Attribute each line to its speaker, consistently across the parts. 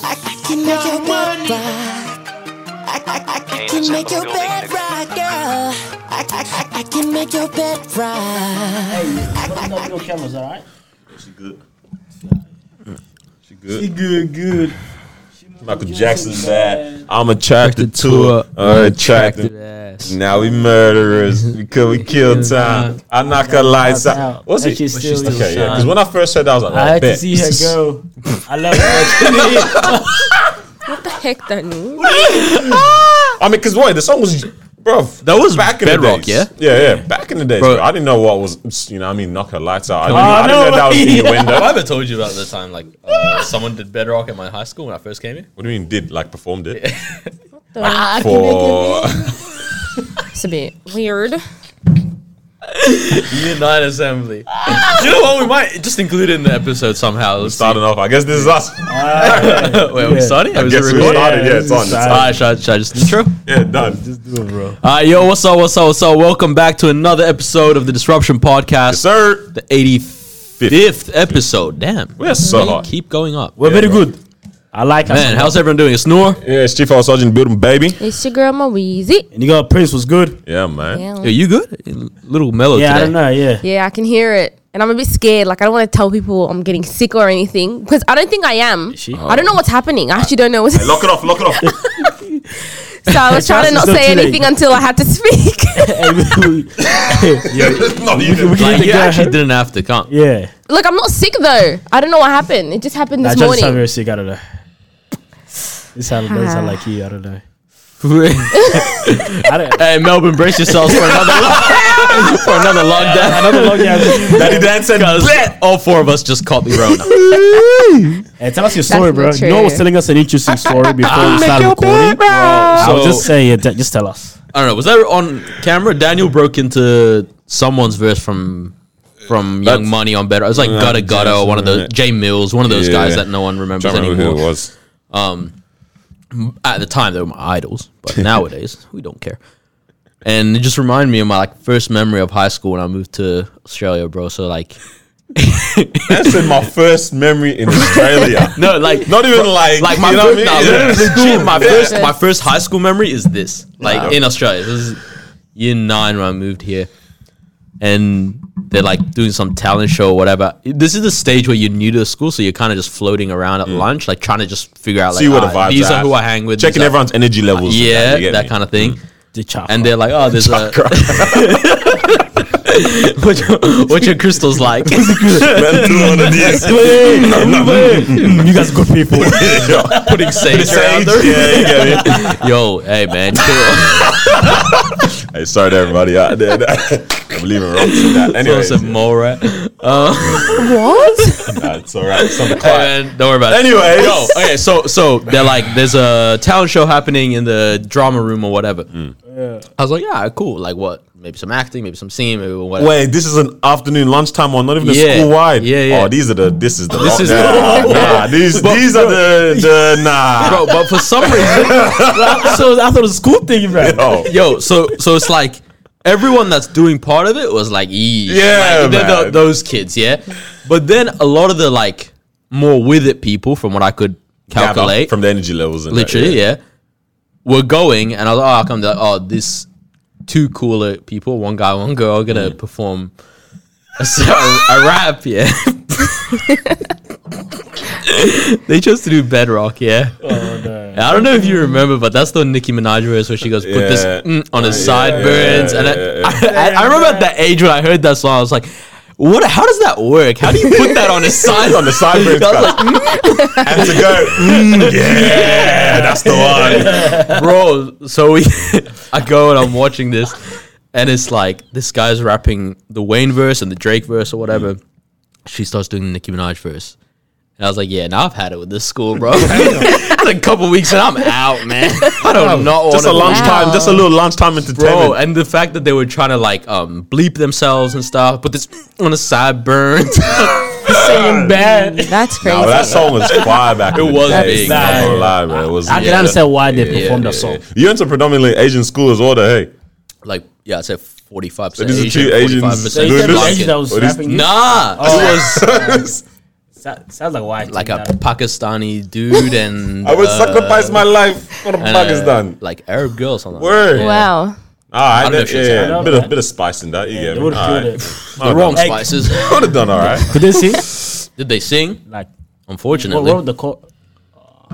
Speaker 1: can make your bed rock. I, I, I, I can make your bed rock, girl. I, I, I, I can make your bed rock.
Speaker 2: Hey, let me know if your camera's alright.
Speaker 3: She good. She
Speaker 2: She good,
Speaker 3: good.
Speaker 2: good.
Speaker 3: Michael Jackson's bad. I'm attracted to her.
Speaker 4: Attracted
Speaker 3: Attracted.
Speaker 4: ass.
Speaker 3: Now we murderers because we kill time. I knock her lights out. What's
Speaker 2: And
Speaker 3: it?
Speaker 2: she's still
Speaker 3: Okay, yeah. Because
Speaker 2: shine.
Speaker 3: when I first heard that, I was like, oh,
Speaker 2: I had to
Speaker 3: bet.
Speaker 2: see her go. I love her.
Speaker 5: Heck that new.
Speaker 3: I mean, because what the song was, bro. That
Speaker 4: was
Speaker 3: back in
Speaker 4: Bedrock,
Speaker 3: the days. yeah, yeah, Back in the days,
Speaker 4: Bro.
Speaker 3: bro. I didn't know what was, you know, I mean, knock her lights out. I didn't,
Speaker 2: Oh,
Speaker 3: I didn't
Speaker 2: no,
Speaker 3: know that was
Speaker 2: yeah.
Speaker 3: innuendo.
Speaker 6: Have I ever told you about the time like uh, someone did bedrock at my high school when I first came here?
Speaker 3: What do you mean did like performed it
Speaker 2: Can
Speaker 3: for?
Speaker 5: It's a bit weird.
Speaker 6: Year nine assembly. you know what? We might just include it in the episode somehow. Let's start.
Speaker 3: Starting off, I guess this is us.
Speaker 6: Wait, are we
Speaker 2: Yeah.
Speaker 6: starting?
Speaker 3: I
Speaker 6: Is it
Speaker 3: guess we
Speaker 6: recording?
Speaker 3: started. Yeah,
Speaker 2: Yeah,
Speaker 3: it's on.
Speaker 2: this
Speaker 3: It's
Speaker 2: is
Speaker 3: on.
Speaker 6: All right, should I, should I just intro?
Speaker 3: Yeah, done.
Speaker 2: Just do it, bro.
Speaker 6: All right, Uh, yo, what's up? What's up? What's up? Welcome back to another episode of the Disruption Podcast,
Speaker 3: Sir,
Speaker 6: the eighty-fifth episode. Damn,
Speaker 3: We're so
Speaker 6: we
Speaker 3: hot.
Speaker 6: keep going up.
Speaker 2: We're
Speaker 3: Yeah,
Speaker 2: very
Speaker 3: bro.
Speaker 2: good. I like her.
Speaker 6: Man, how's everyone doing? Snore?
Speaker 3: yeah, it's Chief Al Sergeant Building Baby.
Speaker 5: It's your girl Moeezy.
Speaker 2: And you got Prince was good.
Speaker 3: Yeah, man.
Speaker 6: Yo, you good? You Little mellow
Speaker 2: Yeah, I
Speaker 6: today.
Speaker 2: don't know. Yeah.
Speaker 5: Yeah, I can hear it. And I'm a bit scared. Like, I don't want to tell people I'm getting sick or anything because I don't think I am.
Speaker 2: she?
Speaker 5: I don't know what's happening. I actually don't know what's
Speaker 3: Oh. Hey, lock it off. Lock it off.
Speaker 5: So I was trying to
Speaker 2: Chances
Speaker 5: not
Speaker 2: not
Speaker 5: say
Speaker 2: today.
Speaker 5: anything until I had to speak.
Speaker 2: Hey, we- we-
Speaker 3: yeah, no, you didn't.
Speaker 2: we can-
Speaker 6: Like, you
Speaker 2: Yeah.
Speaker 6: actually didn't have to come.
Speaker 2: yeah.
Speaker 5: Look, I'm not sick though. I don't know what happened. It just happened
Speaker 2: I
Speaker 5: this
Speaker 2: just sound
Speaker 5: morning. Ah.
Speaker 2: very sick. I don't know. This sound doesn't sound like you. I don't know. I don't.
Speaker 6: hey, Melbourne, brace yourselves for another lo- for another lockdown.
Speaker 2: Another long yeah.
Speaker 6: Daddy Dan said, all four of us just caught the Rona.
Speaker 2: Hey, tell us your story,
Speaker 5: not
Speaker 2: bro.
Speaker 5: true.
Speaker 2: No one was telling us an interesting story before we started recording. I was
Speaker 6: So-
Speaker 2: just saying, yeah, d- just tell us.
Speaker 6: I don't know. Was that on camera? Daniel broke into someone's verse from from Young
Speaker 3: That's-
Speaker 6: Money on Better. It was like
Speaker 3: Uh,
Speaker 6: Gutter Gutter or one of those Jay Mills, one of those guys
Speaker 3: Yeah.
Speaker 6: that no one remembers
Speaker 3: don't remember who it
Speaker 6: anymore.
Speaker 3: was.
Speaker 6: At the time, they were my idols, but nowadays we don't care. And it just reminded me of my like first memory of high school when I moved to Australia, bro. So like,
Speaker 3: That's in my first memory in Australia.
Speaker 6: no, like
Speaker 3: Not even like
Speaker 6: like my
Speaker 3: you know what
Speaker 6: first, nah,
Speaker 3: I mean? Yeah.
Speaker 6: legit, my
Speaker 3: Yeah.
Speaker 6: first my first high school memory is this like in Australia this is year nine when I moved here and they're like doing some talent show or whatever this is the stage where you're new to the school so you're kind of just floating around at lunch like trying to just figure out like
Speaker 3: Mm. See where the
Speaker 6: "Ah,
Speaker 3: vibes
Speaker 6: these
Speaker 3: are
Speaker 6: are
Speaker 3: at.
Speaker 6: who I hang with
Speaker 3: Checking
Speaker 6: these are-"
Speaker 3: everyone's energy levels.
Speaker 6: yeah that kind of
Speaker 3: Mm.
Speaker 6: thing
Speaker 2: The chop.
Speaker 6: and they're like oh there's a what your, what your crystals like
Speaker 2: you guys are good people.
Speaker 6: putting sage around
Speaker 3: Yeah,
Speaker 6: her
Speaker 3: you get me.
Speaker 6: yo hey man chill.
Speaker 3: Hey, sorry to everybody out there. I'm leaving wrong for that. Anyway,
Speaker 6: Close and more, right? Hey,
Speaker 5: What?
Speaker 3: nah, it's all right. It's on the clock.
Speaker 6: man, don't worry about it.
Speaker 3: Anyway,
Speaker 6: Yo, okay, so so they're like, there's a talent show happening in the drama room or whatever.
Speaker 3: Mm.
Speaker 6: I was like, yeah, cool. Like what? Maybe some acting, maybe some singing, maybe whatever.
Speaker 3: Wait, this is an afternoon lunchtime one, not even a
Speaker 6: Yeah.
Speaker 3: school wide.
Speaker 6: Yeah, yeah.
Speaker 3: Oh, these are the. This is the. This is
Speaker 6: is-
Speaker 3: nah, nah. These these are the the nah.
Speaker 6: Bro, but for some reason,
Speaker 2: so I thought it was a school thing, bro.
Speaker 3: Oh.
Speaker 6: yo, so so it's like everyone that's doing part of it was like, "Eesh."
Speaker 3: Yeah,
Speaker 6: Like, they're the-
Speaker 3: man.
Speaker 6: those kids, yeah. But then a lot of the like more with it people, from what I could
Speaker 3: Gather
Speaker 6: calculate,
Speaker 3: from the energy levels. And that,
Speaker 6: literally, yeah. We're going, and I was like, oh, how come? They're Like, oh, this two cooler people, one guy, one girl, are gonna perform a, s- a- a rap, yeah. they chose to do bedrock, yeah.
Speaker 3: Oh,
Speaker 6: And I don't know if you remember, but that's the Nicki Minaj verse where she goes, "Put this
Speaker 3: Yeah.
Speaker 6: mm on his
Speaker 3: Yeah,
Speaker 6: sideburns,"
Speaker 3: yeah,
Speaker 6: and I,
Speaker 3: yeah,
Speaker 6: I, I, I remember at that age when I heard that song, I was like. What? How does that work? How do you put that on his side?
Speaker 3: On the sideburns,
Speaker 6: I was like,
Speaker 3: And to go, mm, yeah, that's the one.
Speaker 6: bro. So we, I go and I'm watching this, and it's like this guy's rapping the Wayne verse and the Drake verse or whatever. She starts doing the Nicki Minaj verse, and I was like, "Yeah, now I've had it with this school, bro. it's a couple weeks and I'm out, man. I don't know.
Speaker 3: Just a lunchtime, just a little lunchtime entertainment.
Speaker 6: Bro, and the fact that they were trying to like um bleep themselves and stuff, but this on the sideburn, singing bad.
Speaker 5: That's crazy.
Speaker 3: Oh, that song was fire back. It
Speaker 6: was
Speaker 3: day.
Speaker 6: big.
Speaker 3: I'm not gonna lie, man. It was.
Speaker 2: I can understand why they performed that song.
Speaker 3: You went to predominantly Asian school as well, though. Hey,
Speaker 6: Like, yeah, I said forty five
Speaker 3: so
Speaker 6: percent
Speaker 3: these are two
Speaker 6: Asian, forty
Speaker 3: Asians
Speaker 6: five
Speaker 3: doing
Speaker 6: percent
Speaker 2: Asian-
Speaker 3: this.
Speaker 2: Asian that was
Speaker 3: Or these-
Speaker 2: rapping this?
Speaker 6: Nah, it was
Speaker 2: Sa- sounds like why?
Speaker 6: like a Pakistani dude and
Speaker 3: I would
Speaker 6: uh,
Speaker 3: sacrifice my life for the
Speaker 6: and, uh,
Speaker 3: Pakistan.
Speaker 6: like Arab girl or something. like that.
Speaker 3: Word.
Speaker 5: Wow.
Speaker 3: All right,
Speaker 6: I don't know
Speaker 3: that,
Speaker 6: if she's- I
Speaker 3: yeah,
Speaker 2: know
Speaker 3: bit of
Speaker 2: that.
Speaker 3: bit of spice in that. You get
Speaker 2: They
Speaker 3: me?
Speaker 2: would have
Speaker 3: Alright.
Speaker 2: killed it.
Speaker 6: The wrong
Speaker 2: Egg.
Speaker 6: spices.
Speaker 3: Would have done all right.
Speaker 2: Could they see?
Speaker 6: Did they sing?
Speaker 2: Like, what,
Speaker 6: Unfortunately,
Speaker 2: what would the chorus?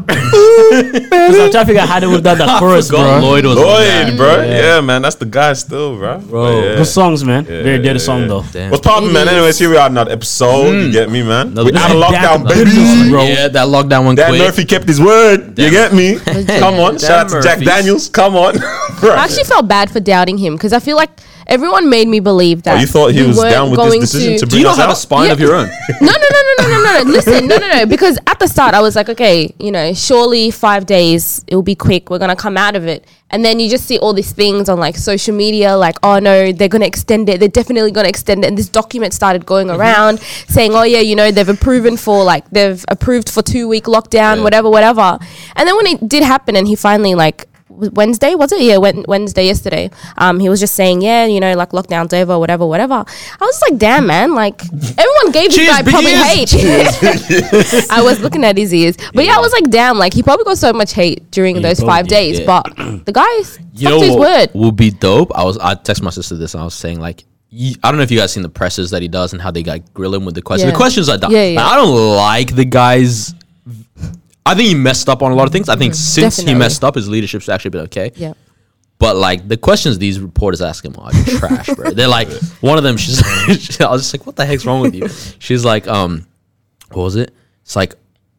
Speaker 2: Because I'm trying to figure out how they would have done the
Speaker 6: I
Speaker 2: chorus,
Speaker 6: forgot
Speaker 2: bro.
Speaker 6: Lloyd was on that.
Speaker 3: Lloyd, bro. Yeah. man, that's the guy still, bro. Bro,
Speaker 2: Good songs, man. Very dead song, though.
Speaker 6: Damn.
Speaker 3: What's poppin', man? Anyways, here we are, another episode. You get me, man.
Speaker 6: Mm. Another
Speaker 3: we out of
Speaker 2: episode.
Speaker 3: lockdown,
Speaker 2: Damn,
Speaker 3: baby.
Speaker 2: bro.
Speaker 6: Yeah, that lockdown one
Speaker 3: Dan
Speaker 6: quick.
Speaker 3: Murphy kept his word. You get me? Come on.
Speaker 6: Dan
Speaker 3: Shout out to Jack
Speaker 6: Murphy's.
Speaker 3: Daniels. Come on.
Speaker 5: I
Speaker 3: right.
Speaker 5: actually felt bad for doubting him because I feel like everyone made me believe that.
Speaker 3: Oh, you thought he
Speaker 5: we
Speaker 3: was
Speaker 5: weren't
Speaker 3: down with this
Speaker 5: going
Speaker 3: decision to
Speaker 6: Do
Speaker 3: bring
Speaker 6: you not
Speaker 3: us
Speaker 6: have a
Speaker 3: out?
Speaker 6: spine of your own?
Speaker 5: No, no, no, no, no, no, no, no. Listen, no, no, no. Because at the start, I was like, okay, you know, surely five days, it'll be quick. We're going to come out of it. And then you just see all these things on like social media, like, oh no, they're going to extend it. They're definitely going to extend it. And this document started going around saying, oh yeah, you know, they've approved for like, they've approved for two week lockdown,
Speaker 6: Yeah.
Speaker 5: whatever, whatever. And then when it did happen and he finally like, w- Wednesday was it? Yeah, Wed- Wednesday yesterday. Um, he was just saying, yeah, you know, like lockdown's over, whatever, whatever. I was like, damn, man, like everyone gave this
Speaker 6: Cheers,
Speaker 5: guy probably
Speaker 6: bitches.
Speaker 5: hate. I was looking at his ears, but yeah. I was like, damn, like he probably got so much hate during those
Speaker 2: probably
Speaker 5: five days.
Speaker 6: did.
Speaker 5: But the guy stuck
Speaker 6: you know
Speaker 5: to his
Speaker 6: what
Speaker 5: word.
Speaker 6: would be dope? I was I text my sister this and I was saying like you, I don't know if you guys seen the presses that he does and how they like grill him with the questions.
Speaker 5: Yeah.
Speaker 6: The questions are done.
Speaker 5: Yeah, yeah.
Speaker 6: I don't like the guys. I think he messed up on a lot of things. I think since he
Speaker 5: Mm-hmm. Definitely.
Speaker 6: messed up, his leadership's actually been okay.
Speaker 5: Yeah,
Speaker 6: But like the questions these reporters ask him are trash, bro. They're like one of them. She's, I was just like, what the heck's wrong with you? She's like, um, what was it? It's like,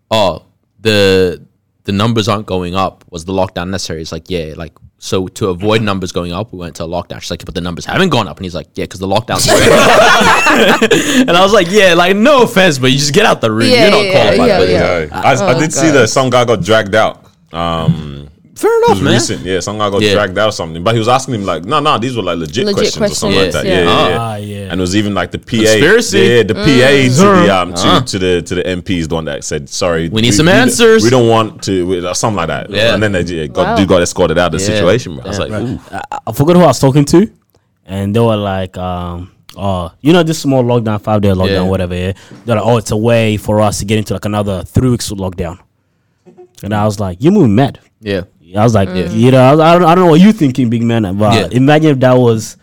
Speaker 6: oh, the the numbers aren't going up. Was the lockdown necessary? It's like, yeah, like so to avoid numbers going up, we went to a lockdown. She's like, but the numbers haven't gone up, and he's like, yeah, because the lockdown's going up. and I was like, yeah, like no offense, but you just get out the room.
Speaker 5: Yeah,
Speaker 6: You're not
Speaker 5: yeah,
Speaker 6: qualified
Speaker 5: yeah,
Speaker 6: for this.
Speaker 5: yeah.
Speaker 3: Yeah. Oh, I, I did see that some guy got dragged out. Um,
Speaker 6: Fair
Speaker 3: it
Speaker 6: enough,
Speaker 3: was
Speaker 6: man.
Speaker 3: recent. Yeah, some guy got
Speaker 6: Yeah.
Speaker 3: dragged out or something. But he was asking him like, no, no, these were like legit,
Speaker 5: Legit
Speaker 3: questions, or something like
Speaker 5: questions,
Speaker 3: that. Yeah,
Speaker 5: yeah.
Speaker 3: yeah, yeah.
Speaker 2: Ah, yeah.
Speaker 3: And it was even like the PA,
Speaker 6: Conspiracy. Uh-huh.
Speaker 3: yeah, the
Speaker 5: Mm.
Speaker 3: PA to the um to, to the to the MPs, the one that said, "Sorry,
Speaker 6: We need some answers."
Speaker 3: We don't want to we, or something like that."
Speaker 6: Yeah.
Speaker 3: And then they yeah, got
Speaker 5: Wow.
Speaker 3: dude got escorted out of the
Speaker 6: Yeah.
Speaker 3: situation. Bro. I was
Speaker 6: Yeah.
Speaker 3: like,
Speaker 6: Right.
Speaker 3: "Ooh,
Speaker 2: I, I forgot who I was talking to, and they were like, um, "Oh, you know this small lockdown, five day lockdown,
Speaker 6: Yeah.
Speaker 2: whatever." Yeah? They're like, "Oh, it's a way for us to get into like another three weeks of lockdown," and I was like, "You moving mad?"
Speaker 6: Yeah.
Speaker 2: I was like, "You know, I, was- I don't, I don't know what you thinking, big man." But
Speaker 6: Yeah.
Speaker 2: imagine if that was,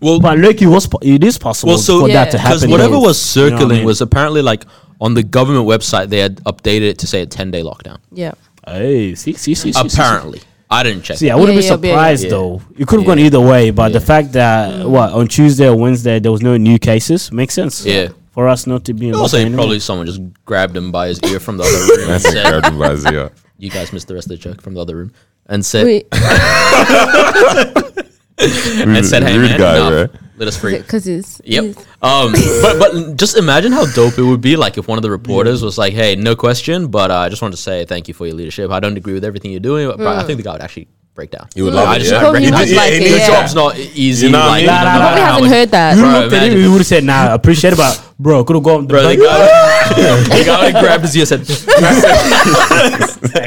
Speaker 6: Well,
Speaker 2: but look, it was, po- it is possible
Speaker 6: Well, so-
Speaker 2: for that
Speaker 5: Yeah.
Speaker 2: to
Speaker 6: Because
Speaker 2: happen.
Speaker 6: whatever
Speaker 2: though.
Speaker 6: was
Speaker 2: You know what I
Speaker 6: circling
Speaker 2: mean?
Speaker 6: was apparently like on the government website, they had updated it to say a 10 day lockdown.
Speaker 5: yeah.
Speaker 2: hey, see, see, see, see, see, see.
Speaker 6: Apparently. I didn't check.
Speaker 2: See, I wouldn't
Speaker 5: Yeah,
Speaker 2: be
Speaker 5: yeah, yeah, yeah.
Speaker 2: surprised
Speaker 6: Yeah.
Speaker 2: though. It could have
Speaker 6: Yeah.
Speaker 2: gone either way, but the
Speaker 6: Yeah.
Speaker 2: fact that what on Tuesday or Wednesday there was no new cases makes sense.
Speaker 6: Yeah.
Speaker 2: for us not to be in
Speaker 6: also,
Speaker 2: lockdown anymore.
Speaker 6: probably someone just grabbed him by his ear from the other room and
Speaker 3: that's
Speaker 6: said,
Speaker 3: incredible, guys, yeah."
Speaker 6: You guys missed the rest of the joke from the other room. And said,
Speaker 5: Wait,
Speaker 3: Rude-
Speaker 6: and said Hey,
Speaker 3: rude
Speaker 6: man,
Speaker 3: guy,
Speaker 6: enough.
Speaker 3: bro.
Speaker 6: let us free.
Speaker 5: because it's
Speaker 6: Yep. Um, but, but just imagine how dope it would be like if one of the reporters was like, hey, no question, but uh, I just wanted to say thank you for your leadership. I don't agree with everything you're doing, but I think the guy would actually break down.
Speaker 3: You would
Speaker 5: Mm.
Speaker 3: love
Speaker 5: I
Speaker 3: it.
Speaker 5: just
Speaker 3: yeah.
Speaker 5: hope he
Speaker 3: He
Speaker 5: was
Speaker 3: did-
Speaker 5: like
Speaker 3: he
Speaker 5: it,
Speaker 3: did
Speaker 5: yeah.
Speaker 3: his job.
Speaker 6: job's not e- easy.
Speaker 3: You know what I
Speaker 6: like,
Speaker 3: mean? Nah, nah,
Speaker 6: no
Speaker 3: nah.
Speaker 6: matter
Speaker 5: Probably
Speaker 6: how
Speaker 5: hasn't
Speaker 6: it-
Speaker 5: heard that.
Speaker 2: You
Speaker 6: Bro,
Speaker 2: looked at it,
Speaker 6: imagine.
Speaker 2: you would have said, "Nah, I appreciate it, but bro, could have gone."
Speaker 6: Bro, the
Speaker 2: back.
Speaker 6: guy, the guy that grabbed his ear said,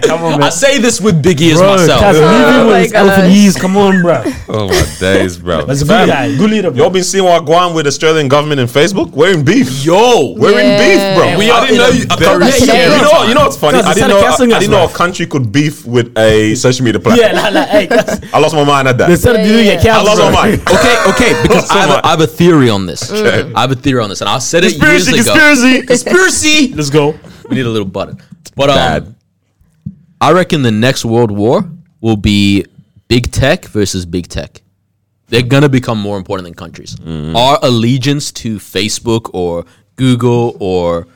Speaker 2: come on,
Speaker 6: I
Speaker 2: man.
Speaker 6: say this with big ears
Speaker 2: Bro,
Speaker 6: myself.
Speaker 2: that's leaving
Speaker 5: Oh my
Speaker 2: with his elephant
Speaker 5: gosh.
Speaker 2: ears. Come on, bro.
Speaker 3: Oh my days, bro.
Speaker 2: That's a
Speaker 3: Fam,
Speaker 2: good guy. Good leader, bro.
Speaker 3: Y'all been seeing what going on with Australian government and Facebook? We're in beef.
Speaker 6: Yo,
Speaker 3: We're
Speaker 5: Yeah.
Speaker 3: in beef, bro.
Speaker 6: We are
Speaker 3: I didn't
Speaker 6: in a-
Speaker 3: know you.
Speaker 6: a
Speaker 3: Very
Speaker 6: conversation.
Speaker 3: serious. You know, what- you know what's funny?
Speaker 2: Because
Speaker 3: I
Speaker 2: it's
Speaker 3: didn't know. I,
Speaker 2: sarcasm,
Speaker 3: I didn't know a
Speaker 2: bro.
Speaker 3: country could beef with a social media
Speaker 2: Yeah,
Speaker 3: platform.
Speaker 2: like, like, hey, that's-
Speaker 3: I lost my mind at
Speaker 2: they
Speaker 3: that.
Speaker 2: started
Speaker 5: Yeah,
Speaker 2: doing
Speaker 5: yeah,
Speaker 2: your
Speaker 5: yeah.
Speaker 3: I lost my
Speaker 2: counts, bro.
Speaker 3: mind.
Speaker 6: okay, okay, because
Speaker 3: So
Speaker 6: I, have
Speaker 3: what?
Speaker 6: a, I have a theory on this. I have a theory on this, and I said it
Speaker 3: Conspiracy,
Speaker 6: years ago.
Speaker 3: conspiracy.
Speaker 6: Conspiracy.
Speaker 2: Let's go.
Speaker 6: we need a little button. But um,
Speaker 3: Bad.
Speaker 6: I reckon the next world war will be big tech versus big tech. They're gonna become more important than countries. Our allegiance to Facebook or Google or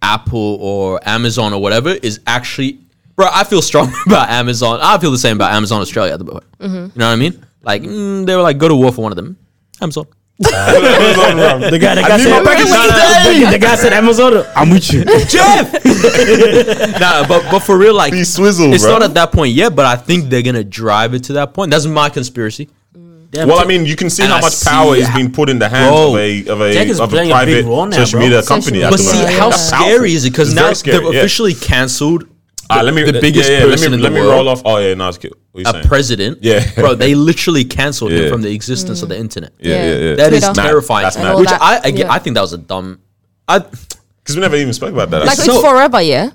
Speaker 6: Apple or Amazon or whatever is actually, bro. I feel strong about Amazon. I feel the same about Amazon Australia at the moment. You know what I mean? Like mm, they were like, go to war for one of them. Amazon.
Speaker 2: The guy, the guy
Speaker 3: need my
Speaker 2: said,
Speaker 3: package now.
Speaker 2: the, the guy said, Amazon, I'm with you.
Speaker 6: Jeff. nah, but but for real, like
Speaker 3: Be swizzled,
Speaker 6: it's
Speaker 3: bro.
Speaker 6: not at that point yet, but I think they're gonna drive it to that point. That's my conspiracy.
Speaker 3: well, I mean, you can see
Speaker 6: And
Speaker 3: how
Speaker 6: I
Speaker 3: much
Speaker 6: see
Speaker 3: power is
Speaker 6: how-
Speaker 3: being put in the hands
Speaker 6: Bro.
Speaker 3: of a of
Speaker 2: Tech
Speaker 3: a
Speaker 2: is
Speaker 3: of a
Speaker 2: playing a big
Speaker 3: private
Speaker 2: role now,
Speaker 3: social
Speaker 2: bro.
Speaker 3: media
Speaker 5: Social
Speaker 3: company.
Speaker 5: media.
Speaker 3: at
Speaker 6: But
Speaker 3: the
Speaker 6: see,
Speaker 3: moment.
Speaker 5: Yeah.
Speaker 6: how
Speaker 3: That's
Speaker 6: scary
Speaker 3: powerful.
Speaker 6: is it? Because
Speaker 3: It's
Speaker 6: now
Speaker 3: very scary,
Speaker 6: they've
Speaker 3: yeah.
Speaker 6: officially cancelled the,
Speaker 3: Ah, let me
Speaker 6: the
Speaker 3: yeah,
Speaker 6: biggest
Speaker 3: yeah,
Speaker 6: person
Speaker 3: Let me
Speaker 6: in the
Speaker 3: let me
Speaker 6: world,
Speaker 3: roll off. Oh yeah, no, it's cute. What you
Speaker 6: a
Speaker 3: saying?
Speaker 6: president.
Speaker 3: Yeah.
Speaker 6: bro, they literally cancelled him
Speaker 3: Yeah.
Speaker 6: from the existence of the internet.
Speaker 3: Yeah, yeah, yeah.
Speaker 6: That is
Speaker 5: Twitter.
Speaker 6: terrifying.
Speaker 3: That's
Speaker 5: mad.
Speaker 6: Which
Speaker 5: All that,
Speaker 6: I I,
Speaker 5: yeah.
Speaker 6: I think that was a dumb. I
Speaker 3: Because we never even spoke about that.
Speaker 5: Like
Speaker 3: actually.
Speaker 5: it's
Speaker 6: So-
Speaker 5: forever, yeah.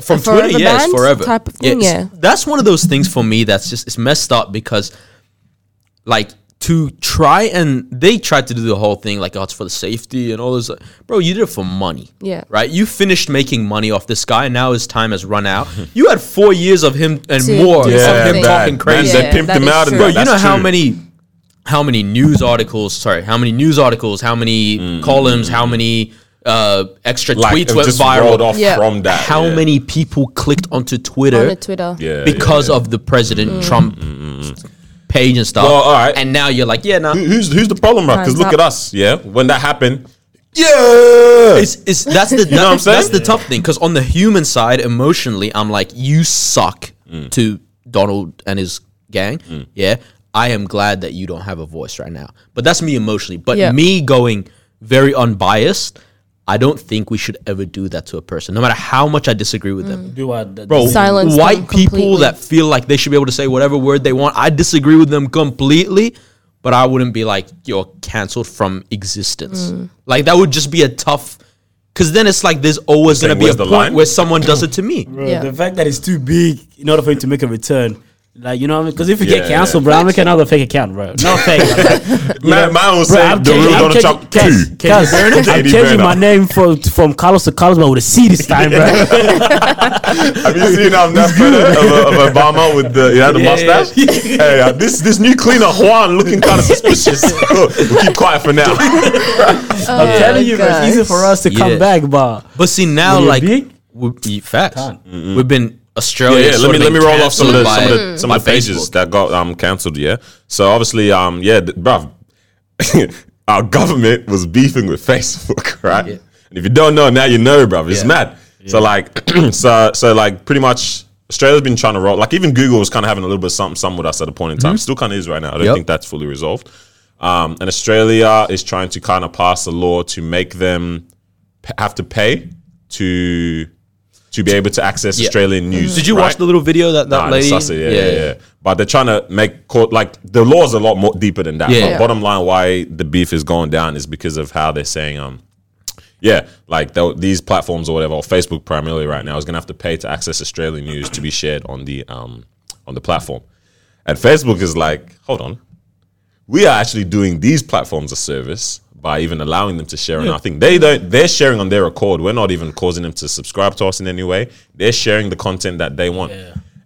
Speaker 6: from
Speaker 5: A forever
Speaker 6: Twitter, yes,
Speaker 5: banned
Speaker 6: forever
Speaker 5: type of thing,
Speaker 6: it's-
Speaker 5: yeah.
Speaker 6: that's one of those things for me that's just it's messed up because, like, to try and they tried to do the whole thing like, oh, it's for the safety and all this. Bro, you did it for money,
Speaker 5: Yeah.
Speaker 6: right? You finished making money off this guy, and now his time has run out. you had four years of him and
Speaker 5: To
Speaker 6: more
Speaker 5: do
Speaker 3: yeah,
Speaker 6: of
Speaker 5: something.
Speaker 6: him
Speaker 3: man,
Speaker 6: talking crazy.
Speaker 3: Man,
Speaker 5: Yeah,
Speaker 3: they pimped
Speaker 5: that
Speaker 3: him
Speaker 5: is
Speaker 3: out. And
Speaker 5: true.
Speaker 6: Bro,
Speaker 5: Bro,
Speaker 6: you know how many how many news articles, sorry, how many news articles, how many columns, how many uh, extra
Speaker 3: Mm. like,
Speaker 6: tweets
Speaker 3: it
Speaker 6: went
Speaker 3: just
Speaker 6: viral.
Speaker 3: rolled off
Speaker 5: Yeah.
Speaker 3: from that.
Speaker 6: how
Speaker 3: Uh, yeah.
Speaker 6: many people clicked onto Twitter,
Speaker 5: On the Twitter. Mm.
Speaker 3: Yeah, yeah,
Speaker 6: because
Speaker 3: yeah. Mm,
Speaker 6: of the President Trump page and stuff.
Speaker 3: Well, Hmm. all right.
Speaker 6: And now you're like, yeah, nah.
Speaker 3: Who- who's who's the problem, bro? Because
Speaker 5: Time's
Speaker 3: look
Speaker 5: up.
Speaker 3: at us. Yeah, when that happened, yeah,
Speaker 6: It's, it's, that's the
Speaker 3: know what I'm
Speaker 6: that's
Speaker 3: saying?
Speaker 6: the tough thing because on the human side, emotionally, I'm like, you suck
Speaker 3: Mm.
Speaker 6: to Donald and his gang. Yeah, I am glad that you don't have a voice right now, but that's me emotionally. But
Speaker 5: Yeah.
Speaker 6: me going very unbiased, I don't think we should ever do that to a person, no matter how much I disagree with them.
Speaker 5: Mm.
Speaker 2: Do I,
Speaker 6: Bro,
Speaker 5: Silence them
Speaker 6: white people
Speaker 5: completely.
Speaker 6: that feel like they should be able to say whatever word they want. I disagree with them completely, but I wouldn't be like you're canceled from existence.
Speaker 5: Mm.
Speaker 6: Like that would just be a tough. Because then it's like there's always
Speaker 3: Like,
Speaker 6: gonna be a
Speaker 3: where's the
Speaker 6: point
Speaker 3: line?
Speaker 6: where someone does it to me.
Speaker 2: Bro,
Speaker 5: Yeah.
Speaker 2: the fact that it's too big in order for you to make a return. Like you know, because if you
Speaker 3: Yeah,
Speaker 2: get canceled, bro, I'm making another fake account, bro. No fake.
Speaker 3: man, mine was saying the real Donald Trump too.
Speaker 2: I'm
Speaker 3: Katie
Speaker 2: changing my
Speaker 3: Burner.
Speaker 2: name from from Carlos to Carlos, but with a C this time, bro.
Speaker 3: Have you seen um, that photo of, of Obama with the he had the
Speaker 2: Yeah, yeah,
Speaker 3: mustache? Hey, uh, this this new cleaner Juan looking kind of suspicious. we'll keep quiet for now. Oh
Speaker 2: I'm telling you, bro,
Speaker 5: gosh.
Speaker 2: it's easy for us to
Speaker 6: Yeah.
Speaker 2: come back, but
Speaker 6: But see now,
Speaker 2: When you're
Speaker 6: like
Speaker 2: big,
Speaker 6: we, yeah, facts,
Speaker 2: can't.
Speaker 6: we've been Australia.
Speaker 3: Oh, yeah, yeah. Let
Speaker 6: sort
Speaker 3: me
Speaker 6: of
Speaker 3: let me
Speaker 6: been
Speaker 3: roll off some of the some
Speaker 6: cancelled
Speaker 3: of
Speaker 6: by-
Speaker 3: the, some of the
Speaker 6: by
Speaker 3: pages
Speaker 6: Facebook.
Speaker 3: that got um cancelled. Yeah. So obviously um yeah, th- bruv, our government was beefing with Facebook, right? And if you don't know now, you know, bruv. It's
Speaker 6: Yeah.
Speaker 3: mad. So like so so like pretty much. Australia's been trying to roll. Like even Google was kind of having a little bit of something, something with us at a point in time. Still kind of is right now. I don't
Speaker 6: Mm-hmm. Yep.
Speaker 3: think that's fully resolved. Um, and Australia is trying to kind of pass a law to make them p- have to pay to to be able to access
Speaker 6: Yeah. Mm.
Speaker 3: Australian news.
Speaker 6: Did you
Speaker 3: right?
Speaker 6: watch the little video that that
Speaker 3: Nah,
Speaker 6: lady?
Speaker 3: that's it, yeah, yeah, yeah, But they're trying to make court like the law is a lot more deeper than that.
Speaker 6: Yeah,
Speaker 3: But
Speaker 6: yeah.
Speaker 3: Bottom line, why the beef is going down is because of how they're saying, um, yeah, like they'll- these platforms or whatever, or Facebook primarily right now is going to have to pay to access Australian news to be shared on the um on the platform, and Facebook is like, hold on, we are actually doing these platforms a service by even allowing them to share on our thing. They don't they're sharing on their accord. We're not even causing them to subscribe to us in any way. They're sharing the content that they want.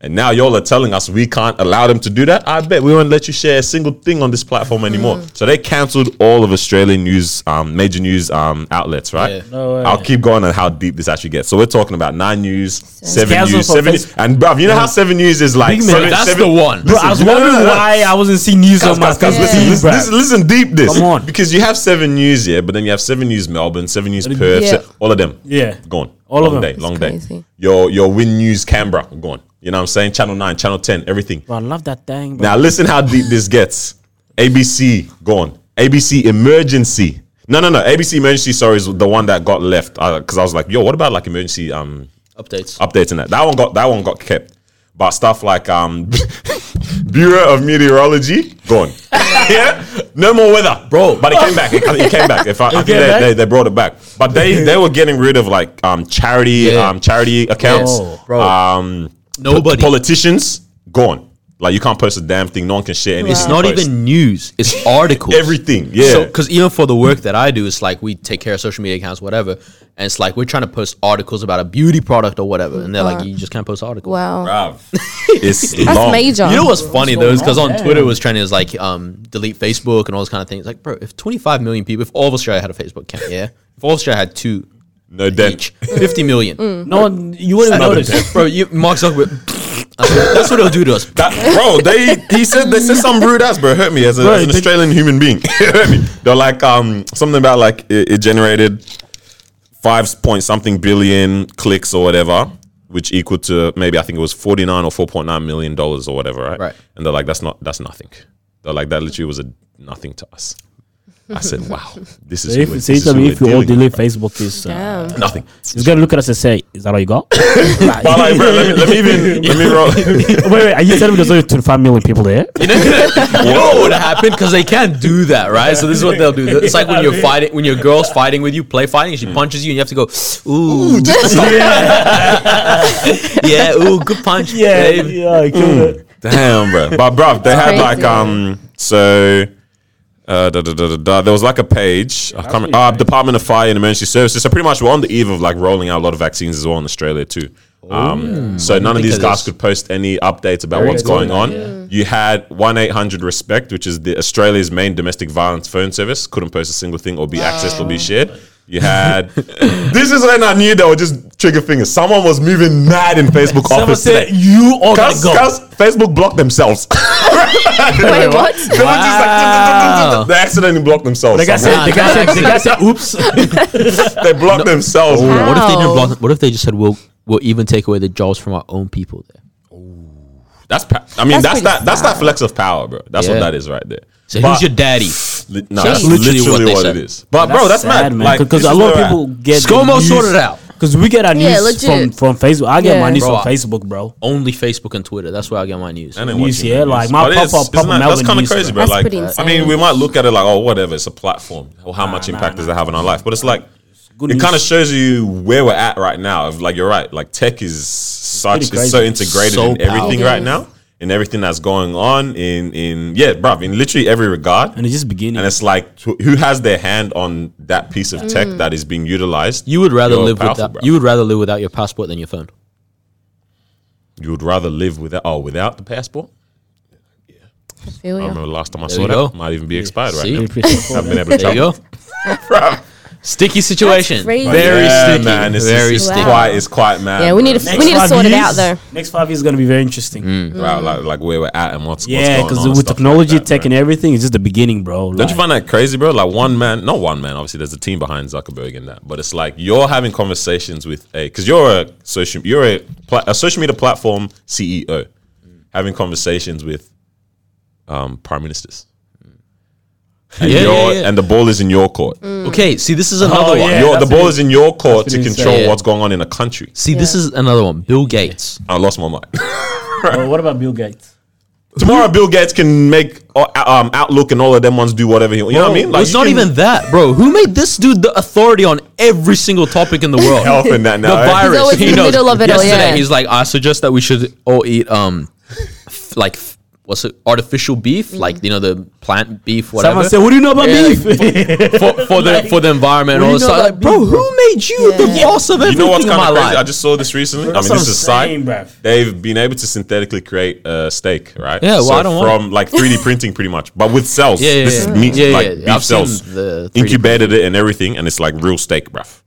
Speaker 3: And now y'all are telling us we can't allow them to do that. I bet we won't let you share a single thing on this platform anymore. So they cancelled all of Australian news, um, major news um, outlets, right?
Speaker 6: Yeah.
Speaker 2: No way.
Speaker 3: I'll keep going on how deep this actually gets. So we're talking about Nine News, Seven
Speaker 2: Cancelled
Speaker 3: News,
Speaker 2: for Mm.
Speaker 3: Seven,
Speaker 2: Facebook.
Speaker 3: and bruv, you know how Seven News is like
Speaker 2: Big man,
Speaker 3: seven,
Speaker 6: That's
Speaker 3: seven-
Speaker 6: the one.
Speaker 2: bro, I was
Speaker 3: Listen, no, no,
Speaker 2: wondering
Speaker 3: no, no.
Speaker 2: why I wasn't seeing news
Speaker 3: Guys,
Speaker 2: on my
Speaker 3: guys, guys, listen,
Speaker 2: feed,
Speaker 3: listen,
Speaker 2: bro.
Speaker 3: listen, listen deep this.
Speaker 2: Come on.
Speaker 3: Because you have seven news here, but then you have seven news Melbourne, seven news Perth,
Speaker 5: Yeah.
Speaker 3: se- all of them.
Speaker 2: Yeah.
Speaker 3: Gone.
Speaker 2: All of
Speaker 3: long
Speaker 2: them.
Speaker 3: Day, long day.
Speaker 5: crazy.
Speaker 3: Your your win news Canberra, gone. You know what I'm saying? Channel 9, Channel 10, everything.
Speaker 2: Bro, I love that thing, bro.
Speaker 3: Now listen how deep this gets. ABC gone. ABC emergency. No, no, no. ABC emergency, sorry, is the one that got left. Because I was like, yo, what about like emergency um
Speaker 6: Updates.
Speaker 3: updates and that. That one got that one got kept. But stuff like um Bureau of Meteorology gone. yeah, no more weather,
Speaker 6: Bro.
Speaker 3: But it came back. It, it came back. If I, I think
Speaker 2: came
Speaker 3: they,
Speaker 2: back?
Speaker 3: They, they brought it back. But they they were getting rid of like um charity
Speaker 6: Yeah.
Speaker 3: um charity accounts.
Speaker 2: Oh,
Speaker 6: bro.
Speaker 3: Um,
Speaker 6: Nobody.
Speaker 3: politicians gone. Like you can't post a damn thing. No one can share anything.
Speaker 6: It's
Speaker 3: you
Speaker 6: not
Speaker 3: post.
Speaker 6: even news. It's articles.
Speaker 3: Uh, everything. Yeah.
Speaker 6: So, because even for the work that I do, it's like we take care of social media accounts, whatever, and it's like we're trying to post articles about a beauty product or whatever, and they're like, you just can't post articles.
Speaker 5: Wow.
Speaker 3: Bruv, it's
Speaker 5: That's
Speaker 3: long.
Speaker 5: major.
Speaker 6: You know what's funny though is because on
Speaker 2: Damn.
Speaker 6: Twitter it was trying to like um, delete Facebook and all this kind of things. Like, bro, if 25 million people, if all of Australia had a Facebook account, yeah, if all of Australia had two
Speaker 3: No dent.
Speaker 6: each, 50 million,
Speaker 2: no one, you wouldn't
Speaker 3: Another
Speaker 2: notice.
Speaker 3: day.
Speaker 6: bro, you, Mark Zuckerberg, that's what he'll do to us.
Speaker 3: That, bro, they he said they said some rude ass, bro. It Hurt me as, a,
Speaker 2: Bro,
Speaker 3: as an
Speaker 2: they-
Speaker 3: Australian human being. It hurt me. They're like um something about like it, it generated five point something billion clicks or whatever, which equal to maybe I think it was forty nine or four point nine million dollars or whatever, right?
Speaker 6: Right.
Speaker 3: And they're like, that's not that's nothing. They're like that literally was a nothing to us. I said, wow, this is.
Speaker 2: So
Speaker 3: who
Speaker 2: if,
Speaker 3: we're-
Speaker 2: so
Speaker 3: this
Speaker 2: you
Speaker 3: is
Speaker 2: tell
Speaker 3: who
Speaker 2: me
Speaker 3: we're
Speaker 2: E, if we all
Speaker 3: dealing
Speaker 2: delete Facebook, is uh,
Speaker 5: Damn.
Speaker 3: with. nothing.
Speaker 2: it's gonna look at us and say, "Is that all you got?"
Speaker 3: But like, bro, let me, let me even let me roll.
Speaker 2: wait, wait, are you telling me there's only 25 million people there?
Speaker 6: You know, you know what would happen because they can't do that, right? So this is what they'll do. It's like when you're fighting, when your girl's fighting with you, play fighting,
Speaker 2: Mm.
Speaker 6: she punches you, and you have to go, ooh, yeah, ooh, good punch, babe.
Speaker 2: I killed it.
Speaker 3: Damn, bro. But bro, they had like
Speaker 5: Crazy.
Speaker 3: um so uh, da, da, da, da, da. there was like a page. I can't remember- uh, Department of Fire and Emergency Services. So pretty much we're on the eve of like rolling out a lot of vaccines as well in Australia too. Um, so none of these
Speaker 6: of
Speaker 3: guys
Speaker 6: this.
Speaker 3: could post any updates about what's going on. You had one eight hundred Respect, which is the Australia's main domestic violence phone service, couldn't post a single thing or be accessed or be shared. You had this is when I knew they were just trigger fingers. Someone was moving mad in Facebook
Speaker 2: Someone
Speaker 3: office
Speaker 2: said,
Speaker 3: today.
Speaker 2: "You all gotta
Speaker 3: Cause,
Speaker 2: go."
Speaker 3: cause Facebook blocked themselves.
Speaker 5: Wait, what?
Speaker 3: they were just like
Speaker 6: Wow.
Speaker 3: they accidentally blocked themselves.
Speaker 2: The guy said, the guy said, the guy said, "Oops."
Speaker 3: they blocked themselves.
Speaker 6: Ooh, What if they
Speaker 5: Wow.
Speaker 6: didn't block? What if they just said we'll we'll even take away the jobs from our own people there?
Speaker 3: That's pa- I mean that's,
Speaker 5: That's
Speaker 3: that
Speaker 5: pretty
Speaker 3: that's that flex of power, bro. That's what
Speaker 6: Yeah.
Speaker 3: that is right there.
Speaker 6: So
Speaker 3: But-
Speaker 6: who's your daddy?
Speaker 3: Li- no,
Speaker 6: Jeez.
Speaker 3: that's
Speaker 6: Literally
Speaker 3: literally,
Speaker 6: what they
Speaker 3: what,
Speaker 6: said.
Speaker 3: it is. But bro, that's
Speaker 2: sad,
Speaker 3: mad. Like
Speaker 2: because
Speaker 3: this
Speaker 2: a
Speaker 3: is
Speaker 2: lot of
Speaker 3: where I-
Speaker 2: people get the
Speaker 6: ScoMo
Speaker 2: news-
Speaker 6: sorted out.
Speaker 2: Because we get our news
Speaker 5: Yeah,
Speaker 2: from
Speaker 5: legit.
Speaker 2: from Facebook. I get my
Speaker 5: Yeah.
Speaker 2: news
Speaker 6: Bro,
Speaker 2: from
Speaker 6: I-
Speaker 2: Facebook, bro.
Speaker 6: Only Facebook and Twitter. That's where I get my news.
Speaker 3: I
Speaker 6: from.
Speaker 3: ain't watching
Speaker 2: News,
Speaker 3: the
Speaker 2: yeah, like, my
Speaker 3: But it is.
Speaker 2: pop-up,
Speaker 3: Isn't that-
Speaker 2: pop-up
Speaker 3: That's kind
Speaker 2: Melbourne
Speaker 3: of crazy,
Speaker 2: news,
Speaker 3: bro.
Speaker 5: bro.
Speaker 3: Like,
Speaker 5: That's pretty
Speaker 3: I mean, we
Speaker 5: insane.
Speaker 3: might look at it like, oh, whatever, it's a platform. Or how much impact does it have on our life? But it's like,
Speaker 2: Good
Speaker 3: it
Speaker 2: news.
Speaker 3: kind of shows you where we're at right now. Of like, you're right. Like, tech is such
Speaker 2: pretty
Speaker 3: it's
Speaker 2: crazy.
Speaker 3: so integrated
Speaker 6: So
Speaker 3: in everything
Speaker 5: powerful.
Speaker 3: right now, in everything that's going on. In in yeah, bro, in literally every regard.
Speaker 2: And it's just beginning.
Speaker 3: And it's like, wh- who has their hand on that piece of tech
Speaker 5: Mm.
Speaker 3: that is being utilized?
Speaker 6: You would rather
Speaker 3: You're
Speaker 6: live
Speaker 3: powerful,
Speaker 6: without
Speaker 3: bro.
Speaker 6: you would rather live without your passport than your phone.
Speaker 3: You would rather live without oh without the passport. I
Speaker 5: Failure.
Speaker 3: remember the last time I
Speaker 6: you
Speaker 3: saw that
Speaker 6: go.
Speaker 3: might even be expired right
Speaker 6: See?
Speaker 3: now.
Speaker 2: Pretty- pretty straightforward.
Speaker 3: I've been able to
Speaker 6: There
Speaker 3: travel.
Speaker 6: you go. sticky situation.
Speaker 5: crazy.
Speaker 6: Very
Speaker 3: Yeah,
Speaker 6: sticky.
Speaker 3: man, it's,
Speaker 6: very
Speaker 3: it's
Speaker 6: sticky.
Speaker 3: quite it's quite mad.
Speaker 5: Yeah, we need to
Speaker 3: bro.
Speaker 5: f- We need to
Speaker 2: five
Speaker 5: sort it
Speaker 2: years-
Speaker 5: out, though.
Speaker 2: Next five years is gonna be very interesting.
Speaker 3: Right, like, like where we're at and Mm, what's
Speaker 2: Yeah,
Speaker 3: what's going
Speaker 2: because
Speaker 3: on and
Speaker 2: with
Speaker 3: stuff
Speaker 2: technology,
Speaker 3: like that,
Speaker 2: tech,
Speaker 3: bro.
Speaker 2: and everything, it's just the beginning, bro.
Speaker 3: Don't
Speaker 2: Like,
Speaker 3: you find that crazy, bro? Like one man, not one man. Obviously, there's a team behind Zuckerberg and that, but it's like you're having conversations with a because you're a social you're a, pla- a social media platform CEO, having conversations with um, prime ministers. And,
Speaker 6: Yeah, yeah,
Speaker 3: you're-
Speaker 6: yeah. Mm.
Speaker 3: and the ball is in your court.
Speaker 5: Mm.
Speaker 6: Okay, see this is another one.
Speaker 2: Oh, yeah.
Speaker 3: Your- the
Speaker 2: that's
Speaker 3: ball
Speaker 2: what
Speaker 3: is in your court
Speaker 2: that's
Speaker 3: to
Speaker 2: what he said.
Speaker 3: control
Speaker 6: Yeah.
Speaker 3: what's going on in a country.
Speaker 6: See, this is another one. Bill Gates.
Speaker 3: I lost my mind.
Speaker 2: Well, what about Bill Gates?
Speaker 3: Tomorrow, Bill Gates can make uh, um, Outlook and all of them ones do whatever he. You know what I mean?
Speaker 6: it's
Speaker 3: you
Speaker 6: not
Speaker 3: can-
Speaker 6: even that, bro. Who made this dude the authority on every single topic in the world?
Speaker 3: health and that now.
Speaker 6: the
Speaker 3: eh?
Speaker 6: virus.
Speaker 5: He's always
Speaker 6: he
Speaker 5: in the
Speaker 6: knows.
Speaker 5: middle of it all,
Speaker 6: Yesterday,
Speaker 5: yeah.
Speaker 6: he's like, I suggest that we should all eat um, f- like f- what's it, artificial beef,
Speaker 5: Mm.
Speaker 6: like you know the plant beef, whatever,
Speaker 2: Someone said, "What do you know about
Speaker 6: Yeah,
Speaker 2: beef?"
Speaker 6: for, for the for the environment. And
Speaker 2: What do
Speaker 6: all this
Speaker 2: you know
Speaker 6: stuff.
Speaker 2: about
Speaker 6: Like, bro,
Speaker 2: beef,
Speaker 6: who made you the boss of
Speaker 3: You
Speaker 6: everything
Speaker 3: know what's
Speaker 6: in
Speaker 3: kind
Speaker 6: my
Speaker 3: of crazy? I
Speaker 6: life?
Speaker 3: just saw this recently. I
Speaker 2: That's
Speaker 3: mean, this
Speaker 2: what
Speaker 3: is
Speaker 2: I'm saying,
Speaker 3: site.
Speaker 2: bruv.
Speaker 3: They've been able to synthetically create a steak, right?
Speaker 6: Yeah, well,
Speaker 3: So
Speaker 6: I don't want-
Speaker 3: from like 3D printing, pretty much, but with cells.
Speaker 6: Yeah, yeah,
Speaker 3: this
Speaker 6: yeah.
Speaker 3: is meat,
Speaker 6: Yeah, yeah,
Speaker 3: like
Speaker 6: yeah.
Speaker 3: beef
Speaker 6: I've seen
Speaker 3: cells.
Speaker 6: the 3D
Speaker 3: Incubated it and everything, and it's like real steak, bruv.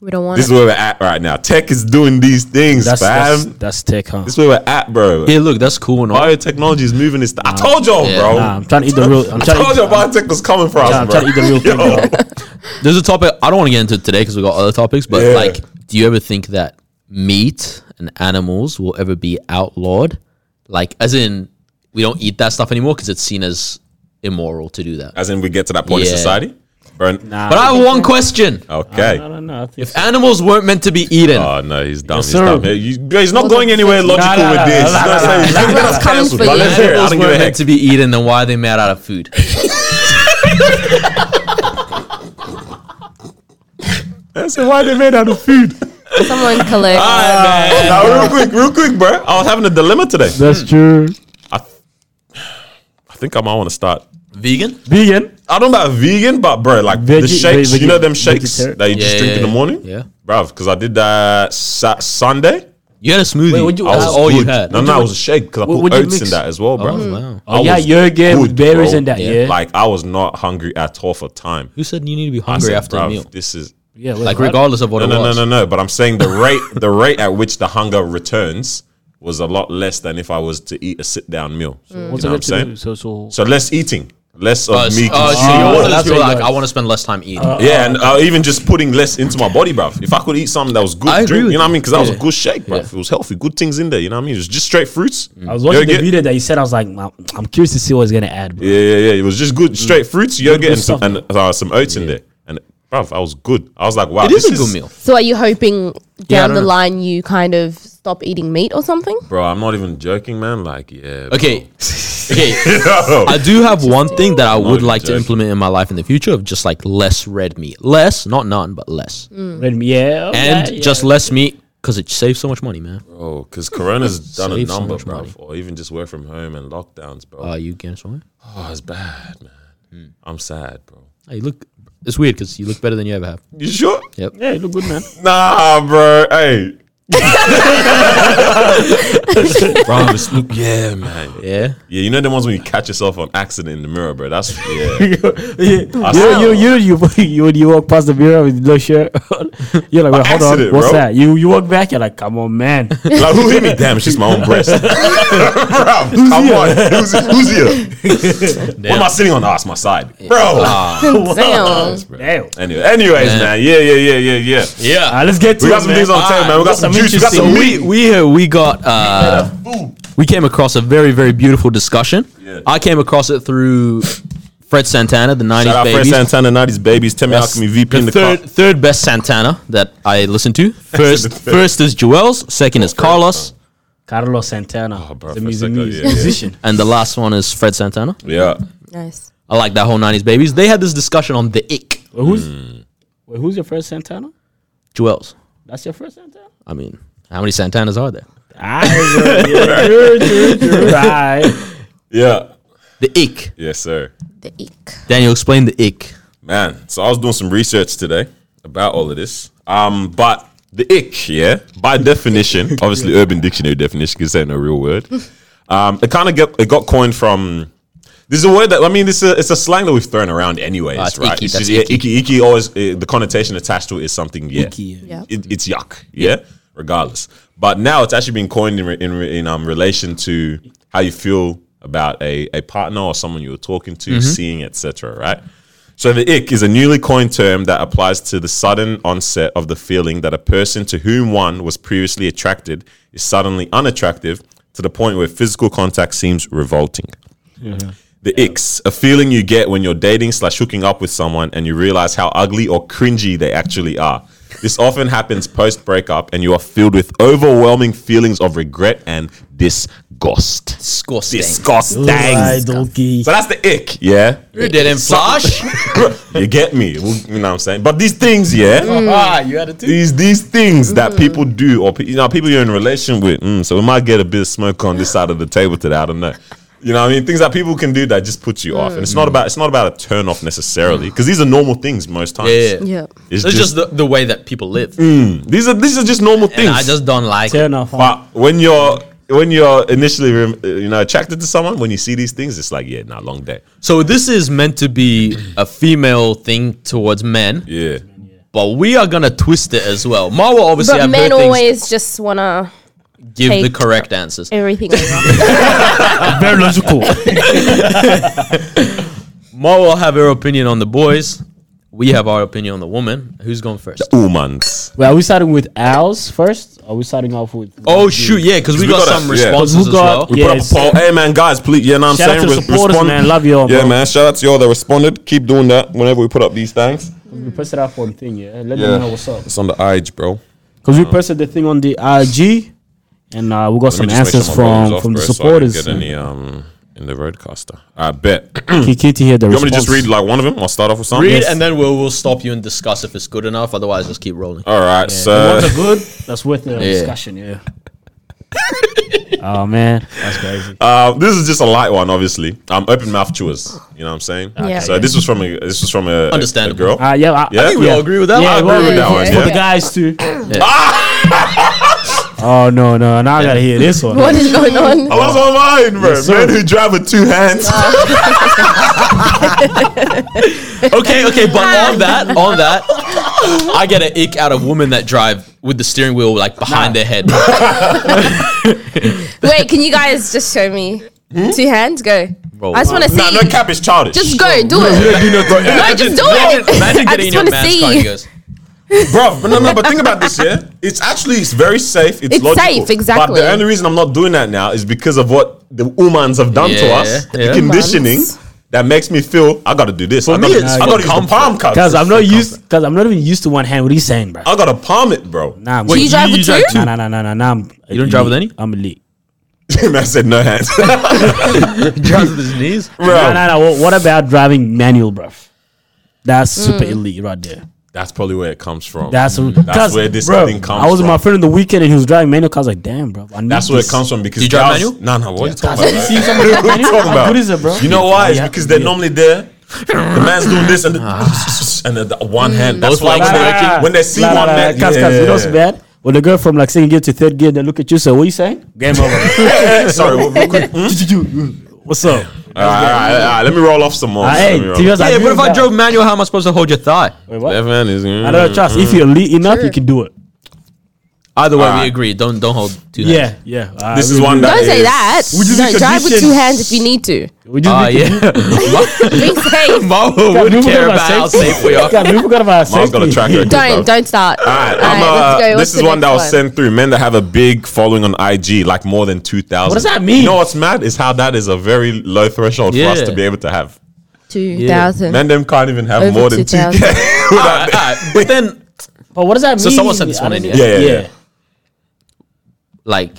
Speaker 5: We don't want
Speaker 3: This is
Speaker 5: it.
Speaker 3: where we're at right now. Tech is doing these things,
Speaker 2: that's, that's
Speaker 3: fam.
Speaker 2: that's tech, huh?
Speaker 3: This is where we're at, bro.
Speaker 6: yeah, look, that's cool and all.
Speaker 3: Biotechnology is moving this. I told y'all,
Speaker 6: Yeah.
Speaker 3: bro.
Speaker 2: Nah, I'm trying to eat the real. I'm
Speaker 3: I
Speaker 2: trying
Speaker 3: told
Speaker 2: to
Speaker 3: you
Speaker 2: eat,
Speaker 3: biotech was coming for us,
Speaker 2: I'm
Speaker 3: bro.
Speaker 2: trying to eat the real thing.
Speaker 3: Yo.
Speaker 2: bro.
Speaker 6: There's a topic I don't want to get into it today because we got other topics, but
Speaker 3: Yeah.
Speaker 6: like, do you ever think that meat and animals will ever be outlawed? Like, as in, we don't eat that stuff anymore because it's seen as immoral to do that.
Speaker 3: As in, we get to that point in
Speaker 6: Yeah.
Speaker 3: society. Bro,
Speaker 2: Nah.
Speaker 6: But I have one question:
Speaker 3: Okay.
Speaker 2: No, no, no. I think
Speaker 6: If animals weren't meant to be eaten,
Speaker 3: Oh no, he's dumb. he's
Speaker 2: sir.
Speaker 3: dumb. Hey, you- bro, he's not going anywhere logical
Speaker 2: Nah, nah,
Speaker 3: with
Speaker 2: nah, nah,
Speaker 3: this. He's gonna
Speaker 2: nah,
Speaker 3: say-
Speaker 2: nah,
Speaker 3: he's gonna get us
Speaker 5: Coming
Speaker 3: cancelled,
Speaker 5: for
Speaker 3: bro.
Speaker 5: you.
Speaker 3: Let's hear it. I
Speaker 6: animals
Speaker 3: don't give a
Speaker 6: weren't
Speaker 3: heck.
Speaker 6: meant to be eaten, then why are they made out of food?
Speaker 3: That's why they made out of food.
Speaker 5: Someone collect.
Speaker 3: Now, real quick, real quick, bro. I was having a dilemma today.
Speaker 2: That's true.
Speaker 3: I think I might want to start.
Speaker 6: Vegan?
Speaker 2: Vegan.
Speaker 3: I don't know about vegan, but bro, like the
Speaker 2: Veggie-
Speaker 3: shakes,
Speaker 2: veg-
Speaker 3: you know them
Speaker 2: veggie-
Speaker 3: shakes
Speaker 2: vegetarian?
Speaker 3: that you just
Speaker 6: Yeah,
Speaker 3: drink
Speaker 6: yeah,
Speaker 3: in the
Speaker 6: yeah.
Speaker 3: morning,
Speaker 6: Yeah.
Speaker 3: bro. Because I did that sa- Sunday.
Speaker 6: You had a smoothie.
Speaker 2: Wait, what'd you-
Speaker 6: that was
Speaker 2: uh,
Speaker 6: all you
Speaker 3: Good.
Speaker 6: had.
Speaker 3: No, no, it was a shake because I
Speaker 2: What-
Speaker 3: put
Speaker 2: what'd you
Speaker 3: oats in
Speaker 2: mix?
Speaker 3: that as well, bro.
Speaker 6: Oh, wow.
Speaker 2: Oh
Speaker 3: I
Speaker 2: yeah,
Speaker 3: was
Speaker 2: yogurt with
Speaker 3: good,
Speaker 2: berries
Speaker 3: bro.
Speaker 2: and that.
Speaker 6: Yeah.
Speaker 2: Yeah,
Speaker 3: Like I was not hungry at all for time.
Speaker 6: Who said you need to be
Speaker 3: I
Speaker 6: hungry
Speaker 3: said,
Speaker 6: after a
Speaker 3: "Bruv,
Speaker 6: meal?
Speaker 3: This is
Speaker 2: yeah. wait,
Speaker 6: Like,
Speaker 2: what?
Speaker 6: regardless of what
Speaker 3: no,
Speaker 6: it
Speaker 3: no, no,
Speaker 6: was.
Speaker 3: no, no. But I'm saying the rate, the rate at which the hunger returns was a lot less than if I was to eat a sit down meal. You know
Speaker 2: What's
Speaker 3: what
Speaker 2: it
Speaker 3: I'm
Speaker 2: got to do?
Speaker 3: saying?
Speaker 2: So, so
Speaker 3: So less eating. less of
Speaker 6: Oh, so,
Speaker 3: me.
Speaker 6: oh, so
Speaker 3: consuming
Speaker 6: you're one
Speaker 3: what-
Speaker 6: of those
Speaker 2: that's
Speaker 6: people
Speaker 2: what
Speaker 6: like,
Speaker 2: it
Speaker 6: I
Speaker 2: was.
Speaker 6: want to spend less time eating.
Speaker 3: yeah, and uh, even just putting less into my body, bruv. If I could eat something that was good,
Speaker 6: I agree
Speaker 3: drink,
Speaker 6: with
Speaker 3: you know what I
Speaker 6: you.
Speaker 3: mean? Because that was
Speaker 6: Yeah.
Speaker 3: a good shake, bruv. It was healthy, good things in there. You know what I mean? It was just straight fruits.
Speaker 2: I was watching the
Speaker 3: Yogurt.
Speaker 2: video that you said. I was like, "Wow, I'm curious to see what's gonna add. Bro.
Speaker 3: Yeah, yeah, yeah. It was just good, straight
Speaker 6: Mm.
Speaker 3: fruits, yogurt,
Speaker 2: good
Speaker 3: and some
Speaker 2: stuff.
Speaker 3: and uh, some oats in there. And bruv, I was good. I was like, wow,
Speaker 6: It is
Speaker 3: this
Speaker 6: a good meal.
Speaker 5: So are you hoping
Speaker 6: Yeah, I
Speaker 5: down
Speaker 6: don't
Speaker 5: the
Speaker 6: know.
Speaker 5: line you kind of stop eating meat or something?
Speaker 3: Bro, I'm not even joking, man. Like, yeah.
Speaker 6: Okay, okay.
Speaker 3: bro.
Speaker 6: I do have one thing that I would
Speaker 3: even
Speaker 6: like to
Speaker 3: joking.
Speaker 6: implement in my life in the future of just like less red meat, less not none, but less,
Speaker 2: Red meat, Mm, yeah, okay,
Speaker 6: and
Speaker 2: yeah.
Speaker 6: just less meat because it saves so much money, man.
Speaker 3: Bro, because Corona's done a
Speaker 6: Save so
Speaker 3: number,
Speaker 6: much money. Uh,
Speaker 3: bruv. Or even just work from home and lockdowns, bro.
Speaker 6: Are you getting somewhere?
Speaker 3: oh, it's bad, man.
Speaker 6: hmm.
Speaker 3: I'm sad, bro.
Speaker 6: Hey, look, it's weird because you look better than you ever have.
Speaker 3: You sure?
Speaker 6: Yep.
Speaker 2: yeah, you look good, man.
Speaker 3: Nah, bro. Hey.
Speaker 6: Bro, it's-
Speaker 3: Yeah, man.
Speaker 6: yeah.
Speaker 3: Yeah, you know the ones when you catch yourself on accident in the mirror, bro. That's yeah.
Speaker 2: yeah, you, you, you, you, you, when you walk past the mirror with no shirt on, you're like, wait, hold
Speaker 3: accident,
Speaker 2: on, what's
Speaker 3: bro.
Speaker 2: that? You, you walk back, you're like, come on, man.
Speaker 3: like who hit me? Damn, it's just my own breast. Bruv, come on, who's, who's here? what am I sitting on? Ah, it's my side, bro.
Speaker 5: Damn.
Speaker 2: Damn.
Speaker 3: Anyway, anyways,
Speaker 6: Yeah.
Speaker 3: man. Ah. Yeah, yeah, yeah, yeah, yeah.
Speaker 2: All right, let's get to
Speaker 3: We got
Speaker 2: it,
Speaker 3: some
Speaker 2: man.
Speaker 3: things on the table, man. We got some juice. We got some
Speaker 6: we
Speaker 3: meat.
Speaker 6: we uh, we got uh, we came across a very very beautiful discussion.
Speaker 3: Yeah.
Speaker 6: I came across it through Fred Santana, the
Speaker 3: Shout
Speaker 6: '90s
Speaker 3: out Fred
Speaker 6: babies.
Speaker 3: Santana, 90s babies. Tell me how can we VP in the
Speaker 6: third,
Speaker 3: car.
Speaker 6: third best Santana that I listened to. First,
Speaker 3: third.
Speaker 6: first is Joel's. Second is Carlos,
Speaker 2: Carlos Santana,
Speaker 3: Oh,
Speaker 2: the
Speaker 3: bro, for a
Speaker 2: music,
Speaker 3: second,
Speaker 2: music-
Speaker 3: yeah, Mm. yeah.
Speaker 2: musician.
Speaker 6: and the last one is Fred Santana.
Speaker 3: Yeah.
Speaker 5: Nice.
Speaker 6: I like that whole '90s babies. They had this discussion on the ick.
Speaker 2: Well, who's well, who's your first Santana?
Speaker 6: Joel's.
Speaker 2: That's your first Santana.
Speaker 6: I mean, how many Santanas are there?
Speaker 2: Aye, bro, Ah, yeah, true, true, true, aye.
Speaker 3: Yeah.
Speaker 6: The ick.
Speaker 3: Yes, sir.
Speaker 5: The ick.
Speaker 6: Daniel, explain the ick.
Speaker 3: Man, so I was doing some research today about all of this. Um, but the ick, yeah, by definition, obviously Urban Dictionary definition, because ain't no real word. Um, it kind of get it got coined from. This is a word that I mean. This is a, it's a slang that we've thrown around, anyways,
Speaker 6: Ah, it's
Speaker 3: right?
Speaker 6: icky,
Speaker 3: it's
Speaker 6: that's
Speaker 3: just, yeah,
Speaker 6: icky.
Speaker 3: icky. icky, Always uh, the connotation attached to it is something. Yeah,
Speaker 2: Icky,
Speaker 5: yeah.
Speaker 3: It, it's yuck. Yeah, regardless. But now it's actually been coined in re- in, re- in um, relation to how you feel about a, a partner or someone you were talking to, seeing, etc. Right. So the ick is a newly coined term that applies to the sudden onset of the feeling that a person to whom one was previously attracted is suddenly unattractive to the point where physical contact seems revolting. The icks, a feeling you get when you're dating slash hooking up with someone and you realize how ugly or cringy they actually are. This often happens post breakup, and you are filled with overwhelming feelings of regret and disgust.
Speaker 6: Disgusting.
Speaker 3: Disgusting.
Speaker 2: Aye, donkey.
Speaker 3: So that's the ick, yeah.
Speaker 6: You didn't flush.
Speaker 3: you get me? You know what I'm saying? But these things, yeah
Speaker 6: ah, you had it too.
Speaker 3: these these things that
Speaker 6: Mm.
Speaker 3: people do or pe- you know people you're in relation with mm, so we might get a bit of smoke on this side of the table today i don't know you know what i mean things that people can do that just put you off and it's
Speaker 6: Mm.
Speaker 3: not about it's not about a turn off necessarily because these are normal things most times
Speaker 6: Yeah. yeah.
Speaker 5: Yeah.
Speaker 3: It's,
Speaker 6: It's
Speaker 3: just,
Speaker 6: just Mm, the, the way that people live.
Speaker 3: these are these are just normal
Speaker 6: And
Speaker 3: things
Speaker 6: I just don't like it.
Speaker 2: Turn off. huh?
Speaker 3: but when you're when you're initially rem- uh, you know attracted to someone when you see these things it's like yeah nah long day
Speaker 6: So this is meant to be a female thing towards men,
Speaker 3: yeah
Speaker 6: but we are gonna twist it as well. Ma will obviously
Speaker 5: But
Speaker 6: have her
Speaker 5: men
Speaker 6: things,
Speaker 5: always just wanna
Speaker 6: give the
Speaker 5: take-
Speaker 6: correct answers.
Speaker 5: everything. over.
Speaker 2: Very logical.
Speaker 6: Ma will have her opinion on the boys. We have our opinion on the woman. Who's going first?
Speaker 3: Umans.
Speaker 2: Well, are we starting with ours first? Or are we starting off with?
Speaker 6: Oh shoot, yeah, because we,
Speaker 3: we
Speaker 6: got,
Speaker 3: got a-
Speaker 6: some
Speaker 3: yeah.
Speaker 6: responses
Speaker 2: We
Speaker 6: as
Speaker 2: got-
Speaker 6: well.
Speaker 3: We
Speaker 2: Yes.
Speaker 3: put up a poll. Hey man, guys, please, you know what I'm
Speaker 2: Shout out
Speaker 3: saying?
Speaker 2: to the supporters, man. Love you all,
Speaker 3: Yeah,
Speaker 2: Oh, bro.
Speaker 3: man. Shout out to y'all that responded. Keep doing that whenever we put up these things.
Speaker 2: We posted our phone thing, yeah. Let
Speaker 3: Yeah.
Speaker 2: them know what's up.
Speaker 3: It's on the IG, bro.
Speaker 2: Because we posted the thing on the IG, and uh, we got
Speaker 3: Let
Speaker 2: some
Speaker 3: me just make
Speaker 2: answers
Speaker 3: sure my
Speaker 2: from
Speaker 3: volume's off,
Speaker 2: from the
Speaker 3: bro,
Speaker 2: supporters.
Speaker 3: So I don't get any um in the roadcaster. I bet. you
Speaker 2: Key, key to hear the
Speaker 3: want me to
Speaker 2: response.
Speaker 3: just read like one of them? I'll start off with something.
Speaker 6: Read and then we'll we'll stop you and discuss if it's good enough. Otherwise, just keep rolling.
Speaker 3: All right.
Speaker 2: The
Speaker 3: So
Speaker 2: ones are good. That's worth the discussion, yeah. oh man, that's crazy.
Speaker 3: uh, this is just a light one, obviously. Um, open mouth chewers. You know what I'm saying?
Speaker 5: Yeah.
Speaker 3: So this was from a this was from a- a, a
Speaker 6: Understandable.
Speaker 3: girl.
Speaker 2: Uh, yeah, I,
Speaker 3: Yeah? I think
Speaker 6: we all agree with that.
Speaker 2: Yeah,
Speaker 6: I
Speaker 2: we
Speaker 6: agree
Speaker 2: all
Speaker 3: with that
Speaker 2: agree. For
Speaker 3: one, yeah.
Speaker 2: the guys too.
Speaker 3: Ah!
Speaker 2: Oh no, no, now I gotta hear this one.
Speaker 5: what is going on?
Speaker 3: I was on mine, bro.
Speaker 2: Yes, sir.
Speaker 3: Men who drive with two hands.
Speaker 6: okay, okay, but on that, on that, I get an ick out of women that drive with the steering wheel like behind their head.
Speaker 5: Wait, can you guys just show me? Two hands, go.
Speaker 6: roll.
Speaker 5: I just want to see.
Speaker 3: Nah, Hmm? no cap is childish.
Speaker 5: just go, do it.
Speaker 3: Yeah, no, bro,
Speaker 5: No, just do it.
Speaker 6: Imagine
Speaker 5: I
Speaker 6: getting
Speaker 5: just
Speaker 6: in
Speaker 5: want
Speaker 6: your
Speaker 5: to
Speaker 6: man's
Speaker 5: see.
Speaker 6: car. He goes,
Speaker 3: bro. But no, no. But think about this. Yeah, it's actually it's very safe. It's,
Speaker 5: It's
Speaker 3: logical.
Speaker 5: safe,
Speaker 3: But
Speaker 5: exactly.
Speaker 3: the only reason I'm not doing that now is because of what the umans have done to
Speaker 6: Yeah,
Speaker 3: us.
Speaker 6: yeah.
Speaker 3: The conditioning
Speaker 5: Umans.
Speaker 3: that makes me feel I got to do this. I got
Speaker 6: me,
Speaker 3: to
Speaker 6: it's
Speaker 3: I got to use the
Speaker 6: comfort.
Speaker 3: palm cut.
Speaker 2: Cause I'm not
Speaker 3: I
Speaker 2: used. Cause I'm not even used to one hand. What are you saying, bro?
Speaker 3: got to palm it, bro.
Speaker 2: Nah, I'm
Speaker 5: Do you
Speaker 2: good.
Speaker 5: drive with two?
Speaker 2: Nah, nah, nah, nah, nah, nah. I'm
Speaker 6: You don't drive with
Speaker 2: elite.
Speaker 6: any?
Speaker 2: I'm elite.
Speaker 3: I said no hands,
Speaker 6: drives with his knees.
Speaker 2: No,
Speaker 3: bro.
Speaker 2: no, no. What, what about driving manual, bro? That's super elite right there.
Speaker 3: That's probably where it comes from.
Speaker 2: That's,
Speaker 3: that's
Speaker 2: 'cause,
Speaker 3: where this
Speaker 2: bro,
Speaker 3: thing comes
Speaker 2: I was with
Speaker 3: from.
Speaker 2: my friend on the weekend and he was driving manual. Cause I was like, damn, bro. I need
Speaker 3: That's where it
Speaker 2: this.
Speaker 3: comes from because
Speaker 6: Do you drive
Speaker 3: cows-
Speaker 6: manual?
Speaker 3: No, no. What are you talking
Speaker 2: You
Speaker 3: about?
Speaker 2: see
Speaker 3: man?
Speaker 2: somebody
Speaker 3: What are you
Speaker 2: manual?
Speaker 3: talking
Speaker 2: How
Speaker 3: about?
Speaker 2: good is it, bro?
Speaker 3: You know why? It's
Speaker 2: Yeah.
Speaker 3: because they're normally there. The man's doing this and the, and the, the one
Speaker 2: Mm.
Speaker 3: hand. That's
Speaker 6: Both
Speaker 3: why
Speaker 6: legs
Speaker 3: when they,
Speaker 2: Ah,
Speaker 3: when they see
Speaker 2: nah, nah,
Speaker 3: one
Speaker 2: nah,
Speaker 3: man,
Speaker 2: Cause, cause, you know what's bad? When they go from like second gear to third gear, they look at you. So what you saying? Game over.
Speaker 3: bad. Sorry, real quick. all, right,
Speaker 2: What's up?
Speaker 3: all right, all right, let me roll off some more.
Speaker 2: Ah,
Speaker 3: Let
Speaker 2: hey,
Speaker 3: me roll
Speaker 2: to be honest,
Speaker 6: Yeah,
Speaker 2: agree
Speaker 6: what if
Speaker 2: with
Speaker 6: I
Speaker 2: that.
Speaker 6: drove manual? How am I supposed to hold your thigh?
Speaker 2: Wait,
Speaker 3: off.
Speaker 2: what?
Speaker 3: That man is-
Speaker 2: I don't know, trust. If you're elite enough,
Speaker 5: Sure.
Speaker 2: you can do it.
Speaker 6: Either way, we
Speaker 3: Alright.
Speaker 6: agree. Don't don't hold two hands.
Speaker 2: Yeah, yeah. Ah,
Speaker 3: This
Speaker 2: we
Speaker 3: is one
Speaker 2: agree.
Speaker 3: that
Speaker 5: Don't say
Speaker 3: is-
Speaker 5: that.
Speaker 2: Would you be
Speaker 5: No, drive with two
Speaker 2: conditioned?
Speaker 5: hands if you need to.
Speaker 2: We just
Speaker 6: Ah,
Speaker 2: need to-
Speaker 6: yeah.
Speaker 5: Be safe.
Speaker 6: Mo
Speaker 2: God,
Speaker 6: would
Speaker 2: we forgot
Speaker 6: care
Speaker 2: about
Speaker 6: about how
Speaker 2: safety.
Speaker 6: safe we are.
Speaker 2: God, we forgot about safety.
Speaker 3: Mom's got a track record. bro.
Speaker 5: Don't don't start.
Speaker 3: All right,
Speaker 5: All
Speaker 3: I'm,
Speaker 5: right, let's
Speaker 3: uh,
Speaker 5: go. What's
Speaker 3: this is
Speaker 5: the
Speaker 3: one that
Speaker 5: next
Speaker 3: was sent through. Men that have a big following on IG, like more than 2,000.
Speaker 2: What does that mean?
Speaker 3: You know what's mad? Is how that is a very low threshold for
Speaker 6: Yeah.
Speaker 3: us to be able to have.
Speaker 5: Two thousand.
Speaker 3: Men them can't even have
Speaker 5: Over
Speaker 3: more than 2K
Speaker 5: 2,000.
Speaker 3: without
Speaker 6: Alright, alright, But then,
Speaker 2: But what does that
Speaker 6: So
Speaker 2: mean?
Speaker 6: someone sent this
Speaker 2: I
Speaker 6: one
Speaker 2: don't
Speaker 6: in,
Speaker 2: know.
Speaker 6: yeah.
Speaker 3: Yeah, yeah, yeah.
Speaker 6: like,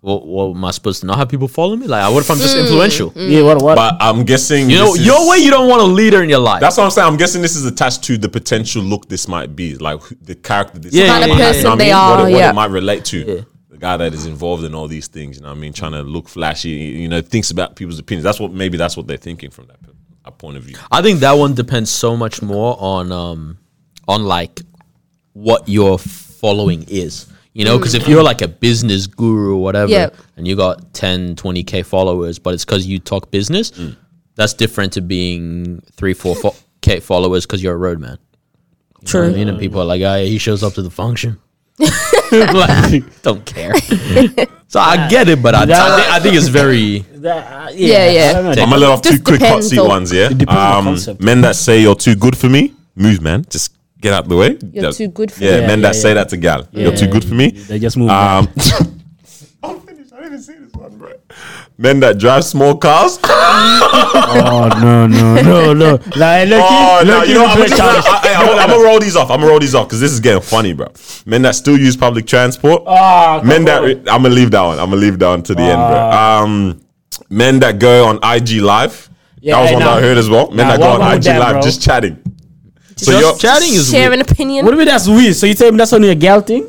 Speaker 6: what, what am I supposed to not have people follow me? Like, what if I'm just influential?
Speaker 2: Yeah, what? What?
Speaker 3: But I'm guessing
Speaker 6: You know,
Speaker 3: this is-
Speaker 6: your way. You don't want a leader in your life.
Speaker 3: That's what I'm saying. I'm guessing this is attached to the potential look this might be, like who- the character this
Speaker 6: Yeah,
Speaker 3: might
Speaker 6: yeah,
Speaker 3: be,
Speaker 5: Kind
Speaker 6: yeah.
Speaker 5: of
Speaker 3: what I
Speaker 5: person
Speaker 3: mean?
Speaker 5: they
Speaker 3: What, it,
Speaker 5: are,
Speaker 3: what
Speaker 5: yeah.
Speaker 3: it might relate to.
Speaker 6: Yeah.
Speaker 3: The guy that is involved in all these things, you know what I mean? Trying to look flashy, you know, thinks about people's opinions. That's what maybe that's what they're thinking from that p- a point of view.
Speaker 6: I think that one depends so much more on um on like what your following is. You know, because if you're like a business guru or whatever
Speaker 5: Yep.
Speaker 6: and you got 10, 20k followers, but it's cuz you talk business, that's different to being 3, 4 fo- k followers cuz you're a roadman. True. I mean, and people are like, "Oh, yeah, he shows up to the function." like, don't care. so I get it, but I, I, think, I think it's very
Speaker 2: That, uh,
Speaker 5: Yeah, yeah.
Speaker 2: I don't know.
Speaker 3: I'm gonna let off two
Speaker 5: Just
Speaker 3: quick hot
Speaker 5: depends
Speaker 3: seat
Speaker 5: on-
Speaker 3: ones, yeah.
Speaker 2: depends on the
Speaker 3: Um,
Speaker 2: concept.
Speaker 3: men that say you're too good for me, move, man. Just get out the way.
Speaker 5: You're
Speaker 3: Yeah.
Speaker 5: too good for
Speaker 3: yeah,
Speaker 5: me.
Speaker 3: Men
Speaker 2: Yeah,
Speaker 3: that
Speaker 2: yeah,
Speaker 3: say that to gal, you're too good for me.
Speaker 2: They just move.
Speaker 3: Um, I'm finished. I didn't even see this one, bro. Men that drive small cars.
Speaker 2: oh no, no, no, no. Like, look,
Speaker 3: Oh,
Speaker 2: look,
Speaker 3: no, you know,
Speaker 2: look,
Speaker 3: I'm
Speaker 2: look,
Speaker 3: just gonna,
Speaker 2: childish.
Speaker 3: I, I, I'm, I'm gonna roll these off. I'm gonna roll these off because this is getting funny, bro. Men that still use public transport.
Speaker 2: Ah,
Speaker 3: men
Speaker 2: come
Speaker 3: that
Speaker 2: on.
Speaker 3: re- I'm gonna leave that one. I'm gonna leave that one to the
Speaker 2: Ah.
Speaker 3: end, bro. Um, men that go on IG live.
Speaker 2: Yeah,
Speaker 3: that was
Speaker 2: hey,
Speaker 3: one
Speaker 2: nah.
Speaker 3: that I heard as well. Men
Speaker 2: Nah,
Speaker 3: that go
Speaker 2: what
Speaker 3: on
Speaker 2: wrong
Speaker 3: IG
Speaker 2: with that,
Speaker 3: live
Speaker 2: bro?
Speaker 3: just chatting. so
Speaker 6: just
Speaker 3: you're
Speaker 6: chatting is
Speaker 5: Share
Speaker 6: weird.
Speaker 5: an opinion.
Speaker 2: What do you mean that's weird? So you tell me that's only a gal thing?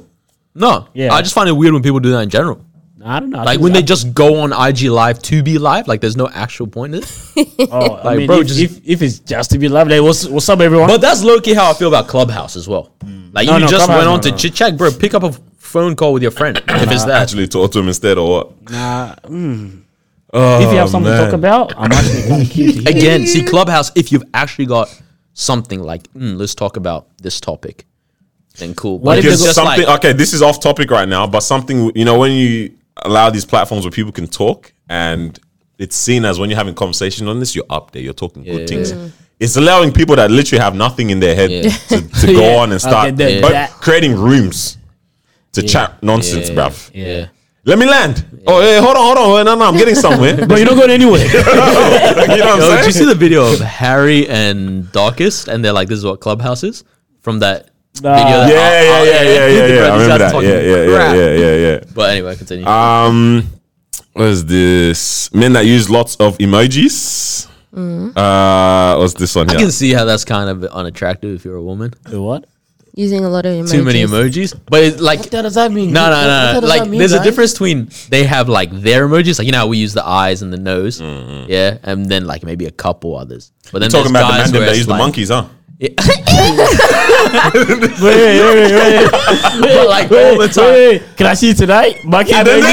Speaker 6: No,
Speaker 2: Yeah.
Speaker 6: I just find it weird when people do that in general.
Speaker 2: I don't know. I
Speaker 6: Like
Speaker 2: think
Speaker 6: when they
Speaker 2: that-
Speaker 6: just go on IG live to be live, like there's no actual point in it.
Speaker 2: oh, I
Speaker 6: like,
Speaker 2: mean,
Speaker 6: bro,
Speaker 2: if,
Speaker 6: just-
Speaker 2: if, if it's just to be lovely, what's what's up, everyone?
Speaker 6: But that's low key how I feel about Clubhouse as well.
Speaker 3: Hmm.
Speaker 6: Like
Speaker 2: No,
Speaker 6: you
Speaker 2: no,
Speaker 6: just
Speaker 2: Clubhouse,
Speaker 6: went on
Speaker 2: no,
Speaker 6: to
Speaker 2: no.
Speaker 6: chit chat, bro. Pick up a phone call with your friend if it's that.
Speaker 3: actually talk to him instead or what?
Speaker 2: nah, mm.
Speaker 3: Oh,
Speaker 2: if you have something to talk
Speaker 3: man.
Speaker 2: about, I'm actually kind of keen to hear.
Speaker 6: Again, see Clubhouse if you've actually got something like mm, let's talk about this topic, then cool. But
Speaker 2: What
Speaker 6: if
Speaker 2: if
Speaker 6: it's
Speaker 2: there's
Speaker 6: just
Speaker 3: something
Speaker 6: like
Speaker 3: okay this is off topic right now but something you know when you allow these platforms where people can talk and it's seen as when you're having conversation on this you're up there you're talking good things it's allowing people that literally have nothing in their head
Speaker 6: Yeah.
Speaker 3: to, to go
Speaker 2: Yeah.
Speaker 3: on and start
Speaker 2: Okay, then
Speaker 3: but
Speaker 2: that-
Speaker 3: creating rooms to chat nonsense bruv
Speaker 6: yeah,
Speaker 3: let me land oh hey hold on hold on Wait, no no i'm getting somewhere you know
Speaker 2: But you're not going anywhere.
Speaker 3: what i'm
Speaker 6: Yo, did you
Speaker 3: saying
Speaker 6: see the video of Harry and Darkest, and they're like, "This is what Clubhouse is." From that
Speaker 2: Nah.
Speaker 6: video, that
Speaker 3: yeah yeah
Speaker 6: I'll- I'll
Speaker 3: yeah yeah
Speaker 6: edit,
Speaker 3: yeah yeah
Speaker 6: bro,
Speaker 3: i
Speaker 6: these
Speaker 3: remember
Speaker 6: guys
Speaker 3: that
Speaker 6: talking
Speaker 3: yeah yeah yeah
Speaker 6: crap.
Speaker 3: yeah yeah yeah
Speaker 6: But anyway, continue.
Speaker 3: Um, what is this? Men that use lots of emojis. Uh, what's this one
Speaker 6: I
Speaker 3: here?
Speaker 6: can see how that's kind of unattractive if you're a woman.
Speaker 2: what?
Speaker 5: Using a lot of emojis.
Speaker 6: Too many emojis, but it's like
Speaker 2: What does that mean?
Speaker 6: no, no, no. Like there's a difference between they have like their emojis, like you know how we use the eyes and the nose, yeah, and then like maybe a couple others. But then
Speaker 3: Talking
Speaker 6: there's
Speaker 3: about the
Speaker 6: guys
Speaker 3: man them
Speaker 6: where
Speaker 3: that
Speaker 6: it's
Speaker 3: use the
Speaker 6: like-
Speaker 3: monkeys, huh?
Speaker 2: Wait, wait, wait, wait.
Speaker 6: but like all the time.
Speaker 2: Hey, can I see you tonight? Monkey
Speaker 3: I don't
Speaker 2: baby.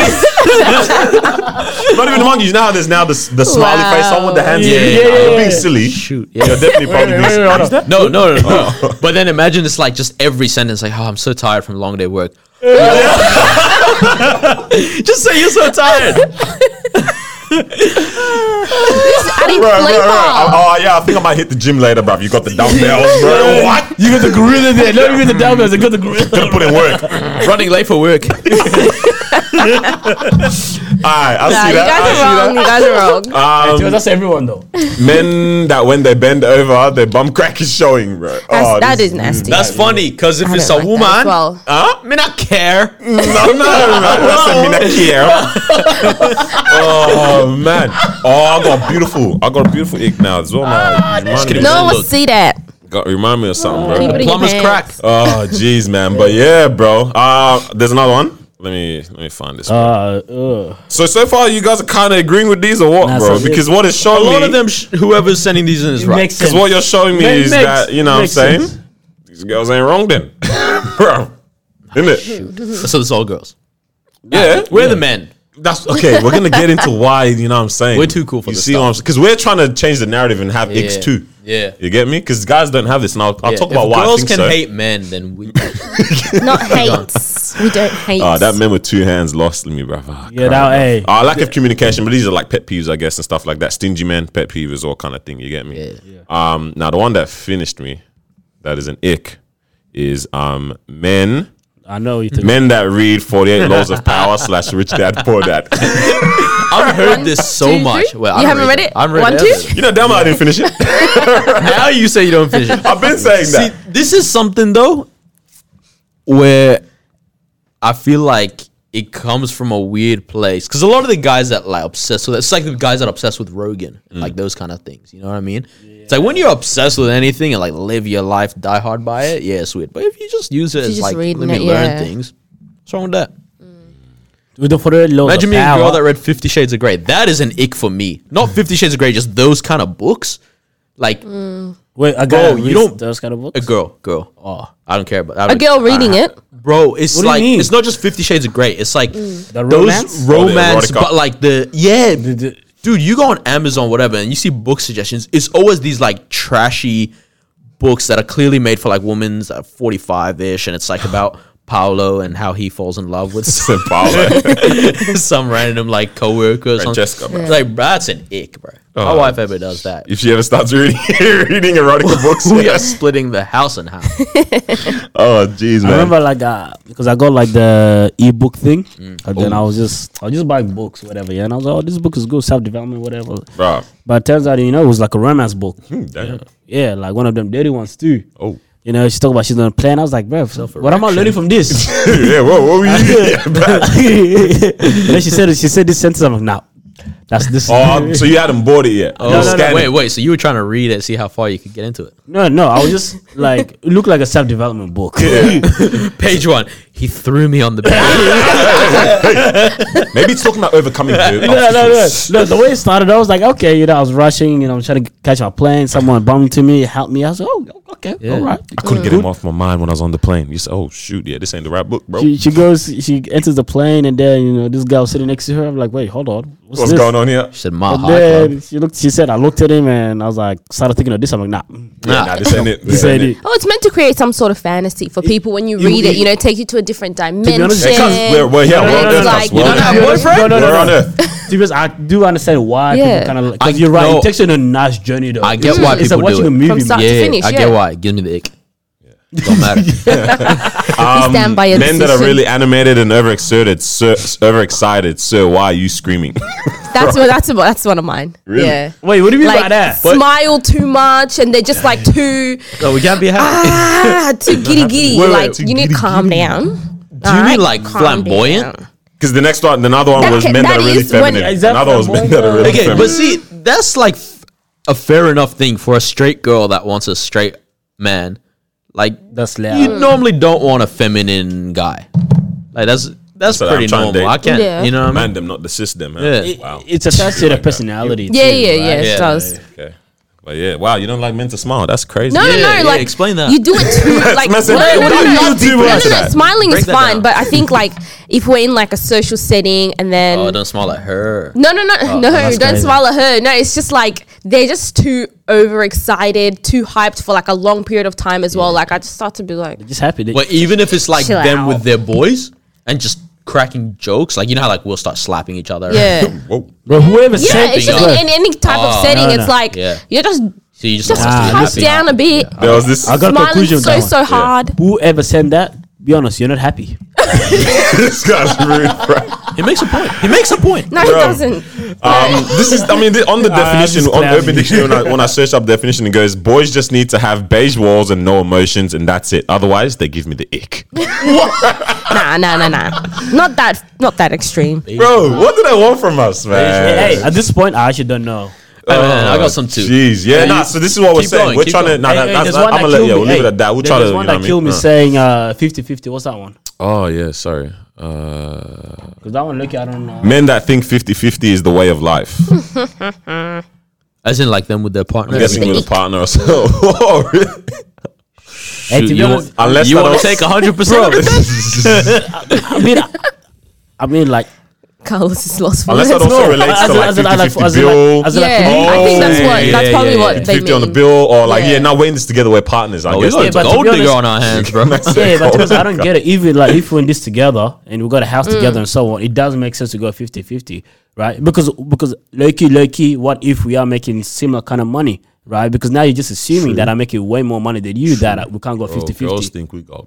Speaker 3: Not even the monkeys. You know how there's now the, the smiley face on with the hands.
Speaker 6: Yeah,
Speaker 3: Yeah,
Speaker 6: yeah,
Speaker 2: yeah.
Speaker 3: You're being silly.
Speaker 6: Shoot,
Speaker 3: You're
Speaker 6: yeah.
Speaker 3: definitely probably being
Speaker 2: wait, hold on.
Speaker 3: silly. Is that-
Speaker 6: No, no, no, no. but then imagine it's like just every sentence, like, oh, I'm so tired from long day work. just say you're so tired.
Speaker 5: just adding
Speaker 3: Bro, bro, bro.
Speaker 5: flavor.
Speaker 3: Oh, yeah, I think I might hit the gym later, bruv. You got the dumbbells, bro. What?
Speaker 6: You got the gorilla there. Not even the dumbbells. You got the gorilla.
Speaker 3: Gonna put in work. All right,
Speaker 6: Running late for work.
Speaker 3: I
Speaker 5: Nah,
Speaker 3: see
Speaker 5: you
Speaker 3: that.
Speaker 5: guys are wrong. You guys are wrong.
Speaker 3: I see that. Um,
Speaker 2: that's everyone though.
Speaker 3: men that when they bend over, their bum crack is showing, bro.
Speaker 5: That's,
Speaker 3: Oh,
Speaker 5: that
Speaker 3: this-
Speaker 5: is nasty.
Speaker 6: That's funny because if
Speaker 5: I
Speaker 6: it's a
Speaker 5: don't like that as
Speaker 6: woman,
Speaker 5: well.
Speaker 6: huh? Me not care.
Speaker 3: No, no, man. That's a minakir. oh man. Oh, I got beautiful. I got a beautiful ick now as well. man. Remind me-
Speaker 6: kidding.
Speaker 5: No one
Speaker 6: Look.
Speaker 5: wants to see that.
Speaker 3: got- Remind me of something,
Speaker 5: Keep it
Speaker 3: bro.
Speaker 5: in your
Speaker 6: Plumber's
Speaker 5: pants.
Speaker 6: crack.
Speaker 3: Oh, jeez, man. But yeah, bro. Uh, there's another one. Let me let me find this.
Speaker 2: Uh,
Speaker 3: one.
Speaker 2: uh,
Speaker 3: so so far, you guys are kind of agreeing with these or what,
Speaker 2: Nah,
Speaker 3: bro?
Speaker 2: so-
Speaker 3: Because what is
Speaker 6: A
Speaker 3: showing
Speaker 6: lot
Speaker 3: me,
Speaker 6: of them, sh- whoever's sending these in is right.
Speaker 2: makes
Speaker 3: because
Speaker 2: sense.
Speaker 3: what you're showing me
Speaker 2: Ma-
Speaker 3: is
Speaker 2: makes-
Speaker 3: that you know what I'm
Speaker 2: makes
Speaker 3: saying
Speaker 2: sense.
Speaker 3: these girls ain't wrong then, bro. Isn't it?
Speaker 6: so it's all girls.
Speaker 3: Yeah,
Speaker 6: We're the men.
Speaker 3: That's okay. We're gonna get into why you know what I'm saying.
Speaker 6: We're too cool for
Speaker 3: you
Speaker 6: this
Speaker 3: see
Speaker 6: stuff.
Speaker 3: what I'm because we're trying to change the narrative and have X
Speaker 6: Yeah.
Speaker 3: two.
Speaker 6: Yeah.
Speaker 3: you get me? Because guys don't have this, and I'll, I'll
Speaker 6: Yeah,
Speaker 3: talk
Speaker 6: if
Speaker 3: about why. I
Speaker 6: girls
Speaker 3: think
Speaker 6: can
Speaker 3: so.
Speaker 6: hate men, then we.
Speaker 5: Not hates. We don't hate.
Speaker 3: Ah, that man with two hands lost me, bruv. Ah,
Speaker 2: Yeah,
Speaker 3: crap,
Speaker 2: that-
Speaker 3: bruv.
Speaker 2: hey.
Speaker 3: Ah, lack of communication, but these are like pet peeves, I guess, and stuff like that. Stingy man, pet peeve is all kind of thing. You get me? Um, now the one that finished me, that is an ick, is um men
Speaker 2: I know you. Think.
Speaker 3: men that read Forty Eight Laws of Power slash Rich Dad Poor Dad.
Speaker 6: I've heard this so
Speaker 5: two,
Speaker 6: much.
Speaker 5: three?
Speaker 6: Well, I
Speaker 5: You
Speaker 6: don't
Speaker 5: haven't read
Speaker 6: that.
Speaker 5: it?
Speaker 6: I haven't read
Speaker 5: One,
Speaker 6: that.
Speaker 5: two?
Speaker 3: you know, damn, I didn't finish it.
Speaker 6: Now you say you don't finish it.
Speaker 3: I've been saying
Speaker 6: See,
Speaker 3: that.
Speaker 6: this is something though where I feel like it comes from a weird place because a lot of the guys that like obsessed with it's like the guys that are obsessed with Rogan,
Speaker 3: Mm.
Speaker 6: like those kind of things. You know what I mean? It's like when you're obsessed with anything and like live your life, die hard by it. Yeah, it's weird. But if you just use it as
Speaker 5: just
Speaker 6: like let
Speaker 5: reading
Speaker 6: me
Speaker 5: it,
Speaker 6: learn
Speaker 5: yeah.
Speaker 6: things, what's wrong with that?
Speaker 2: With the photo loads of
Speaker 6: Imagine me a girl
Speaker 2: power.
Speaker 6: that read Fifty Shades of Grey. That is an ick for me. Not Fifty Shades of Grey, just those kind of books. Like
Speaker 5: Mm.
Speaker 2: Wait, a
Speaker 6: Bro,
Speaker 2: girl.
Speaker 6: you
Speaker 2: reads
Speaker 6: don't-
Speaker 2: Those kind of books.
Speaker 6: a girl, girl. Oh, I don't care about that.
Speaker 5: A girl reading it.
Speaker 6: Bro, it's
Speaker 2: What do you
Speaker 6: like
Speaker 2: mean?
Speaker 6: it's not just Fifty Shades of Grey. It's like
Speaker 5: Mm.
Speaker 2: The
Speaker 6: those
Speaker 2: romance?
Speaker 6: romance,
Speaker 3: Oh, the erotica.
Speaker 6: but like the yeah,
Speaker 2: the-
Speaker 6: dude. You go on Amazon, whatever, and you see book suggestions. It's always these like trashy books that are clearly made for like women that are forty five ish, and it's like about Paolo and how he falls in love with some,
Speaker 3: Paolo.
Speaker 6: some random like coworker. Or
Speaker 3: Francesca,
Speaker 6: something.
Speaker 3: bro. Oh.
Speaker 6: It's Like bro, that's an ick, bro. My wife ever does that.
Speaker 3: if she ever starts reading reading erotica books.
Speaker 2: Oh,
Speaker 6: We are splitting the house in half.
Speaker 3: Oh, jeez,
Speaker 2: I
Speaker 3: man.
Speaker 2: remember like uh, because I got like the ebook thing,
Speaker 3: Mm.
Speaker 2: and
Speaker 3: Oh.
Speaker 2: then I was just I was just buying books, whatever. Yeah, and I was like, oh, this book is good, self development, whatever.
Speaker 3: Bruh.
Speaker 2: But it turns out, you know, it was like a romance book.
Speaker 3: Damn.
Speaker 2: Yeah, like one of them dirty ones too.
Speaker 3: Oh.
Speaker 2: You know, she talked about she's on a plane. I was like, bro, what am I learning from this?
Speaker 3: yeah, whoa, what were you? Yeah, bruh.
Speaker 2: and then she said she said this sentence. I'm like, nah, that's this.
Speaker 3: oh, so you hadn't bought it yet?
Speaker 6: Oh,
Speaker 2: no, no,
Speaker 6: wait, wait. So you were trying to read it, see how far you could get into it.
Speaker 2: no, no, I was just like, it looked like a self development book.
Speaker 6: Page one. He threw me on the bed.
Speaker 3: Maybe it's talking about overcoming the
Speaker 2: no, no, no,
Speaker 3: obstacles.
Speaker 2: no. The way it started, I was like, okay, you know, I was rushing, you know, I'm trying to catch my plane. Someone bumped to me, helped me. I was like, oh, okay, all right.
Speaker 3: I couldn't get him off my mind when I was on the plane. You said, "Oh shoot, yeah, this ain't the right book, bro."
Speaker 2: She, she goes, she enters the plane, and then you know this guy was sitting next to her. I'm like, wait, hold on, what's,
Speaker 3: What's
Speaker 2: this?
Speaker 3: going on here?
Speaker 6: She said, my
Speaker 2: And
Speaker 6: heart.
Speaker 2: then
Speaker 6: Club.
Speaker 2: she looked. She said, I looked at him, and I was like, started thinking of this. I'm like, nah,
Speaker 3: Yeah, nah, this ain't it. This
Speaker 2: said
Speaker 3: ain't it.
Speaker 2: it.
Speaker 5: Oh, it's meant to create some sort of fantasy for people when you
Speaker 2: it-
Speaker 5: read it.
Speaker 2: it-
Speaker 5: You know, take you to a different dimension.
Speaker 2: honest, it
Speaker 3: Because we're, we're here.
Speaker 2: No,
Speaker 3: we're
Speaker 2: no,
Speaker 3: on
Speaker 2: no, no,
Speaker 3: Earth,
Speaker 5: like,
Speaker 3: we're
Speaker 5: you
Speaker 3: on
Speaker 5: don't
Speaker 3: Earth.
Speaker 5: have boyfriend?
Speaker 2: No, no,
Speaker 3: We're
Speaker 2: no.
Speaker 3: on Earth.
Speaker 2: To be honest, I do understand why
Speaker 5: Yeah.
Speaker 2: people kind of.
Speaker 6: I
Speaker 2: Because you're right.
Speaker 6: know-
Speaker 2: It takes you on a nice journey, though.
Speaker 6: I get
Speaker 2: It's-
Speaker 6: why
Speaker 2: it's like
Speaker 6: people do
Speaker 2: watching
Speaker 6: it.
Speaker 2: a movie.
Speaker 5: From
Speaker 2: man.
Speaker 5: start
Speaker 6: Yeah,
Speaker 5: to finish.
Speaker 6: I
Speaker 5: yeah.
Speaker 6: get why. Give me the ick. Don't matter.
Speaker 5: We stand by your
Speaker 3: Um, Men that are
Speaker 5: decision.
Speaker 3: really animated and overexerted, sir, overexcited, sir. Why are you screaming?
Speaker 5: That's what. That's what. That's one of mine.
Speaker 3: Really?
Speaker 5: Yeah.
Speaker 2: Wait, what do you mean by
Speaker 5: Like
Speaker 2: that?
Speaker 5: smile too much, and they're just like too
Speaker 6: no, we can't be happy.
Speaker 5: ah too giddy giddy.
Speaker 6: Wait, wait,
Speaker 5: like
Speaker 6: too
Speaker 5: you need to calm down. Do
Speaker 6: you mean, like, flamboyant?
Speaker 3: Because the next one, another one
Speaker 5: That
Speaker 3: was
Speaker 5: ca-
Speaker 3: men that
Speaker 5: that
Speaker 3: are really
Speaker 5: is when-
Speaker 3: feminine.
Speaker 2: Is that
Speaker 3: Another one was men that are really
Speaker 6: okay,
Speaker 3: feminine.
Speaker 6: but see, that's like f- a fair enough thing for a straight girl that wants a straight man. Like
Speaker 2: That's loud.
Speaker 6: you normally don't want a feminine guy. Like that's that's
Speaker 3: That's what
Speaker 6: pretty
Speaker 3: I'm trying to
Speaker 6: normal. I
Speaker 3: date.
Speaker 6: can't.
Speaker 5: Yeah.
Speaker 6: You know what I mean?
Speaker 3: Man, them not the system. Huh?
Speaker 6: Yeah.
Speaker 3: Wow.
Speaker 2: It's attached to their personality.
Speaker 5: Yeah,
Speaker 2: too,
Speaker 5: yeah,
Speaker 2: right?
Speaker 5: yeah. It
Speaker 6: Yeah.
Speaker 5: does.
Speaker 3: Okay. But yeah, wow, you don't like men to smile. That's crazy.
Speaker 5: No,
Speaker 6: Yeah,
Speaker 5: no, no.
Speaker 6: yeah,
Speaker 5: like
Speaker 6: explain that.
Speaker 5: You do it too. like
Speaker 3: messing
Speaker 5: no, no,
Speaker 3: with you.
Speaker 5: no, no,
Speaker 3: Why
Speaker 5: no,
Speaker 3: you
Speaker 5: no,
Speaker 3: do
Speaker 5: no,
Speaker 3: that?
Speaker 5: no, no, Smiling
Speaker 6: Break
Speaker 5: is
Speaker 6: that
Speaker 5: fine,
Speaker 6: down.
Speaker 5: but I think like if we're in like a social setting and then
Speaker 6: Oh, don't smile at her.
Speaker 5: No, no, no, no,
Speaker 2: that's
Speaker 5: don't
Speaker 2: crazy.
Speaker 5: swallow her. No, it's just like they're just too overexcited, too hyped for like a long period of time as well. Like I just start to be like,
Speaker 2: Just happy. That
Speaker 6: But even if it's like
Speaker 5: Chill
Speaker 6: them
Speaker 5: out.
Speaker 6: with their boys and just cracking jokes, like you know how like we'll start slapping each other.
Speaker 5: Yeah.
Speaker 3: Whoa.
Speaker 2: Bro, whoever
Speaker 5: Yeah,
Speaker 2: said
Speaker 5: it's just
Speaker 2: Bro,
Speaker 5: in, in any type
Speaker 6: Oh,
Speaker 5: of setting.
Speaker 2: no, no.
Speaker 5: It's like
Speaker 6: Yeah.
Speaker 5: you're just
Speaker 6: So you just,
Speaker 5: just
Speaker 6: want us to be
Speaker 5: hush
Speaker 6: happy.
Speaker 5: down a bit,
Speaker 3: There was this.
Speaker 2: I got a
Speaker 5: smiling
Speaker 2: conclusion. with
Speaker 5: so
Speaker 2: that one.
Speaker 5: so hard.
Speaker 2: Whoever sent that, be honest, you're not happy.
Speaker 3: this guy's rude, bro.
Speaker 6: He makes a point. He makes a point.
Speaker 5: No, he
Speaker 3: Bro.
Speaker 5: doesn't.
Speaker 3: Um, this is, I mean, the- on the
Speaker 2: I'm
Speaker 3: definition,
Speaker 2: just
Speaker 3: on
Speaker 2: clowning.
Speaker 3: Urban Dictionary, when I, when I search up definition, it goes, boys just need to have beige walls and no emotions, and that's it. Otherwise, they give me the ick.
Speaker 5: Nah, nah, nah, nah. Not that. Not that extreme.
Speaker 3: Bro, what do they want from us, man? Oh,
Speaker 2: Hey, at this point, I actually don't know.
Speaker 6: Hey, man, I got some too.
Speaker 3: Jeez, yeah,
Speaker 6: Yeah,
Speaker 3: nah.
Speaker 6: you-
Speaker 3: So this is what we're
Speaker 6: keep
Speaker 3: saying.
Speaker 6: going,
Speaker 3: we're
Speaker 6: keep
Speaker 3: trying to.
Speaker 6: going.
Speaker 3: Nah,
Speaker 2: Hey,
Speaker 3: that-
Speaker 2: hey,
Speaker 3: that's
Speaker 2: there's
Speaker 3: not,
Speaker 2: one
Speaker 3: I'm
Speaker 2: that
Speaker 3: gonna let
Speaker 2: killed
Speaker 3: yeah.
Speaker 2: me.
Speaker 3: We'll leave it
Speaker 2: Hey,
Speaker 3: at that. We'll
Speaker 2: there's
Speaker 3: try to.
Speaker 2: one
Speaker 3: you know
Speaker 2: that
Speaker 3: what I
Speaker 2: killed me
Speaker 3: mean? Uh,
Speaker 2: saying uh, 50-50. What's that one?
Speaker 3: Oh yeah, sorry. Uh,
Speaker 2: Because that one, look, I don't know.
Speaker 3: men that think 50-50 is the way of life.
Speaker 6: As in like them with their partner.
Speaker 3: I'm guessing with a partner or so. Whoa, really?
Speaker 2: Hey, to be
Speaker 6: you
Speaker 2: honest,
Speaker 6: want,
Speaker 3: Unless
Speaker 6: you
Speaker 3: that
Speaker 6: want
Speaker 3: was-
Speaker 6: to take hundred percent of it?
Speaker 2: I mean, I, I mean, like,
Speaker 5: Carlos is lost for
Speaker 3: Unless that
Speaker 5: words.
Speaker 3: also relates
Speaker 2: as
Speaker 3: to
Speaker 2: in-
Speaker 3: like
Speaker 2: as in, I like-
Speaker 3: 50-50
Speaker 2: as in, like-
Speaker 3: bill.
Speaker 2: as in, like,
Speaker 5: Yeah,
Speaker 2: community.
Speaker 5: I think that's
Speaker 6: Oh,
Speaker 5: what.
Speaker 6: yeah,
Speaker 5: that's
Speaker 6: yeah,
Speaker 5: probably
Speaker 6: yeah,
Speaker 5: what
Speaker 6: yeah.
Speaker 5: they
Speaker 3: 50
Speaker 5: mean.
Speaker 3: on the bill or like
Speaker 5: Yeah.
Speaker 3: yeah, now weighing this together we're partners I
Speaker 6: Oh, we
Speaker 3: guess
Speaker 6: got
Speaker 2: but
Speaker 6: a
Speaker 2: to
Speaker 6: gold
Speaker 2: be
Speaker 6: digger
Speaker 2: honest-
Speaker 6: on our hands, bro.
Speaker 2: yeah, but because I don't get it. Even like if we're in this together and we got a house
Speaker 5: Mm.
Speaker 2: together and so on, it doesn't make sense to go 50-50, right? Because because lucky lucky, what if we are making similar kind of money, right? Because now you're just assuming that I'm making way more money than you. That uh, we can't go 50-50.
Speaker 3: think we got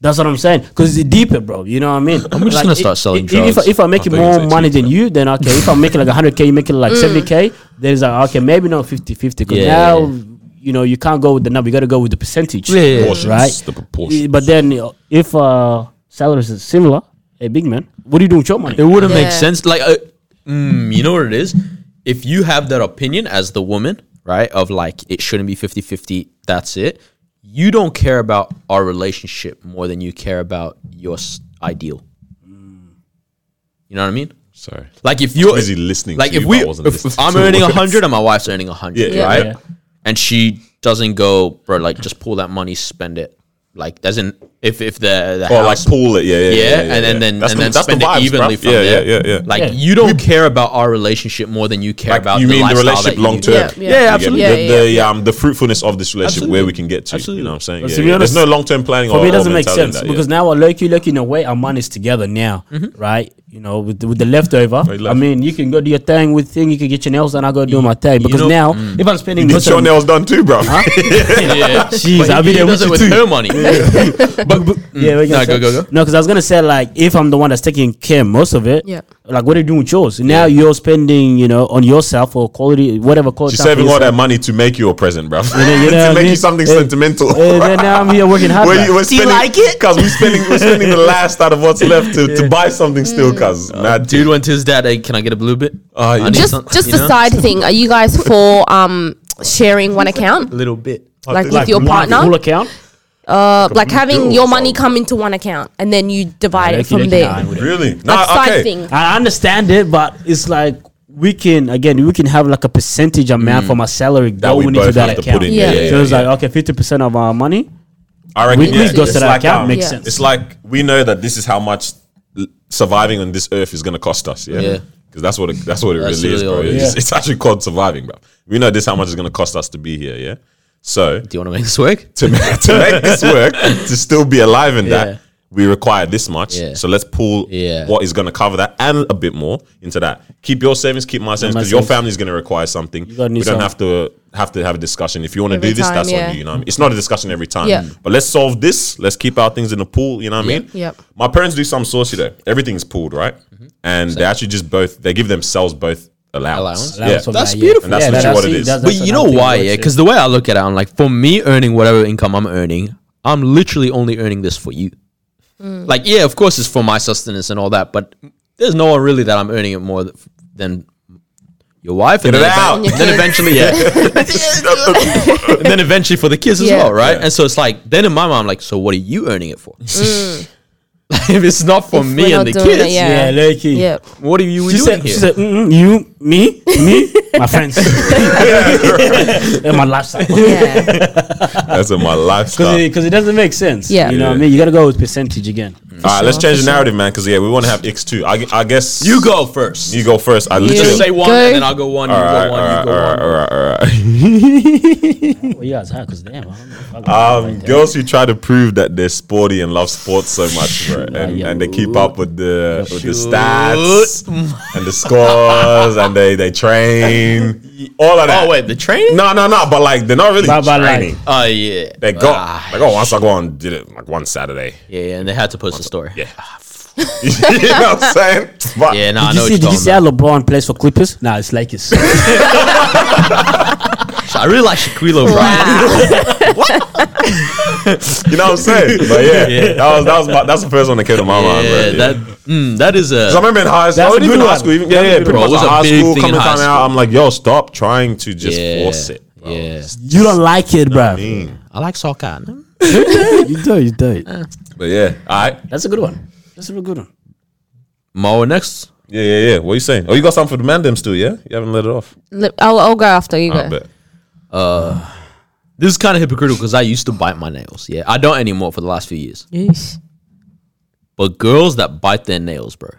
Speaker 2: That's what I'm saying. Because it's deeper, bro. You know what I mean? I'm
Speaker 6: just gonna start selling
Speaker 2: If,
Speaker 6: drugs.
Speaker 2: I- if I'm making
Speaker 3: thought you were
Speaker 2: more
Speaker 3: gonna say
Speaker 2: money
Speaker 3: cheap,
Speaker 2: than you, then okay. if I'm making like 100K, you're making like 70K, then it's like, okay, maybe not 50 50. Because
Speaker 6: Yeah,
Speaker 2: now,
Speaker 6: yeah,
Speaker 2: you know, you can't go with the number. You got to go with the percentage.
Speaker 6: Yeah, yeah, yeah.
Speaker 3: Portions,
Speaker 2: Right?
Speaker 3: the proportions.
Speaker 2: Yeah, But then uh, if uh, salaries is similar, hey, big man, what do you do with your money?
Speaker 6: It wouldn't make
Speaker 5: Yeah.
Speaker 6: sense. Like, uh, mm, you know what it is? If you have that opinion as the woman, right, of like, it shouldn't be 50 50, that's it. You don't care about our relationship more than you care about your s- ideal. You know what I mean?
Speaker 3: sorry
Speaker 6: Like, if you're
Speaker 3: busy listening
Speaker 6: like,
Speaker 3: to
Speaker 6: if
Speaker 3: you,
Speaker 6: we,
Speaker 3: I wasn't
Speaker 6: if, if
Speaker 3: listening
Speaker 6: I'm
Speaker 3: to
Speaker 6: earning
Speaker 3: words.
Speaker 6: 100 and my wife's earning 100,
Speaker 3: Yeah, yeah,
Speaker 6: right?
Speaker 2: yeah.
Speaker 6: And she doesn't go, bro, like, just pull that money, spend it. Like, doesn't, if, if the, the
Speaker 3: or like
Speaker 6: house
Speaker 3: pool it yeah yeah
Speaker 6: yeah, and then then
Speaker 3: That's
Speaker 6: and
Speaker 3: the-
Speaker 6: then
Speaker 3: that's the
Speaker 6: spend
Speaker 3: vibes,
Speaker 6: it evenly
Speaker 3: bruv.
Speaker 6: from
Speaker 3: yeah,
Speaker 6: there.
Speaker 3: yeah yeah yeah
Speaker 6: Like
Speaker 2: Yeah.
Speaker 6: you don't care about our relationship more than you care
Speaker 3: like
Speaker 6: about
Speaker 3: you mean the relationship
Speaker 6: lifestyle that you
Speaker 3: long
Speaker 6: do.
Speaker 3: term
Speaker 5: Yeah, yeah.
Speaker 3: absolutely
Speaker 5: Yeah,
Speaker 3: the,
Speaker 5: yeah,
Speaker 3: the, um, the fruitfulness of this relationship where we can get to you
Speaker 6: Absolutely.
Speaker 3: know what I'm saying
Speaker 2: But
Speaker 3: yeah,
Speaker 2: to be
Speaker 3: yeah. there's
Speaker 2: honest,
Speaker 3: no long term planning
Speaker 2: For
Speaker 3: or,
Speaker 2: me,
Speaker 3: or
Speaker 2: it doesn't make
Speaker 3: mentality in
Speaker 2: sense
Speaker 3: that, yeah.
Speaker 2: because now we're lucky, lucky in a way, our money's together now,
Speaker 5: Mm-hmm.
Speaker 2: right? You know, with the, with the leftover.
Speaker 3: Very
Speaker 2: I
Speaker 3: left.
Speaker 2: mean, you can go do your thing with thing, you can get your nails done, I go do my thing. Because
Speaker 6: know-
Speaker 2: now, if I'm spending
Speaker 3: mm. Get
Speaker 2: most of
Speaker 3: your
Speaker 2: the-
Speaker 3: nails done too bro
Speaker 6: Yeah,
Speaker 2: Jeez,
Speaker 6: But
Speaker 2: I'll
Speaker 6: he
Speaker 2: be there
Speaker 6: does
Speaker 2: with
Speaker 6: it
Speaker 2: you
Speaker 6: with
Speaker 2: too.
Speaker 6: her money.
Speaker 2: But, but,
Speaker 3: Mm.
Speaker 2: yeah, we're
Speaker 6: No, go, go, go.
Speaker 2: No, because I was gonna say like if I'm the one that's taking care of most of it,
Speaker 5: Yeah.
Speaker 2: Like what are you doing with yours? Now you're spending, you know, on yourself or quality, whatever quality.
Speaker 3: she's
Speaker 2: time for
Speaker 3: saving all that
Speaker 2: yourself.
Speaker 3: money to make you a present bro
Speaker 2: know- you know
Speaker 3: to
Speaker 2: what I
Speaker 3: make you
Speaker 2: mean?
Speaker 3: something
Speaker 2: Hey,
Speaker 3: sentimental
Speaker 2: Hey, then now I'm here working hard.
Speaker 3: Where
Speaker 2: like.
Speaker 3: you, we're spending, like it? Because we're spending, we're spending the last out of what's left to, to buy something still, because. mad
Speaker 6: Dude went to his dad. Hey, can I get a blue bit?
Speaker 3: Oh,
Speaker 6: I
Speaker 3: yeah.
Speaker 6: need
Speaker 5: Just
Speaker 6: some-
Speaker 5: just
Speaker 6: you
Speaker 5: a
Speaker 6: know?
Speaker 5: side thing. Are you guys for um sharing one account?
Speaker 6: little bit.
Speaker 5: Like with
Speaker 2: Like,
Speaker 5: your
Speaker 2: my Full
Speaker 5: partner,
Speaker 2: account.
Speaker 5: uh, like having
Speaker 3: bill
Speaker 5: your
Speaker 3: or
Speaker 5: money
Speaker 3: something.
Speaker 5: come into one account and then you divide it
Speaker 2: Lucky,
Speaker 5: from
Speaker 2: lucky, nah, I
Speaker 5: there.
Speaker 2: wouldn't.
Speaker 3: Really? No,
Speaker 5: Like side
Speaker 3: okay.
Speaker 5: thing.
Speaker 2: I understand it, but it's like we can again we can have like a percentage amount from our salary
Speaker 3: Mm. That we
Speaker 2: going into
Speaker 3: both
Speaker 2: that
Speaker 3: have to
Speaker 2: account.
Speaker 3: put in, yeah,
Speaker 5: Yeah. yeah,
Speaker 2: so it's
Speaker 3: yeah, yeah.
Speaker 2: like okay, fifty percent of our money
Speaker 3: I reckon
Speaker 2: weekly
Speaker 3: yeah,
Speaker 2: goes
Speaker 3: it's
Speaker 2: to that
Speaker 3: like,
Speaker 2: account.
Speaker 3: um,
Speaker 2: Makes
Speaker 5: Yeah.
Speaker 2: sense.
Speaker 3: It's like we know that this is how much l- surviving on this earth is going to cost us. Yeah.
Speaker 6: Yeah.
Speaker 3: Because that's what it, that's what it
Speaker 6: That's
Speaker 3: really is,
Speaker 6: really
Speaker 3: bro.
Speaker 6: all it
Speaker 3: It's,
Speaker 6: is.
Speaker 3: just- it's actually called surviving, bro. We know this how much it's going to cost us to be here. Yeah. So
Speaker 6: Do you want to make this work?
Speaker 3: to make, to make this work, to still be alive in
Speaker 6: Yeah.
Speaker 3: that, we require this much.
Speaker 6: Yeah.
Speaker 3: So let's pull
Speaker 6: Yeah.
Speaker 3: what is going to cover that and a bit more into that. Keep your savings, keep my savings,
Speaker 2: my
Speaker 3: because your
Speaker 2: savings.
Speaker 3: family is going to require something. We
Speaker 2: gotta
Speaker 3: don't
Speaker 2: need some.
Speaker 3: have to have to have a discussion. If you want to
Speaker 5: Every
Speaker 3: do this,
Speaker 5: time,
Speaker 3: that's
Speaker 5: yeah.
Speaker 3: on you. You know, what I mean? it's not a discussion every time.
Speaker 5: Yeah.
Speaker 3: But let's solve this. Let's keep our things in the pool. You know what I mean?
Speaker 5: Yep.
Speaker 3: My parents do some saucy though. Everything's pooled, right?
Speaker 2: Mm-hmm.
Speaker 3: And they actually just both they give themselves both allowance.
Speaker 6: Allowance?
Speaker 2: Allowance
Speaker 3: Yeah.
Speaker 2: of
Speaker 6: That's
Speaker 2: that,
Speaker 6: beautiful.
Speaker 3: And that's
Speaker 2: that-
Speaker 3: literally what it
Speaker 2: it-
Speaker 3: is.
Speaker 6: But you know
Speaker 2: another thing
Speaker 6: why?
Speaker 2: about
Speaker 6: Yeah,
Speaker 2: it.
Speaker 6: because the way I look at it, I'm like, for me earning whatever income I'm earning, I'm literally only earning this for you.
Speaker 2: Hmm.
Speaker 6: Like, yeah, of course it's for my sustenance and all that, but there's no one really that I'm earning it more th- than your wife, and
Speaker 3: Get
Speaker 6: then,
Speaker 3: it
Speaker 6: ev-
Speaker 3: out. And your
Speaker 6: then eventually, yeah, and then eventually for the kids as
Speaker 5: Yeah.
Speaker 6: well, right? And so it's like, then in my mind, I'm like, so what are you earning it for?
Speaker 3: Mm.
Speaker 6: if it's not for
Speaker 5: If
Speaker 6: me
Speaker 5: we're
Speaker 6: and the
Speaker 5: not doing it,
Speaker 6: kids,
Speaker 5: yeah.
Speaker 2: yeah, lucky.
Speaker 5: Yep.
Speaker 6: what are you
Speaker 2: She
Speaker 6: doing
Speaker 2: said,
Speaker 6: here?
Speaker 2: she said, mm-mm, you, me, me. my friends and my lifestyle.
Speaker 5: yeah.
Speaker 3: That's in my lifestyle.
Speaker 2: Because it, 'cause it doesn't make sense.
Speaker 5: Yeah.
Speaker 2: You know what I mean? You got to go with percentage again.
Speaker 3: All right, let's
Speaker 5: sure,
Speaker 3: change
Speaker 5: for
Speaker 3: the
Speaker 5: sure.
Speaker 3: narrative, man. Because yeah, we want to have X two. I, gu- I guess
Speaker 6: You go first.
Speaker 3: You go first. I literally.
Speaker 6: Just say one,
Speaker 5: Go.
Speaker 6: and then I'll go one. You
Speaker 3: all right, all
Speaker 6: go one.
Speaker 3: right,
Speaker 6: You
Speaker 3: all
Speaker 6: go one.
Speaker 3: right, all right, all right.
Speaker 2: Well, yeah, it's hard because damn. I don't know if I can-
Speaker 3: Um, girls who try to prove that they're sporty and love sports so much, bro, and,
Speaker 2: yeah.
Speaker 3: and they keep up with the with the stats and the scores, and they they train, all of that.
Speaker 6: Oh wait, the training?
Speaker 3: no, no, no, but like they're not really
Speaker 2: But- but, like-
Speaker 3: training.
Speaker 6: Oh yeah.
Speaker 3: they go
Speaker 6: Ah,
Speaker 3: like oh, once I go on, did it like one Saturday.
Speaker 6: yeah, yeah, and they had to post a story.
Speaker 3: Yeah, you know what I'm saying? But
Speaker 6: Yeah, no, I
Speaker 2: Did you,
Speaker 6: know
Speaker 2: see,
Speaker 6: what
Speaker 2: did
Speaker 6: you're
Speaker 2: you
Speaker 6: talking
Speaker 2: see how LeBron plays for Clippers? Nah, it's like it's.
Speaker 6: about. I really like Shaquille O'Brien.
Speaker 5: Wow.
Speaker 3: you know what I'm saying. But yeah, that was that was my, that's the first one that came to my mind.
Speaker 6: Yeah,
Speaker 3: Bro. Yeah.
Speaker 6: that mm, that is a.
Speaker 3: 'Cause I remember in high school,
Speaker 2: That's
Speaker 3: I
Speaker 2: a
Speaker 3: was even
Speaker 2: good
Speaker 3: in high
Speaker 2: one.
Speaker 3: school, even, yeah, yeah, pretty
Speaker 6: Bro, it
Speaker 3: much
Speaker 6: was
Speaker 3: like
Speaker 6: a
Speaker 3: high
Speaker 6: big
Speaker 3: school,
Speaker 6: thing in
Speaker 3: coming
Speaker 6: high
Speaker 3: time out,
Speaker 6: school.
Speaker 3: I'm like, yo, stop trying to just
Speaker 6: Yeah.
Speaker 3: force it. bro.
Speaker 6: Yeah,
Speaker 2: you don't like it, bro.
Speaker 6: I like soccer.
Speaker 2: You do, you do.
Speaker 3: But yeah, all right.
Speaker 2: That's a good one. That's a real good one.
Speaker 6: Mo next.
Speaker 3: Yeah, yeah, yeah. What are you saying? Oh, you got something for the man them still, yeah? You haven't let it off.
Speaker 5: Look, I'll, I'll go after you
Speaker 3: I
Speaker 5: go.
Speaker 3: bet.
Speaker 6: This is kind of hypocritical because I used to bite my nails. Yeah, I don't anymore for the last few years.
Speaker 5: Yeesh.
Speaker 6: But girls that bite their nails, bro,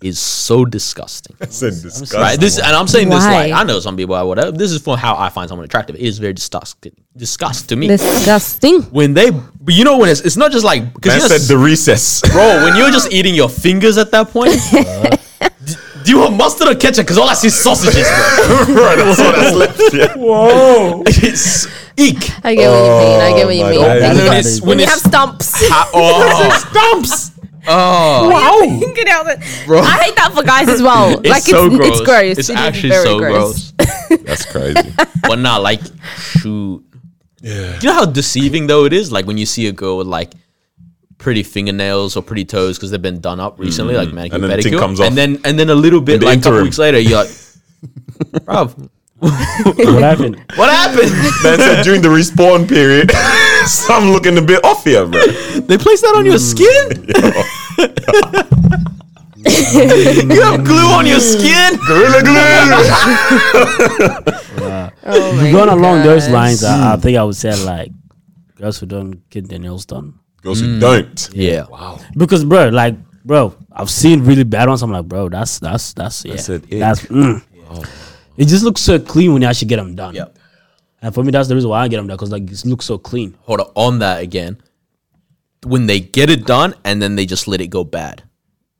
Speaker 6: is so disgusting.
Speaker 3: It's a disgust.
Speaker 6: Right. This and I'm saying this
Speaker 5: Why?
Speaker 6: like I know some people are whatever. This is for how I find someone attractive. It is very disgusting. Disgust to me.
Speaker 5: Disgusting.
Speaker 6: when they, but you know when it's it's not just like because
Speaker 3: Man
Speaker 6: you know,
Speaker 3: said the recess.
Speaker 6: bro, when you're just eating your fingers at that point. d- Do you want mustard or ketchup? Because all I see is sausages, bro.
Speaker 3: Bro, that's all that's left. Yeah.
Speaker 6: it's eek.
Speaker 5: I get what you mean. I get what you
Speaker 3: my
Speaker 5: mean.
Speaker 3: God.
Speaker 5: When
Speaker 6: And
Speaker 5: you
Speaker 6: when
Speaker 5: got-
Speaker 6: it's,
Speaker 5: When
Speaker 6: Oh when
Speaker 5: you
Speaker 6: it's
Speaker 5: have stumps.
Speaker 6: ha- oh,
Speaker 5: stumps.
Speaker 6: oh,
Speaker 5: Wow. Bro. I hate that for guys as well.
Speaker 6: it's
Speaker 5: like
Speaker 6: so
Speaker 5: it's,
Speaker 6: gross.
Speaker 5: it's gross.
Speaker 6: It's
Speaker 5: It is
Speaker 6: actually
Speaker 5: very
Speaker 6: so gross.
Speaker 3: That's crazy.
Speaker 6: but not like shoot. Yeah. Do you know how deceiving though it is? Like when you see a girl with like pretty fingernails or pretty toes because they've been done up recently, like manicure,
Speaker 3: Mm-hmm. And then the
Speaker 6: pedicure,
Speaker 3: thing comes off.
Speaker 6: and then and then a little bit
Speaker 3: the
Speaker 6: like a couple
Speaker 3: interim.
Speaker 6: weeks later, you're like, Rob,
Speaker 2: What happened?
Speaker 6: what happened?
Speaker 3: Man said during the respawn period, some looking a bit off here, bro.
Speaker 6: they placed that on your skin?
Speaker 3: Mm.
Speaker 6: you have glue on your skin?
Speaker 3: Gorilla glue.
Speaker 5: Oh my
Speaker 2: Going along those
Speaker 5: gosh.
Speaker 2: lines, I, I
Speaker 6: Hmm.
Speaker 2: think I would say like girls who don't get their nails done.
Speaker 3: Girls who don't.
Speaker 6: Yeah. Wow.
Speaker 2: Because bro, like bro, I've seen really bad ones. I'm like, bro, that's that's that's yeah,
Speaker 3: That's an ick.
Speaker 2: mm. It just looks so clean when you actually get them done.
Speaker 6: Yep.
Speaker 2: And for me, that's the reason why I get them done because like it looks so clean.
Speaker 6: Hold on, on that again. When they get it done and then they just let it go bad.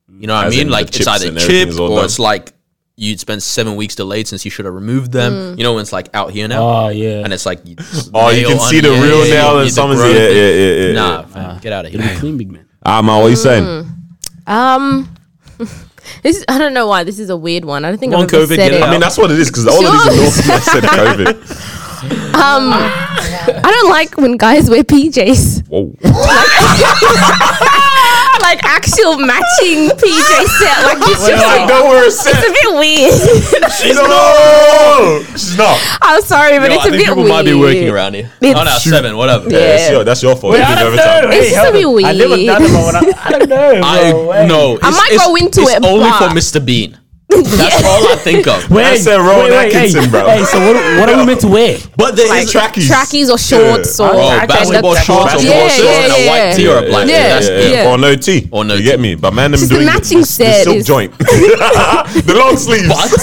Speaker 6: You know what
Speaker 3: As
Speaker 6: I
Speaker 3: in
Speaker 6: mean?
Speaker 3: the
Speaker 6: Like it's
Speaker 3: chips
Speaker 6: either
Speaker 3: and everything is
Speaker 6: chipped
Speaker 3: all
Speaker 6: or
Speaker 3: done.
Speaker 6: it's like you'd spend seven weeks delayed since you should have removed them.
Speaker 5: Mm.
Speaker 6: You know when it's like out here now
Speaker 2: Oh yeah,
Speaker 6: and it's like you
Speaker 3: Oh, you
Speaker 6: nail
Speaker 3: can
Speaker 6: on-
Speaker 3: see the
Speaker 6: yeah,
Speaker 3: real
Speaker 6: yeah, yeah,
Speaker 3: nail
Speaker 6: yeah,
Speaker 3: in
Speaker 6: the
Speaker 3: someone's. Yeah,
Speaker 6: growth.
Speaker 3: yeah, yeah, yeah.
Speaker 6: Nah,
Speaker 3: Nah.
Speaker 6: fam, get out of
Speaker 2: it'll be
Speaker 6: here.
Speaker 2: clean, big man.
Speaker 3: Ah, man, what you saying?
Speaker 5: Mm. Um, this I don't know why this is a weird one. I don't think
Speaker 6: Long
Speaker 5: I've ever
Speaker 6: COVID,
Speaker 5: said
Speaker 6: get
Speaker 5: it.
Speaker 6: it
Speaker 3: I mean, that's what it is because all of these are
Speaker 5: Yours.
Speaker 3: North said COVID.
Speaker 5: Um, I don't like when guys wear PJs,
Speaker 3: Whoa.
Speaker 5: like actual matching PJ set. Like it's just
Speaker 3: Like,
Speaker 5: like,
Speaker 3: don't worry,
Speaker 5: it's a bit weird.
Speaker 3: She's no. She's not.
Speaker 5: I'm sorry, but
Speaker 6: Yo,
Speaker 5: it's a
Speaker 6: I think
Speaker 5: bit
Speaker 6: people
Speaker 5: weird.
Speaker 6: might be working around here.
Speaker 5: It's-
Speaker 6: oh no, seven, whatever.
Speaker 5: Yeah.
Speaker 3: That's your, that's your fault. You did overtime.
Speaker 5: It's just a bit
Speaker 2: I never
Speaker 5: weird.
Speaker 2: done it, but when I, I don't know.
Speaker 6: I
Speaker 2: bro, wait.
Speaker 6: no.
Speaker 5: I
Speaker 6: it's-
Speaker 5: might
Speaker 6: it's-
Speaker 5: go into
Speaker 6: it's
Speaker 5: it,
Speaker 6: only for
Speaker 5: but-
Speaker 6: Mr. Bean. That's all I think of.
Speaker 2: Wait,
Speaker 3: That's a Rowan Atkinson,
Speaker 2: hey,
Speaker 3: bro.
Speaker 2: Hey, so what, what are we meant to wear?
Speaker 6: But there is
Speaker 3: Like- Trackies.
Speaker 5: trackies or shorts or
Speaker 6: oh,
Speaker 2: I think
Speaker 6: basketball
Speaker 2: that's-
Speaker 6: shorts or
Speaker 3: basketball
Speaker 6: yeah, shorts
Speaker 5: shorts
Speaker 6: and a
Speaker 5: yeah,
Speaker 6: white
Speaker 5: yeah.
Speaker 6: tee or a black.
Speaker 5: Yeah,
Speaker 6: That's it.
Speaker 5: yeah.
Speaker 3: Or no tea.
Speaker 6: Or no
Speaker 3: You
Speaker 6: tea.
Speaker 3: get me? But man, them
Speaker 5: the
Speaker 3: doing
Speaker 5: matching
Speaker 3: the, the
Speaker 5: set
Speaker 3: silk
Speaker 5: is-
Speaker 3: joint. the long sleeves.
Speaker 6: But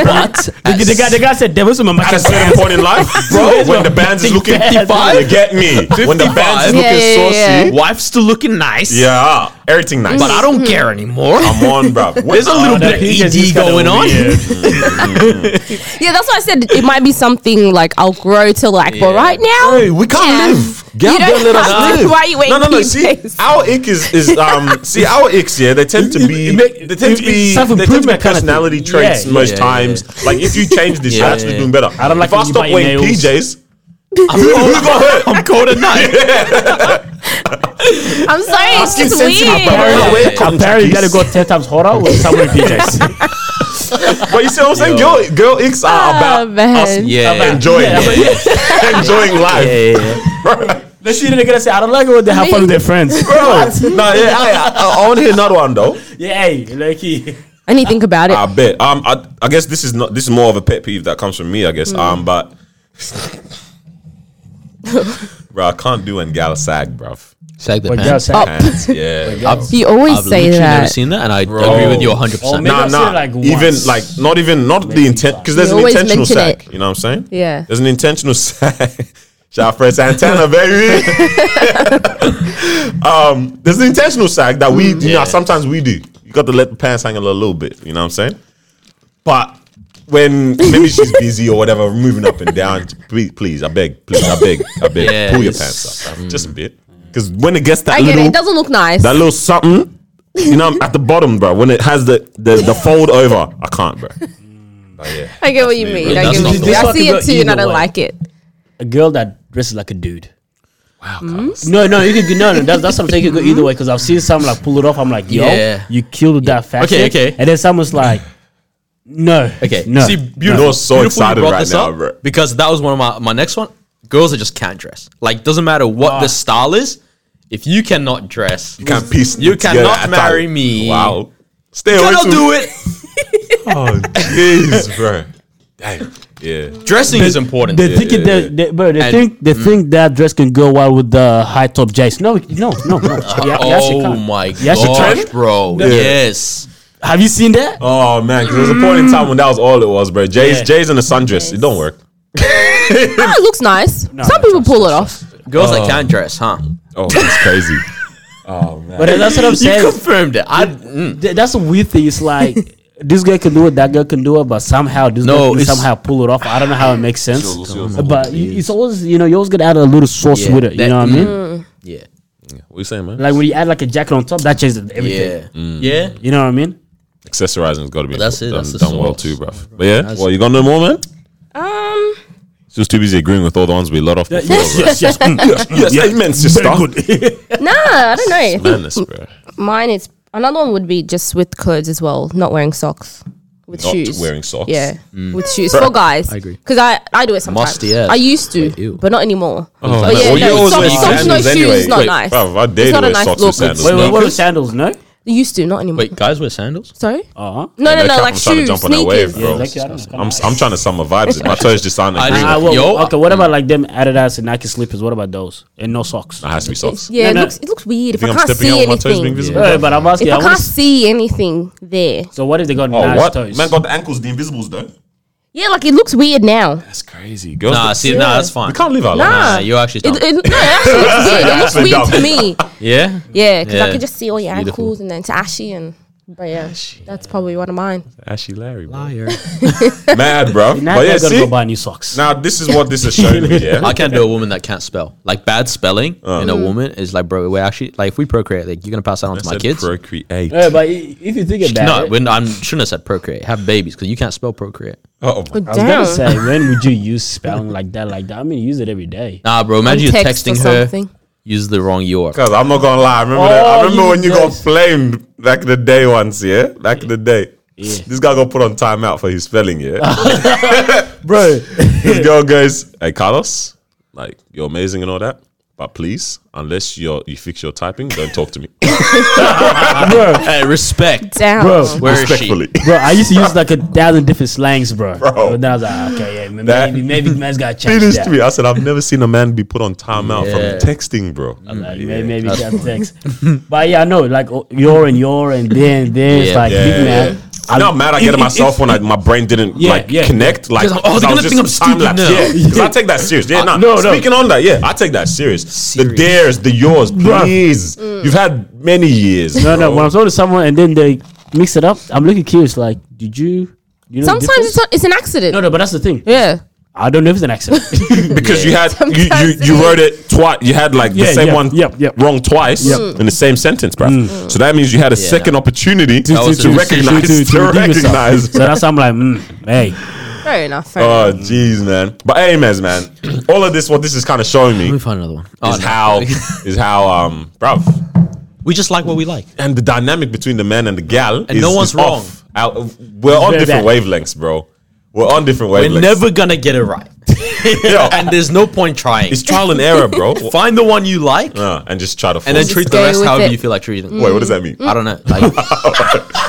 Speaker 6: but at
Speaker 2: The, the guy, the guy said, "There was some
Speaker 3: At a certain point in life, bro, when the bands is looking, you
Speaker 6: 55?
Speaker 3: get me. When the bands is
Speaker 6: Yeah,
Speaker 3: looking
Speaker 5: yeah, yeah.
Speaker 3: saucy,
Speaker 6: wife's still looking nice.
Speaker 3: yeah. everything nice.
Speaker 6: but I don't care anymore.
Speaker 3: I'm oh, on, bro. What-
Speaker 6: There's a little
Speaker 2: that
Speaker 6: bit of
Speaker 2: pink is
Speaker 6: ED
Speaker 2: just kinda
Speaker 6: going on.
Speaker 2: weird.
Speaker 5: yeah, that's why I said it might be something like I'll grow to like. But right now,
Speaker 3: Hey, we can't
Speaker 5: Yeah.
Speaker 3: live. Get
Speaker 5: You
Speaker 3: out there,
Speaker 5: don't
Speaker 3: let us
Speaker 5: have to.
Speaker 3: live.
Speaker 5: Why are you waiting
Speaker 3: No, no,
Speaker 5: for
Speaker 3: no.
Speaker 5: your
Speaker 3: See,
Speaker 5: place?
Speaker 3: our ick is is um. see, our icks, yeah, they tend to be
Speaker 2: it make-
Speaker 3: they tend to
Speaker 2: it- it's
Speaker 3: be they tend to be
Speaker 2: self-improvement kinda
Speaker 3: personality
Speaker 2: thing.
Speaker 3: traits
Speaker 2: Yeah,
Speaker 3: most
Speaker 6: yeah,
Speaker 3: times. Like if you change this, you're
Speaker 6: Yeah.
Speaker 3: actually doing better.
Speaker 2: I don't like
Speaker 3: if I
Speaker 2: when you
Speaker 3: stop
Speaker 2: bite
Speaker 3: wearing
Speaker 2: nails.
Speaker 3: PJs. Who got hurt?
Speaker 6: I'm cold at night.
Speaker 5: I'm sorry, it's just
Speaker 3: Apparently,
Speaker 5: weird.
Speaker 6: Yeah.
Speaker 3: wear cotton
Speaker 2: Apparently, you gotta go
Speaker 3: jackets.
Speaker 2: ten times hotter with someone in PJs.
Speaker 3: But you see what I'm saying? Girl, girl icks are
Speaker 5: Oh,
Speaker 3: about us
Speaker 5: man.
Speaker 6: Yeah, yeah.
Speaker 3: enjoying it. enjoying life.
Speaker 2: Let's see the gonna say, "I don't like it when they have fun with their friends."
Speaker 3: Bro, no, yeah, I, I, I want to hear another one though.
Speaker 2: yeah, hey, lucky.
Speaker 5: I need to think about it.
Speaker 3: I bet. Um, I, I guess this is not. This is more of a pet peeve that comes from me. I guess. Um, but. bro, I can't do when gal sag, bro.
Speaker 6: Sag the
Speaker 2: But
Speaker 6: pants.
Speaker 2: girls say-
Speaker 3: Pants, yeah.
Speaker 6: I've,
Speaker 5: Oh, you always
Speaker 6: I've
Speaker 5: say
Speaker 6: literally never
Speaker 5: that.
Speaker 6: seen that, and I
Speaker 3: Bro.
Speaker 6: agree with you 100.
Speaker 2: Oh, man.
Speaker 6: percent
Speaker 2: Maybe
Speaker 3: Nah,
Speaker 2: I've said
Speaker 3: nah.
Speaker 2: it, like,
Speaker 3: even
Speaker 2: once.
Speaker 3: like not even not the intent because there's
Speaker 5: You
Speaker 3: an
Speaker 5: always
Speaker 3: intentional
Speaker 5: mention
Speaker 3: sack.
Speaker 5: it.
Speaker 3: You know what I'm saying?
Speaker 5: Yeah.
Speaker 3: There's an intentional sack. Shout out Fred Santana, baby. um, there's an intentional sack that
Speaker 2: Mm,
Speaker 3: we, you know,
Speaker 6: Yeah.
Speaker 3: sometimes we do. You got to let the pants hang a little, little bit. You know what I'm saying? But when maybe she's busy or whatever, moving up and down, please, please, I beg, please, I beg, I beg,
Speaker 6: Yeah,
Speaker 3: pull your
Speaker 6: it's-
Speaker 3: pants
Speaker 2: mm.
Speaker 3: up, bruv, just a bit. Because when it gets that
Speaker 5: I get
Speaker 3: little,
Speaker 5: it. It doesn't look nice.
Speaker 3: that little something, you know, at the bottom, bro. When it has the the, the fold over, I can't, bro.
Speaker 6: Oh,
Speaker 3: But yeah,
Speaker 5: I get what you mean. I
Speaker 6: That's
Speaker 5: get
Speaker 6: not
Speaker 5: what you
Speaker 6: the
Speaker 5: mean.
Speaker 2: way.
Speaker 5: I see
Speaker 2: This
Speaker 5: it
Speaker 2: one
Speaker 5: too, and I
Speaker 2: could go
Speaker 5: don't
Speaker 2: either
Speaker 5: like it.
Speaker 2: a girl that dresses like a dude. Wow, no, no, you could no, no. That's that's something you could go either way because I've seen some like pull it off. I'm like, yo,
Speaker 6: Yeah.
Speaker 2: you killed that fashion.
Speaker 6: Okay, okay.
Speaker 2: And then someone's like, no,
Speaker 6: Okay.
Speaker 2: no.
Speaker 6: See, beautiful.
Speaker 3: You're so
Speaker 6: beautiful you
Speaker 3: excited
Speaker 6: brought
Speaker 3: right
Speaker 6: this
Speaker 3: now,
Speaker 6: up
Speaker 3: bro.
Speaker 6: Because that was one of my my next one. Girls that just can't dress. Like doesn't matter what the style is. If you cannot dress,
Speaker 3: you Ah. can't piece.
Speaker 6: You
Speaker 3: it together
Speaker 6: cannot
Speaker 3: at
Speaker 6: marry
Speaker 3: time.
Speaker 6: me.
Speaker 3: Wow, stay away.
Speaker 6: cannot
Speaker 3: too-
Speaker 6: do it.
Speaker 3: Oh, jeez, bro. Damn. Yeah.
Speaker 6: Dressing is important.
Speaker 2: They think it,
Speaker 3: yeah,
Speaker 2: they, they, bro, they
Speaker 6: And- mm.
Speaker 2: think they think that dress can go well with the high top jays. No, no, no, no. Yeah, yes, it
Speaker 6: oh
Speaker 2: can.
Speaker 6: my
Speaker 2: Yes, it
Speaker 6: gosh,
Speaker 2: can.
Speaker 6: bro. Yes.
Speaker 2: Have you seen that?
Speaker 3: Oh man, because there was a point in time when that was all it was, bro. Jay's
Speaker 2: Yeah.
Speaker 3: Jay's in a sundress. It don't work.
Speaker 5: Oh, it looks nice. Some
Speaker 2: no,
Speaker 5: people pull it off.
Speaker 6: Girls that can't dress, huh?
Speaker 3: Oh, that's crazy. oh man.
Speaker 2: But that's what I'm
Speaker 6: You
Speaker 2: saying.
Speaker 6: confirmed it. I mm.
Speaker 2: Th- that's a weird thing. It's like this girl can do it, that girl can do it, but somehow this
Speaker 6: No,
Speaker 2: girl can
Speaker 6: it's-
Speaker 2: somehow pull it off. I don't know how it makes sense,
Speaker 3: Sure, sure.
Speaker 2: but you- it's always you know you always gotta add a little sauce
Speaker 6: Yeah,
Speaker 2: with it. You
Speaker 6: that- mm.
Speaker 2: know what I mean?
Speaker 6: yeah,
Speaker 3: What you saying, man?
Speaker 2: Like when you add like a jacket on top, that changes everything.
Speaker 6: yeah, yeah.
Speaker 2: You know what I mean?
Speaker 3: Accessorizing's got to be
Speaker 6: That's it,
Speaker 3: done,
Speaker 6: that's the
Speaker 3: done well
Speaker 6: sauce.
Speaker 3: too, bro. But yeah, well, you got no more, man.
Speaker 5: Um,
Speaker 3: She was too busy agreeing with all the ones we let off before.
Speaker 2: Yes,
Speaker 3: bruh.
Speaker 2: yes, yes. mm, yes,
Speaker 3: yes, amen, sister.
Speaker 5: nah, I don't know. I think
Speaker 3: Madness, bro.
Speaker 5: mine is another one would be just with clothes as well, not wearing socks with
Speaker 3: Not
Speaker 5: shoes.
Speaker 3: wearing socks. Mm.
Speaker 5: Yeah, with shoes for guys. I
Speaker 6: agree.
Speaker 5: Because I, I do it sometimes.
Speaker 6: Musty ass.
Speaker 5: I used to,
Speaker 6: Wait, ew.
Speaker 5: but not anymore.
Speaker 6: Like,
Speaker 5: But yeah,
Speaker 3: Oh, well, you
Speaker 5: no,
Speaker 3: always
Speaker 5: socks,
Speaker 3: wear
Speaker 5: socks, no
Speaker 3: sandals
Speaker 5: shoes,
Speaker 3: anyway.
Speaker 5: not
Speaker 3: Wait,
Speaker 5: nice.
Speaker 3: bruv, I dare
Speaker 5: It's
Speaker 3: to
Speaker 5: not a
Speaker 3: wear
Speaker 5: nice
Speaker 3: socks
Speaker 5: look.
Speaker 3: with sandals.
Speaker 2: Wait, wait, what are
Speaker 6: Sneakers?
Speaker 2: sandals? No.
Speaker 5: Used to, not anymore.
Speaker 6: Wait, guys wear sandals.
Speaker 5: Sorry?
Speaker 2: Uh huh.
Speaker 5: No, no,
Speaker 3: Like,
Speaker 5: no,
Speaker 3: I'm
Speaker 5: like
Speaker 3: trying to
Speaker 5: shoes,
Speaker 3: jump on that wave,
Speaker 5: sneakers.
Speaker 3: bro.
Speaker 2: Exactly. I don't know.
Speaker 3: I'm, I'm trying to summer vibes. it. My toes just aren't
Speaker 6: I
Speaker 3: agreeing.
Speaker 6: just-
Speaker 2: Ah, well,
Speaker 6: Yo.
Speaker 2: okay. What about like them Adidas and Nike slippers? What about those? And no socks.
Speaker 3: It has to be socks.
Speaker 5: Yeah,
Speaker 2: No,
Speaker 5: it
Speaker 2: no.
Speaker 5: looks it looks weird if
Speaker 3: You
Speaker 5: I
Speaker 3: think I'm
Speaker 5: can't
Speaker 3: stepping out
Speaker 5: see
Speaker 3: with my toes being
Speaker 5: anything.
Speaker 3: visible?
Speaker 2: Hey, but I'm asking.
Speaker 5: If
Speaker 2: I
Speaker 5: I
Speaker 2: wanna
Speaker 5: can't
Speaker 2: s-
Speaker 5: see anything there,
Speaker 2: so what if they got
Speaker 3: Oh,
Speaker 2: nice
Speaker 3: what?
Speaker 2: toes?
Speaker 3: Man got the ankles, the invisibles, though.
Speaker 5: yeah, like it looks weird now.
Speaker 3: That's crazy. Girls,
Speaker 6: Nah,
Speaker 3: that-
Speaker 6: see, nah, that's fine.
Speaker 3: we can't live our lives.
Speaker 6: Nah, you actually
Speaker 5: It,
Speaker 6: dumb.
Speaker 5: it, no, it actually looks weird. It
Speaker 3: Actually
Speaker 5: looks weird
Speaker 3: dumb.
Speaker 5: to me.
Speaker 6: yeah,
Speaker 5: Yeah, because
Speaker 6: Yeah.
Speaker 5: I could just see all your
Speaker 6: Beautiful.
Speaker 5: ankles and then it's ashy and. But yeah, that's probably one of mine.
Speaker 3: Ashy Larry, bro.
Speaker 6: Liar.
Speaker 3: Mad, bro.
Speaker 2: Now
Speaker 3: But yeah,
Speaker 2: I gotta
Speaker 3: see.
Speaker 2: go buy new socks.
Speaker 3: Now this is what this is showing me. Yeah.
Speaker 6: I can't do a woman that can't spell. Like bad spelling
Speaker 2: Oh.
Speaker 6: in a woman is like, bro, we're actually like if we procreate, like you're gonna pass that on to my
Speaker 3: Said
Speaker 6: kids.
Speaker 3: Procreate.
Speaker 2: Hey, but i- if you think about
Speaker 6: no,
Speaker 2: it,
Speaker 6: when I'm shouldn't have said procreate. Have babies because you can't spell procreate.
Speaker 3: Oh,
Speaker 5: But
Speaker 2: I was gonna
Speaker 5: damn,
Speaker 2: say, when would you use spelling like that? Like that? I mean, use it every day.
Speaker 6: Nah, bro. Imagine you're
Speaker 5: text or
Speaker 6: texting her,
Speaker 5: something.
Speaker 6: use the wrong your.
Speaker 3: because I'm not gonna lie. I remember that.
Speaker 2: Oh,
Speaker 3: I remember
Speaker 2: you
Speaker 3: when you got
Speaker 2: guys.
Speaker 3: flamed back in the day once. Yeah, back in the day. This guy got put on timeout for his spelling. Yeah.
Speaker 2: bro.
Speaker 3: this girl goes, "Hey Carlos, like you're amazing and all that, but please, unless you you fix your typing, don't talk to me
Speaker 2: bro,
Speaker 6: Hey, respect.
Speaker 5: damn.
Speaker 2: bro,
Speaker 6: Where is she?
Speaker 3: respectfully."
Speaker 2: bro. I used to use like a thousand different slangs, bro. But then I was like, "Ah, okay, yeah, maybe
Speaker 3: That-
Speaker 2: maybe, maybe the man's got to change
Speaker 3: Finished
Speaker 2: that.
Speaker 3: me. I said, "I've never seen a man be put on timeout
Speaker 6: Yeah.
Speaker 3: from texting, bro."
Speaker 2: Like, may- maybe that text. but yeah, I know, like oh, you're and you're and then then it's
Speaker 6: Yeah.
Speaker 2: like
Speaker 3: Yeah,
Speaker 2: big
Speaker 3: yeah,
Speaker 2: man.
Speaker 3: I'm not mad I get
Speaker 2: if-
Speaker 3: it myself when I, my brain didn't
Speaker 2: Yeah,
Speaker 3: like
Speaker 2: yeah.
Speaker 3: connect. Like,
Speaker 6: Because, oh, they're
Speaker 3: 'cause I
Speaker 6: gonna
Speaker 3: was
Speaker 6: think I'm
Speaker 3: just
Speaker 6: stupid
Speaker 3: time-lapse.
Speaker 6: now.
Speaker 3: Yeah, because I take that serious. Yeah, nah,
Speaker 2: no, no.
Speaker 3: Speaking on that, yeah, I take that serious. The
Speaker 6: Serious.
Speaker 3: theirs, the yours, please. You've had many years.
Speaker 2: No, no.
Speaker 3: bro.
Speaker 2: When I'm talking to someone and then they mix it up, I'm looking curious. Like, did you? you know the
Speaker 5: Sometimes
Speaker 2: difference?
Speaker 5: it's, not, it's an accident.
Speaker 2: no, no. But that's the thing.
Speaker 5: Yeah.
Speaker 2: I don't know if it's an accident.
Speaker 3: because you had you,
Speaker 5: Sometimes
Speaker 3: you,
Speaker 5: it
Speaker 3: you wrote it twice. You had like the
Speaker 2: Yeah,
Speaker 3: same
Speaker 2: yep,
Speaker 3: one
Speaker 2: yep, yep.
Speaker 3: wrong twice in the same sentence, bro. So that means you had a
Speaker 6: Yeah.
Speaker 3: second opportunity to,
Speaker 6: was a-
Speaker 3: recognize to,
Speaker 2: redeem yourself.
Speaker 3: recognize.
Speaker 2: So that's why I'm like, mm, hey,
Speaker 5: Fair enough. Fair enough.
Speaker 3: Oh jeez, man. But anyways, man, all of this, what this is kind of showing me
Speaker 6: Let me
Speaker 3: is
Speaker 6: find another one. Oh, no.
Speaker 3: how is how um, bro,
Speaker 6: we just like what we like.
Speaker 3: and the dynamic between the man and the gal.
Speaker 6: And
Speaker 3: is,
Speaker 6: no
Speaker 3: is
Speaker 6: one's
Speaker 3: off. Out- we're on
Speaker 2: very
Speaker 3: different
Speaker 2: bad.
Speaker 3: wavelengths, bro. We're on different
Speaker 6: We're
Speaker 3: wavelengths.
Speaker 6: never gonna get it right.
Speaker 3: Yo,
Speaker 6: and there's no point trying.
Speaker 3: it's trial and error, bro.
Speaker 6: Find the one you like,
Speaker 3: Uh, and just try to force
Speaker 6: and then
Speaker 3: it.
Speaker 6: treat the
Speaker 5: go
Speaker 6: rest
Speaker 5: with
Speaker 6: however
Speaker 5: it. Mm.
Speaker 6: you feel like treating. them.
Speaker 3: Wait, what does that mean?
Speaker 6: I don't know. Like,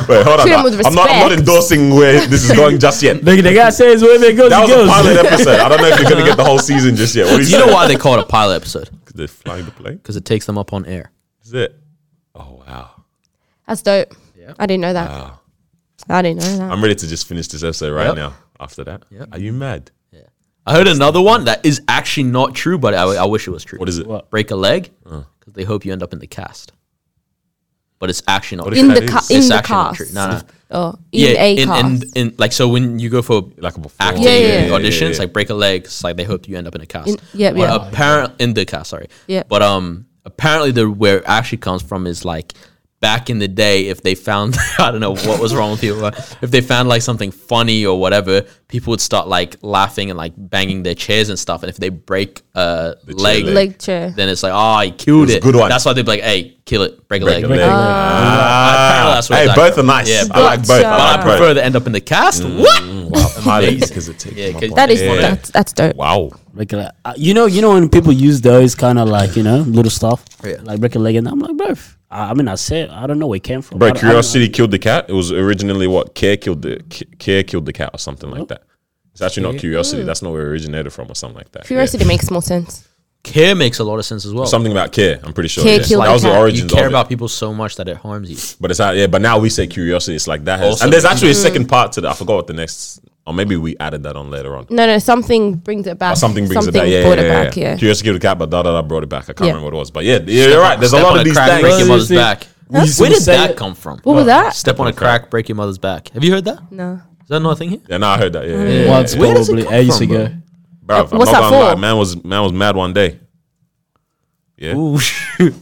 Speaker 3: Wait, hold on.
Speaker 5: Treat 'em
Speaker 3: I-
Speaker 5: with
Speaker 3: I'm not. I'm not
Speaker 5: respect.
Speaker 3: endorsing where this is going just yet.
Speaker 2: The, the guy says wherever it goes, it
Speaker 3: That was a
Speaker 2: goes.
Speaker 3: pilot episode. I don't know if you're gonna get the whole season just yet. What do
Speaker 6: do
Speaker 3: you,
Speaker 6: you know
Speaker 3: say?
Speaker 6: why they call it a pilot episode?
Speaker 3: They're flying the plane.
Speaker 6: Because it takes them up on air.
Speaker 3: Is it? Oh wow.
Speaker 5: That's dope. I didn't know that. I didn't know that.
Speaker 3: I'm ready to just finish this episode right
Speaker 6: Yep.
Speaker 3: now. After that, are you mad?
Speaker 6: I heard another one that is actually not true, but I, I wish it was true.
Speaker 3: What is it? Uh.
Speaker 2: What?
Speaker 6: Break a leg because they hope you end up in the cast, but it's actually not.
Speaker 3: What
Speaker 6: true.
Speaker 3: if
Speaker 5: in
Speaker 3: that
Speaker 5: the
Speaker 3: is-
Speaker 5: car,
Speaker 3: it's
Speaker 5: in the
Speaker 6: actually not
Speaker 5: cast,
Speaker 6: true. No, no.
Speaker 5: or in a cast.
Speaker 6: in, in, in like so when you go for
Speaker 3: Like a performance.
Speaker 6: acting
Speaker 5: Yeah, yeah,
Speaker 6: and
Speaker 5: yeah.
Speaker 6: auditions,
Speaker 3: Yeah, yeah.
Speaker 6: like break a leg, 'cause, like they hope you end up in a cast.
Speaker 5: In- yeah,
Speaker 6: but
Speaker 5: yeah.
Speaker 6: Apparent in the cast, sorry.
Speaker 5: Yeah.
Speaker 6: But um, apparently the where it actually comes from is like back in the day, if they found I don't know what was wrong with people, but if they found like something funny or whatever, people would start like laughing and like banging their chairs and stuff. And if they break a
Speaker 3: leg.
Speaker 6: leg,
Speaker 5: Leg chair.
Speaker 6: then it's like oh, he killed it.
Speaker 3: a good one.
Speaker 6: That's why they'd be like, hey, kill it, break,
Speaker 3: Break
Speaker 6: a
Speaker 3: a leg.
Speaker 6: leg. Apparently
Speaker 3: Ah,
Speaker 6: that's where
Speaker 3: hey,
Speaker 6: that-
Speaker 3: both are nice. Mm,
Speaker 6: Yeah,
Speaker 3: I like both.
Speaker 5: Gotcha.
Speaker 6: But
Speaker 3: I
Speaker 6: I
Speaker 3: like
Speaker 6: prefer
Speaker 3: both.
Speaker 6: to end up in the cast. What?
Speaker 3: Wow, pilot because it takes.
Speaker 6: Yeah,
Speaker 3: them
Speaker 6: 'cause
Speaker 3: up on
Speaker 5: that is
Speaker 3: air.
Speaker 5: that's that's dope.
Speaker 3: wow.
Speaker 2: Break a leg. Uh, you know, you know when people use those kind of like you know little stuff,
Speaker 6: Yeah.
Speaker 2: like break a leg, and I'm like, bro, I, I mean, I said I don't know where it came from. I
Speaker 3: Bro,
Speaker 2: don't- I don't know.
Speaker 3: curiosity killed the cat. It was originally what care killed the Ca- care killed the cat or something like that. It's actually not curiosity. That's not where it originated from or something like that.
Speaker 5: Curiosity makes more sense.
Speaker 6: Care makes a lot of sense as well.
Speaker 3: Yeah. Something about care. I'm pretty sure.
Speaker 5: Care
Speaker 3: yeah.
Speaker 5: killed
Speaker 3: that
Speaker 5: the
Speaker 3: was the
Speaker 5: cat.
Speaker 3: origins
Speaker 6: you care
Speaker 3: of it.
Speaker 6: about people so much that it harms you.
Speaker 3: But it's not, yeah. But now we say curiosity. It's like that. Has,
Speaker 6: Also-
Speaker 3: and there's actually a second part to that. I forgot what the next, or maybe we added that on later on.
Speaker 5: No, no, something brings it back.
Speaker 3: Or Oh, something brings it back. Yeah,
Speaker 5: brought
Speaker 3: yeah, yeah,
Speaker 5: it back. Yeah.
Speaker 3: Curiosity killed the cat, but da da da brought it back. I can't
Speaker 5: Yeah.
Speaker 3: remember what it was. But yeah, yeah, you're right. There's a
Speaker 6: Step
Speaker 3: lot
Speaker 6: on
Speaker 3: of these
Speaker 6: crack, Break your
Speaker 3: things.
Speaker 6: mother's
Speaker 2: Seriously?
Speaker 6: back.
Speaker 2: We used
Speaker 6: Where
Speaker 2: to
Speaker 6: did
Speaker 2: say
Speaker 6: that
Speaker 2: it.
Speaker 6: come from?
Speaker 5: What was that?
Speaker 6: Step on a crack, break your mother's back. Have you heard that? Is
Speaker 5: No.
Speaker 6: that another thing here?
Speaker 3: Yeah, no, I heard that. Yeah,
Speaker 5: Mm.
Speaker 3: yeah, yeah.
Speaker 2: Once
Speaker 6: Where does it
Speaker 2: probably
Speaker 6: come
Speaker 2: ages
Speaker 6: from,
Speaker 2: ago.
Speaker 3: Bruv, I'm
Speaker 5: What's
Speaker 3: not
Speaker 5: that
Speaker 3: gonna lie.
Speaker 5: for?
Speaker 3: Man was man was mad one day. Yeah,
Speaker 6: Ooh, shoot.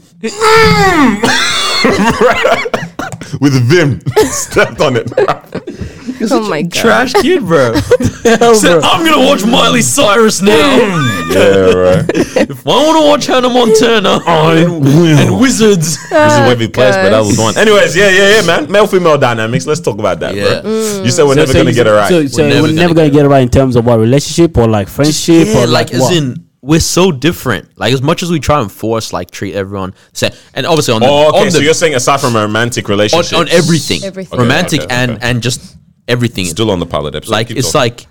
Speaker 3: with Vim stepped on it.
Speaker 5: Oh my god.
Speaker 6: Trash kid, bro. Said, I'm gonna watch Miley Cyrus now.
Speaker 3: yeah, right.
Speaker 6: if I want to watch Hannah Montana and, and Wizards,
Speaker 3: This is where
Speaker 6: Oh,
Speaker 3: we placed, but that was one. Anyways, yeah, yeah, yeah, man. Male female dynamics. Let's talk about that,
Speaker 6: Yeah.
Speaker 3: bro. You said we're never
Speaker 2: so
Speaker 3: gonna
Speaker 2: you-
Speaker 3: get it right.
Speaker 2: So, so we're never, gonna, get it right in terms of what relationship or like friendship
Speaker 6: yeah,
Speaker 2: or
Speaker 6: like
Speaker 2: like,
Speaker 6: as
Speaker 2: what?
Speaker 6: in we're so different. Like as much as we try and force, like treat everyone, say, and obviously on the,
Speaker 3: oh, okay.
Speaker 6: on
Speaker 3: so
Speaker 6: the
Speaker 3: you're saying aside from romantic
Speaker 6: on,
Speaker 3: relationships,
Speaker 6: on everything,
Speaker 5: Everything. Okay,
Speaker 6: romantic
Speaker 3: okay,
Speaker 6: and
Speaker 3: okay.
Speaker 6: and just everything.
Speaker 3: still on the pilot episode.
Speaker 6: like
Speaker 3: Keep
Speaker 6: it's
Speaker 3: talking.
Speaker 6: like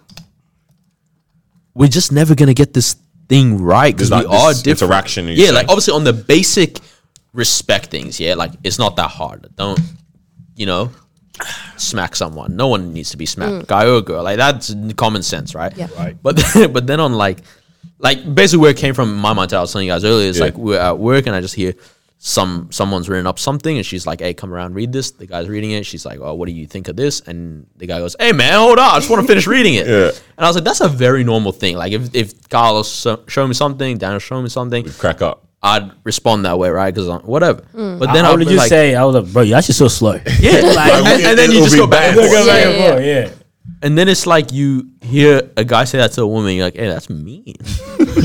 Speaker 6: we're just never gonna get this thing right because
Speaker 3: There's
Speaker 6: we
Speaker 3: like
Speaker 6: are
Speaker 3: this
Speaker 6: different.
Speaker 3: interaction you're
Speaker 6: Yeah, like
Speaker 3: saying.
Speaker 6: obviously on the basic respect things. Yeah, like it's not that hard. Don't you know? Smack someone. No one needs to be smacked, guy or girl. Like that's common sense, right?
Speaker 5: Yeah.
Speaker 6: Right. But then, but then on like, like basically where it came from. in My mindset. I was telling you guys earlier. It's
Speaker 3: Yeah.
Speaker 6: like we're at work and I just hear some someone's written up something and she's like, "Hey, come around, read this." The guy's reading it. She's like, "Oh, what do you think of this?" And the guy goes, "Hey, man, hold on. I just want to finish reading it."
Speaker 3: Yeah.
Speaker 6: And I was like, "That's a very normal thing. Like if if Carlos so- show me something, Daniel show me something,
Speaker 3: crack up.
Speaker 6: I'd respond that way, right? Because whatever." But
Speaker 2: then
Speaker 6: then
Speaker 2: I
Speaker 6: I
Speaker 2: would
Speaker 6: would
Speaker 2: just
Speaker 6: be like,
Speaker 2: say, I was like, bro, you're actually so slow.
Speaker 6: "Yeah," and,
Speaker 3: Like,
Speaker 6: and then you
Speaker 3: it'll
Speaker 6: just
Speaker 3: be
Speaker 6: go back.
Speaker 3: back.
Speaker 6: and forth.
Speaker 5: Yeah, yeah, yeah.
Speaker 2: yeah.
Speaker 6: And then it's like you hear a guy say that to a woman, you're like, hey, that's mean. but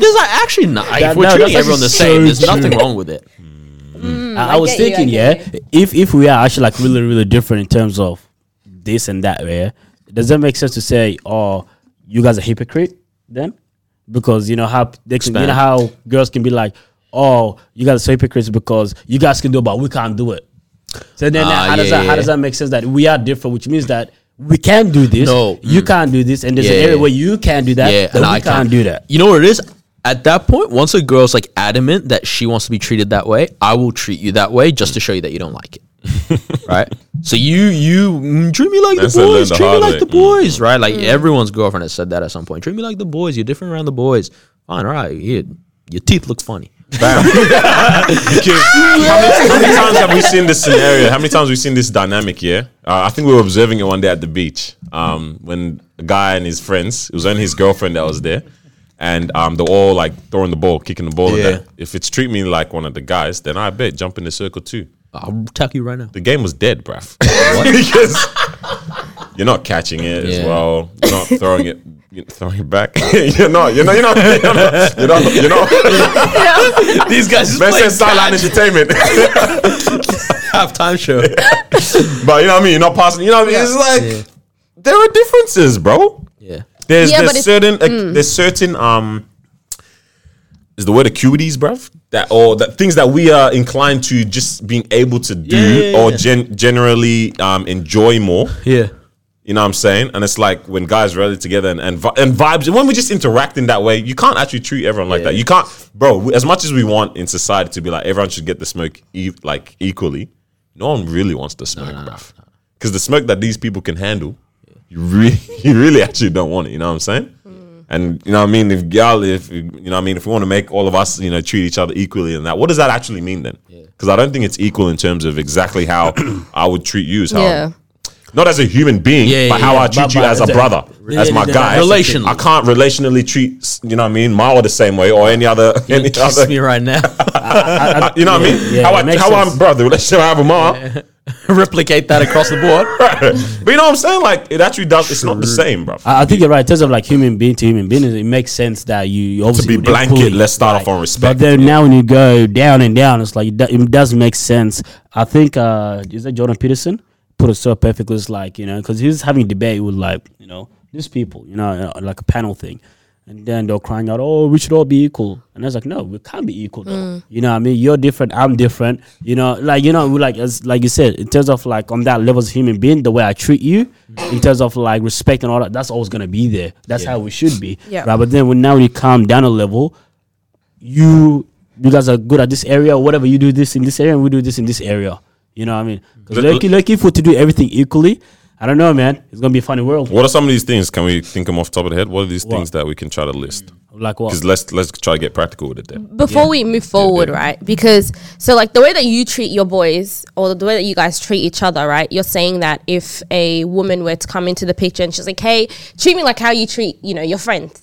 Speaker 6: there's like actually not, like,
Speaker 2: That-
Speaker 6: if we're
Speaker 2: no, that's
Speaker 6: treating everyone the
Speaker 2: actually
Speaker 6: same,
Speaker 2: so
Speaker 6: there's
Speaker 2: true.
Speaker 6: nothing wrong with it.
Speaker 2: I, I was
Speaker 5: get you, I
Speaker 2: thinking,
Speaker 5: get
Speaker 2: yeah, if if we are actually like really really different in terms of this and that, yeah, does that make sense to say, oh, you guys are hypocrite then? Because you know how they can, you
Speaker 6: Expand.
Speaker 2: know how girls can be like, oh, you guys are so hypocrites because you guys can do it, but we can't do it. So then,
Speaker 6: Ah,
Speaker 2: how does
Speaker 6: yeah,
Speaker 2: that
Speaker 6: yeah,
Speaker 2: how does
Speaker 6: yeah.
Speaker 2: that make sense that we are different, which means that. We can do this.
Speaker 6: No,
Speaker 2: you can't do this, and there's
Speaker 6: Yeah,
Speaker 2: an area
Speaker 6: yeah.
Speaker 2: where you can do that.
Speaker 6: yeah,
Speaker 2: Yeah,
Speaker 6: and
Speaker 2: we
Speaker 6: I
Speaker 2: can't do that.
Speaker 6: You know what it is? At that point, once a girl's like adamant that she wants to be treated that way, I will treat you that way just to show you that you don't like it. right? So you you mm, treat me like
Speaker 3: That's a
Speaker 6: the
Speaker 3: learn
Speaker 6: boys,
Speaker 3: the
Speaker 6: treat me
Speaker 3: hard
Speaker 6: like
Speaker 3: way.
Speaker 6: the
Speaker 3: Mm.
Speaker 6: boys, right? Like everyone's girlfriend has said that at some point. Treat me like the boys. You're different around the boys. Fine, all right. Yeah, your teeth look funny.
Speaker 3: Bam. Because how, many, Ah! how many times have we seen this scenario? How many times have we seen this dynamic? Yeah, uh, I think we were observing it one day at the beach um, when a guy and his friends. It was only his girlfriend that was there, and um, they're all like throwing the ball, kicking the ball. at
Speaker 6: Yeah.
Speaker 3: that. If it's treat me like one of the guys, then I bet jump in the circle too.
Speaker 6: I'll tackle you right now.
Speaker 3: The game was dead, bruv. because you're not catching it as
Speaker 6: Yeah.
Speaker 3: well. You're not throwing it. You're throwing it back. you're not. You're not. You're not. You're not. You're not. You're not.
Speaker 6: These guys just
Speaker 3: Best
Speaker 6: play
Speaker 3: sideline entertainment.
Speaker 6: halftime show.
Speaker 3: But you know what I mean? You're not passing. You know what I mean? It's like there are differences, bro.
Speaker 6: yeah.
Speaker 3: There's
Speaker 5: Yeah, but Mm.
Speaker 3: there's
Speaker 5: it's-
Speaker 3: certain ac- there's certain um is the word acuities, bruv? That or that things that we are inclined to just being able to do
Speaker 6: Yeah, yeah, yeah,
Speaker 3: or
Speaker 6: yeah.
Speaker 3: gen- generally um enjoy more.
Speaker 6: Yeah.
Speaker 3: You know what I'm saying? And it's like when guys rally together and and, vi- and vibes. When we just interact in that way, you can't actually treat everyone like that. You can't, bro. we- As much as we want in society to be like everyone should get the smoke e- like equally, no one really wants the smoke, bruv. Because the smoke that these people can handle, you really, you really actually don't want it. You know what I'm saying? And you know what I mean? If y'all, if you know what I mean, if we want to make all of us, you know, treat each other equally and that, what does that actually mean then? Because I don't think it's equal in terms of exactly how I would treat you. Is how
Speaker 5: Yeah.
Speaker 3: not as a human being,
Speaker 6: Yeah, yeah,
Speaker 3: but how
Speaker 6: yeah.
Speaker 3: I treat
Speaker 2: But-
Speaker 3: you
Speaker 2: but
Speaker 3: as a
Speaker 2: the-
Speaker 3: brother, as my
Speaker 2: the-
Speaker 3: guy.
Speaker 6: relationally.
Speaker 3: I can't relationally treat, you know what I mean, Marwa the same way or any other, any
Speaker 6: Kiss
Speaker 3: other,
Speaker 6: me right now.
Speaker 3: you know what I
Speaker 2: Yeah,
Speaker 3: mean?
Speaker 2: yeah,
Speaker 3: how
Speaker 2: it
Speaker 3: I,
Speaker 2: makes
Speaker 3: how I'm,
Speaker 2: sense.
Speaker 3: brother, relationship I have with Ma.
Speaker 6: Replicate that across the board.
Speaker 3: but you know what I'm saying? Like, it actually does, it's not the same, bro.
Speaker 2: I, I think you're right. In terms of like human being to human being, it makes sense that you, you
Speaker 3: to
Speaker 2: obviously
Speaker 3: be
Speaker 2: would equally-
Speaker 3: blanket, let's start off on
Speaker 2: But
Speaker 3: respect.
Speaker 2: then now when you go down and down, it's like it, do, it doesn't make sense. I think uh, is that Jordan Peterson put it so perfectly. It's like you know because he was having debate with like you know these people, you know, uh, like a panel thing. And then they're crying out, "Oh, we should all be equal." And I was like, "No, we can't be equal. Though. You know, what I mean, you're different, I'm different. You know, like you know, we like as like you said, in terms of like on that level as a human being, the way I treat you, in terms of like respect and all that, that's always gonna be there. That's how we should be.
Speaker 5: Yeah.
Speaker 2: Right? But then when now you calm down a level, you you guys are good at this area, whatever you do this in this area, and we do this in this area. You know what I mean? Because
Speaker 3: Let-
Speaker 2: lucky, lucky if we to do everything equally, I don't know, man. It's gonna be a funny world.
Speaker 3: What are some of these things? Can we think them off the top of the head? What are these things that we can try to list?
Speaker 2: Like what?
Speaker 3: Because let's let's try to get practical with it then.
Speaker 5: before we move forward, right? Because so like the way that you treat your boys or the way that you guys treat each other, right? You're saying that if a woman were to come into the picture and she's like, "Hey, treat me like how you treat, you know, your friends."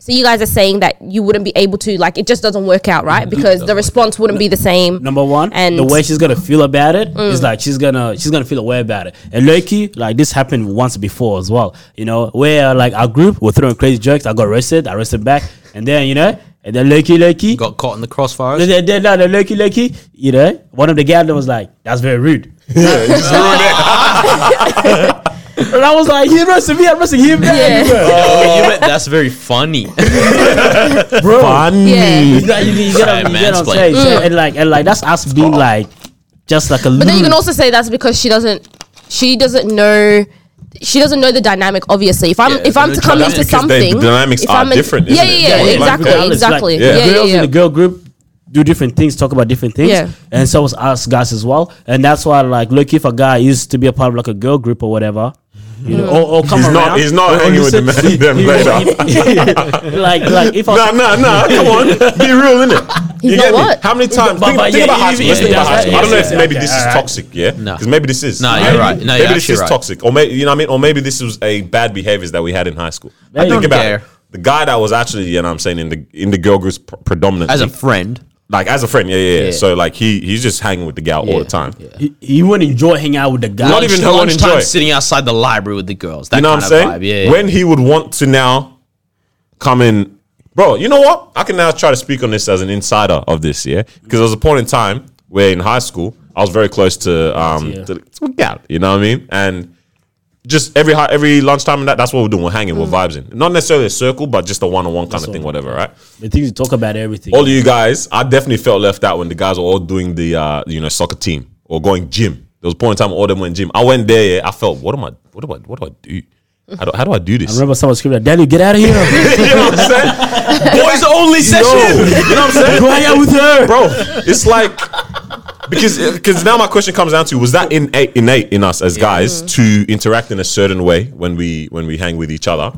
Speaker 5: So you guys are saying that you wouldn't be able to like it just doesn't work out, right? Because the response wouldn't be the same.
Speaker 2: Number one,
Speaker 5: and
Speaker 2: the way she's gonna feel about it is like she's gonna she's gonna feel away about it. And lucky, like this happened once before as well. You know, where like our group were throwing crazy jokes. I got arrested. I arrested back, and then you know, and then lucky, lucky,
Speaker 6: Got caught in the crossfire.
Speaker 2: and then, then, then, then lucky, lucky. You know, one of the guys was like, "That's very rude." And I was like, he arrested me, I arrested him.
Speaker 5: Yeah.
Speaker 6: Oh, you meant that's very funny.
Speaker 2: bro.
Speaker 5: Yeah.
Speaker 2: You, got- you, you get what
Speaker 6: Sad
Speaker 2: you get what I'm
Speaker 6: mansplaining.
Speaker 2: saying? So, and like, and like, that's us being like, just like a.
Speaker 5: But then you can also say that's because she doesn't she doesn't know she doesn't know the dynamic obviously. If I'm
Speaker 6: Yeah,
Speaker 5: if I'm
Speaker 6: the
Speaker 5: to come
Speaker 6: dynamic-
Speaker 5: into
Speaker 3: because they- the
Speaker 5: something
Speaker 3: dynamics
Speaker 5: if
Speaker 3: are
Speaker 5: I'm in-
Speaker 3: different,
Speaker 5: Yeah,
Speaker 3: isn't it?
Speaker 5: yeah,
Speaker 3: Yeah,
Speaker 5: yeah,
Speaker 3: like
Speaker 5: exactly,
Speaker 2: regardless, like,
Speaker 5: exactly.
Speaker 3: Yeah.
Speaker 5: yeah,
Speaker 2: girls
Speaker 5: yeah.
Speaker 2: in the girl group do different things, talk about different things.
Speaker 5: Yeah.
Speaker 2: And so was us guys as well. And that's why, like, look, if a guy used to be a part of like a girl group or whatever, you
Speaker 5: Mm.
Speaker 2: know, or, or come
Speaker 3: He's
Speaker 2: around.
Speaker 3: not- he's not
Speaker 2: or- or
Speaker 3: hanging with the
Speaker 2: listen-
Speaker 3: men- them
Speaker 2: he-
Speaker 3: later.
Speaker 2: he- like, like if I
Speaker 3: Nah, nah, nah. Come on, be real, innit?
Speaker 5: He's not what?
Speaker 3: How many times?
Speaker 2: But-
Speaker 3: think
Speaker 2: but
Speaker 3: think
Speaker 2: yeah,
Speaker 3: about high
Speaker 2: even-
Speaker 3: school. Let's
Speaker 6: yeah,
Speaker 3: think about
Speaker 6: yeah,
Speaker 3: high school. I don't know
Speaker 6: yeah,
Speaker 3: if
Speaker 2: yeah.
Speaker 3: maybe
Speaker 2: Okay,
Speaker 3: this is
Speaker 2: alright.
Speaker 3: toxic, yeah.
Speaker 6: No.
Speaker 3: Because maybe this is.
Speaker 6: No, you're
Speaker 3: Maybe-
Speaker 6: right. No, you're
Speaker 3: maybe this
Speaker 6: actually
Speaker 3: is
Speaker 6: right.
Speaker 3: toxic, or maybe you know what I mean, or maybe this was a bad behaviors that we had in high school. I
Speaker 2: Maybe.
Speaker 3: think about
Speaker 6: Care.
Speaker 3: it. the guy that was actually, you know, what I'm saying in the in the girl groups pr- predominantly,
Speaker 6: As a friend.
Speaker 3: like as a friend, yeah, yeah, yeah.
Speaker 6: Yeah.
Speaker 3: So like he he's just hanging with the gal all
Speaker 6: Yeah,
Speaker 3: the time.
Speaker 6: yeah.
Speaker 2: he, he wouldn't enjoy hanging out with the guy.
Speaker 3: Not even her one
Speaker 6: Lunchtime
Speaker 3: enjoy.
Speaker 6: sitting outside the library with the girls. That
Speaker 3: You know
Speaker 6: kind
Speaker 3: what I'm saying?
Speaker 6: of vibe. Yeah. yeah.
Speaker 3: When he would want to now come in, bro. You know what? I can now try to speak on this as an insider of this, yeah. Because there was a point in time where in high school I was very close to um
Speaker 2: Yeah.
Speaker 3: to, to a gal. You know what I mean? And just every hi- every lunchtime and that, that's what we're doing. We're hanging,
Speaker 6: Mm.
Speaker 3: we're vibes in. Not necessarily a circle, but just a one on one kind of thing, whatever, right?
Speaker 2: The things you talk about everything.
Speaker 3: All of you guys, I definitely felt left out when the guys were all doing the uh, you know soccer team or going gym. There was a point in time all of them went gym. I went there. Yeah, I felt what am I? What do I? What do I do? How do, how do I do this?
Speaker 2: I remember someone screaming, "Daniel, get out of here!
Speaker 3: you know what I'm saying?
Speaker 6: Boys only
Speaker 3: No. You know what I'm saying?
Speaker 2: Go hang out with her!"
Speaker 3: Bro, it's like because because now my question comes down to was that innate innate in us as guys to interact in a certain way when we when we hang with each other?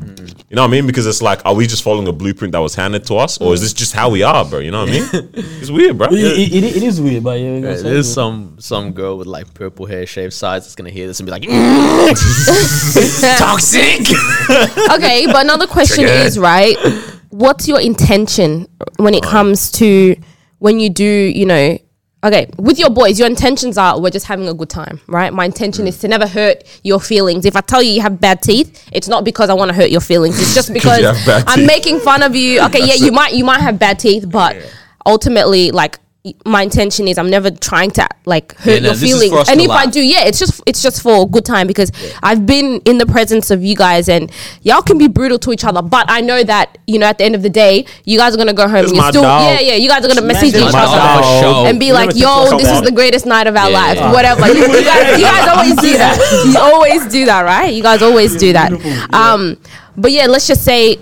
Speaker 3: You know what I mean? Because it's like, are we just following a blueprint that was handed to us, or is this just how we are, bro? You know what I mean? It's weird, bro.
Speaker 2: It- it- it- it is weird, but yeah,
Speaker 6: Right, There's some some girl with like purple hair, shaved sides that's gonna hear this and be like, "Mm, toxic.
Speaker 5: okay, but another question is right. What's your intention when it comes to when you do, you know, okay, with your boys, your intentions are we're just having a good time, right? My intention
Speaker 6: Mm.
Speaker 5: is to never hurt your feelings. If I tell you you have bad teeth, it's not because I want to hurt your feelings. It's just because
Speaker 3: have bad
Speaker 5: I'm
Speaker 3: teeth.
Speaker 5: making fun of you. Okay, yeah, you might you might have bad teeth, but ultimately like my intention is I'm never trying to like hurt
Speaker 6: Yeah, no,
Speaker 5: your
Speaker 6: this is
Speaker 5: feelings.
Speaker 6: for us
Speaker 5: And
Speaker 6: to
Speaker 5: if I
Speaker 6: laugh.
Speaker 5: do, yeah, it's just it's just for a good time because I've been in the presence of you guys and y'all can be brutal to each other, but I know that you know at the end of the day, you guys are gonna go home.
Speaker 3: This
Speaker 5: and
Speaker 3: my
Speaker 5: still,
Speaker 3: dog.
Speaker 5: yeah, yeah, you guys are gonna message
Speaker 2: Imagine
Speaker 5: each
Speaker 2: my
Speaker 5: other.
Speaker 2: dog.
Speaker 5: And be like,
Speaker 2: Never think
Speaker 5: yo,
Speaker 2: about
Speaker 5: this is
Speaker 2: that.
Speaker 5: the greatest night of our
Speaker 6: Yeah,
Speaker 5: life.
Speaker 6: yeah.
Speaker 5: Whatever. You, you guys, you guys always do that. You always do that, right? You guys always do that. Um, but yeah, let's just say,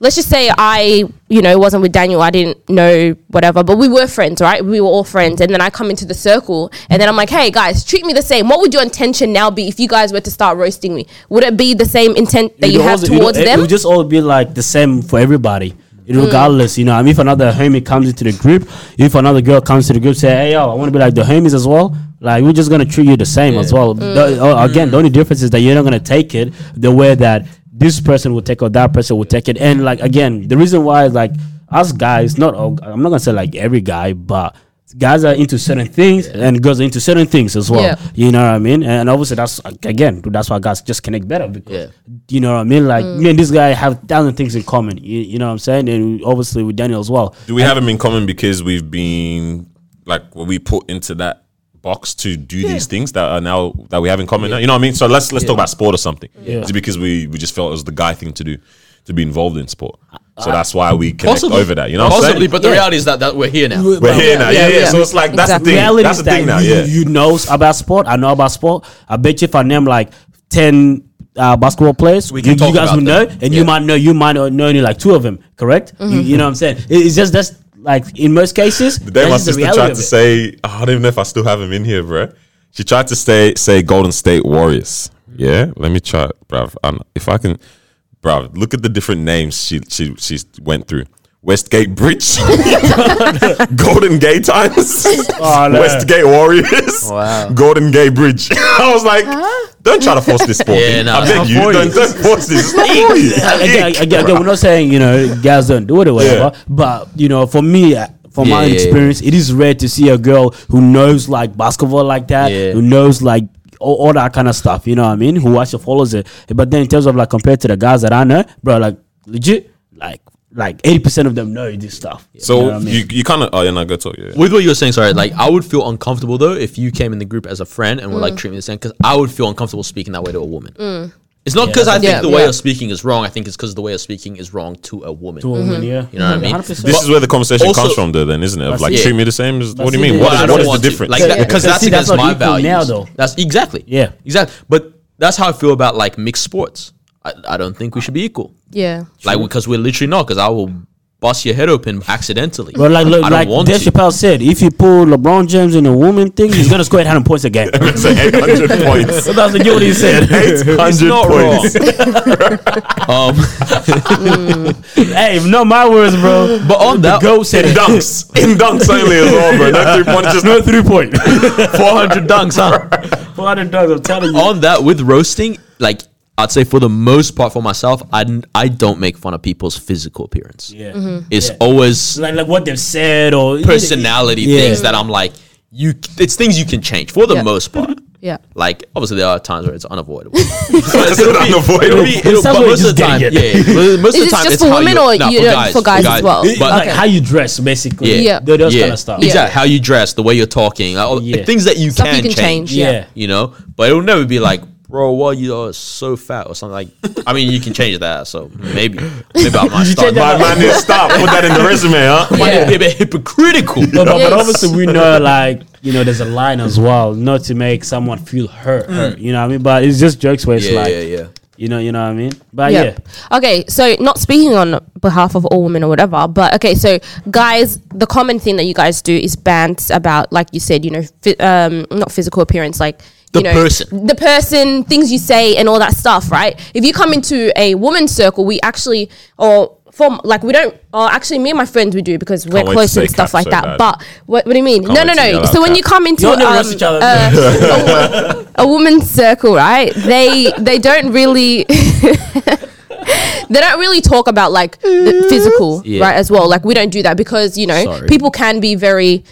Speaker 5: let's just say I, you know, wasn't with Daniel. I didn't know whatever, but we were friends, right? We were all friends. And then I come into the circle and then I'm like, hey guys, treat me the same. What would your intention now be if you guys were to start roasting me? Would it be the same intent that you, have
Speaker 2: all- you know,
Speaker 5: towards
Speaker 2: it- It
Speaker 5: them?
Speaker 2: would just all be like the same for everybody. It Regardless, you know, I mean, if another homie comes into the group, if another girl comes to the group, say, "Hey, yo, I want to be like the homies as well." Like, we're just gonna treat you the same as well.
Speaker 5: Mm.
Speaker 2: The- oh, again, the only difference is that you're not gonna take it the way that this person will take or that person will take it. And like again, the reason why is like us guys, not all, I'm not gonna say like every guy, but guys are into certain things and girls are into certain things as well.
Speaker 5: Yeah.
Speaker 2: You know what I mean? And obviously, that's again, that's why guys just connect better because
Speaker 6: Yeah.
Speaker 2: you know what I mean? Like me and this guy have thousand things in common. You, you know what I'm saying? And obviously with Daniel as well.
Speaker 3: Do we have them in common because we've been like were we put into that box to do these things that are now that we have in common now? You know what I mean? So let's let's talk about sport or something.
Speaker 2: Yeah.
Speaker 3: Is it because we we just felt it was the guy thing to do to be involved in sport? So that's why we connect over that. You know what I'm
Speaker 6: possibly,
Speaker 3: saying?
Speaker 6: but the reality is that, that we're here now.
Speaker 3: we're here now. Yeah, yeah.
Speaker 5: yeah.
Speaker 3: So it's like that's the
Speaker 5: Exactly.
Speaker 3: thing.
Speaker 2: Reality
Speaker 3: That's
Speaker 2: is
Speaker 3: the
Speaker 2: that
Speaker 3: thing now.
Speaker 2: you,
Speaker 3: Yeah.
Speaker 2: you know about sport. I know about sport. I bet you if I name like ten uh, basketball players,
Speaker 6: We can
Speaker 2: you, you
Speaker 6: talk
Speaker 2: guys
Speaker 6: about
Speaker 2: will know,
Speaker 6: them.
Speaker 2: and you
Speaker 6: Yeah.
Speaker 2: might know. You might not know only like two of them. Correct? You, you know what I'm saying? It- it's just that's like in most cases.
Speaker 3: The day my
Speaker 2: that's just the
Speaker 3: sister
Speaker 2: reality
Speaker 3: tried
Speaker 2: of
Speaker 3: to
Speaker 2: it.
Speaker 3: say, "Oh, I don't even know if I still have him in here, bro. She tried to say say Golden State Warriors. Yeah, let me try, bruv. Um, if I can, bruv, look at the different names she she she went through. Westgate Bridge, Golden Gate Times,
Speaker 2: Oh, no.
Speaker 3: Westgate Warriors,
Speaker 6: Wow.
Speaker 3: Golden Gate Bridge. I was like, don't try to force this sport.
Speaker 6: Yeah,
Speaker 3: dude.
Speaker 6: no,
Speaker 3: I
Speaker 6: it's
Speaker 3: beg
Speaker 6: not
Speaker 3: you,
Speaker 6: for you.
Speaker 3: don't, don't force this. It's not for you.
Speaker 2: again,
Speaker 3: Ick,
Speaker 2: again, again, we're not saying you know guys don't do it or whatever, but you know, for me, uh, from my
Speaker 6: Yeah, yeah,
Speaker 2: experience, it is rare to see a girl who knows like basketball like that,
Speaker 6: Yeah.
Speaker 2: who knows like. All, all that kind of stuff, you know what I mean? Who actually follows it. But then in terms of like compared to the guys that I know, bro, like legit, like like eighty percent of them know this stuff.
Speaker 3: So
Speaker 2: you, know what I mean?
Speaker 3: you, you kind of oh yeah, no, go talk. Yeah.
Speaker 6: With what you were saying, sorry, like I would feel uncomfortable though if you came in the group as a friend and were
Speaker 2: Mm.
Speaker 6: like treating me the same because I would feel uncomfortable speaking that way to a woman. It's not because I think
Speaker 5: Yeah,
Speaker 6: the way
Speaker 5: yeah.
Speaker 6: of speaking is wrong. I think it's because the way of speaking is wrong to a woman.
Speaker 2: To a woman, yeah,
Speaker 6: You know what I mean?
Speaker 2: 100%.
Speaker 3: This is where the conversation
Speaker 6: Also-
Speaker 3: comes from, though. Then, isn't it? Of like,
Speaker 6: it.
Speaker 3: treat me the same. As, what do
Speaker 2: That's
Speaker 3: you mean?
Speaker 2: it.
Speaker 3: What
Speaker 2: But
Speaker 3: is,
Speaker 6: I don't
Speaker 3: what is the
Speaker 6: want to.
Speaker 3: difference?
Speaker 6: Like
Speaker 2: Yeah,
Speaker 6: that,
Speaker 2: yeah.
Speaker 6: because
Speaker 2: But
Speaker 6: that's
Speaker 2: see, that's
Speaker 6: against
Speaker 2: not
Speaker 6: my
Speaker 2: equal
Speaker 6: values.
Speaker 2: now, though.
Speaker 6: That's exactly.
Speaker 2: Yeah.
Speaker 6: Exactly. But that's how I feel about like mixed sports. I, I don't think we should be equal.
Speaker 5: Yeah.
Speaker 6: Like because we're literally not. Because I will bust your head open accidentally.
Speaker 2: But like, look,
Speaker 6: I don't
Speaker 2: like
Speaker 6: want
Speaker 2: Dave
Speaker 6: to.
Speaker 2: Chappelle said, if you pull LeBron James in a woman thing, he's gonna score 800 points a game.
Speaker 3: It's like 800 points.
Speaker 2: so that's you what he said.
Speaker 3: 800
Speaker 6: not wrong.
Speaker 3: points.
Speaker 6: Um,
Speaker 2: hey, if not my words, bro.
Speaker 6: but on that,
Speaker 2: Go said
Speaker 3: In
Speaker 2: it.
Speaker 3: dunks. In dunks only as well, bro. No three points, just no three point.
Speaker 6: 400 dunks, huh?
Speaker 2: dogs, I'm telling you.
Speaker 6: on that with roasting, like I'd say for the most part for myself, I n- I don't make fun of people's physical appearance.
Speaker 2: Yeah.
Speaker 5: Mm-hmm.
Speaker 6: It's
Speaker 2: Yeah.
Speaker 6: always
Speaker 2: Like, like what they've said or
Speaker 6: personality
Speaker 2: Yeah.
Speaker 6: things that I'm like you. c- It's things you can change for the
Speaker 5: Yeah.
Speaker 6: most part.
Speaker 5: Yeah.
Speaker 6: Like obviously there are times where it's unavoidable. But it'll be-
Speaker 3: unavoidable?
Speaker 6: it'll be- it'll-
Speaker 2: Some
Speaker 6: but
Speaker 2: way
Speaker 6: most
Speaker 2: just
Speaker 6: of the time, yeah,
Speaker 2: getting
Speaker 6: yeah.
Speaker 5: Is
Speaker 6: yeah. Most of the
Speaker 5: this
Speaker 6: time,
Speaker 5: just
Speaker 6: it's
Speaker 5: for
Speaker 6: how
Speaker 5: women or
Speaker 6: nah,
Speaker 5: you don't- for guys as well?
Speaker 6: But
Speaker 2: like how you dress, basically.
Speaker 6: yeah,
Speaker 5: Yeah.
Speaker 2: Those
Speaker 6: yeah,
Speaker 2: kind of stuff.
Speaker 5: Yeah.
Speaker 6: Exactly. How you dress, the way you're talking, like, all-
Speaker 2: Yeah.
Speaker 6: things that you
Speaker 5: Stuff
Speaker 6: can,
Speaker 5: you can change,
Speaker 2: Yeah. yeah.
Speaker 6: You know, but it'll never be like, bro, why you are so fat or something like. I mean, you can change that, so maybe, maybe I might start.
Speaker 2: that-
Speaker 3: My man didn't stop. Put that in the resume, huh?
Speaker 6: Might be a bit hypocritical.
Speaker 2: But, but, but
Speaker 5: Yes.
Speaker 2: obviously we know like you know there's a line as well, not to make someone feel hurt, hurt. You know what I mean? But it's just jokes where it's
Speaker 6: Mm. yeah,
Speaker 2: like
Speaker 6: yeah, yeah.
Speaker 2: you know, you know what I mean? But
Speaker 5: Yep. Okay, so not speaking on behalf of all women or whatever, but okay, so guys, the common thing that you guys do is bands about, like you said, you know, fi- um, not physical appearance, like you
Speaker 6: The
Speaker 5: know,
Speaker 6: person.
Speaker 5: the person, things you say, and all that stuff, right? If you come into a woman's circle, we actually or from like we don't. Or actually, me and my friends we do because we're
Speaker 3: wait to
Speaker 5: close and
Speaker 3: say
Speaker 5: stuff
Speaker 3: cat
Speaker 5: like
Speaker 3: so
Speaker 5: that.
Speaker 3: bad.
Speaker 5: But what, what do you mean? no,
Speaker 3: wait
Speaker 5: no,
Speaker 3: to yell
Speaker 5: no.
Speaker 3: out
Speaker 5: So when
Speaker 3: cat.
Speaker 5: you come into
Speaker 2: Y'all never
Speaker 5: um,
Speaker 2: roast each other.
Speaker 5: uh, a woman's circle, right? They they don't really they don't really talk about like the physical,
Speaker 6: Yeah.
Speaker 5: right? As well, like we don't do that because you know
Speaker 6: Sorry.
Speaker 5: people can be very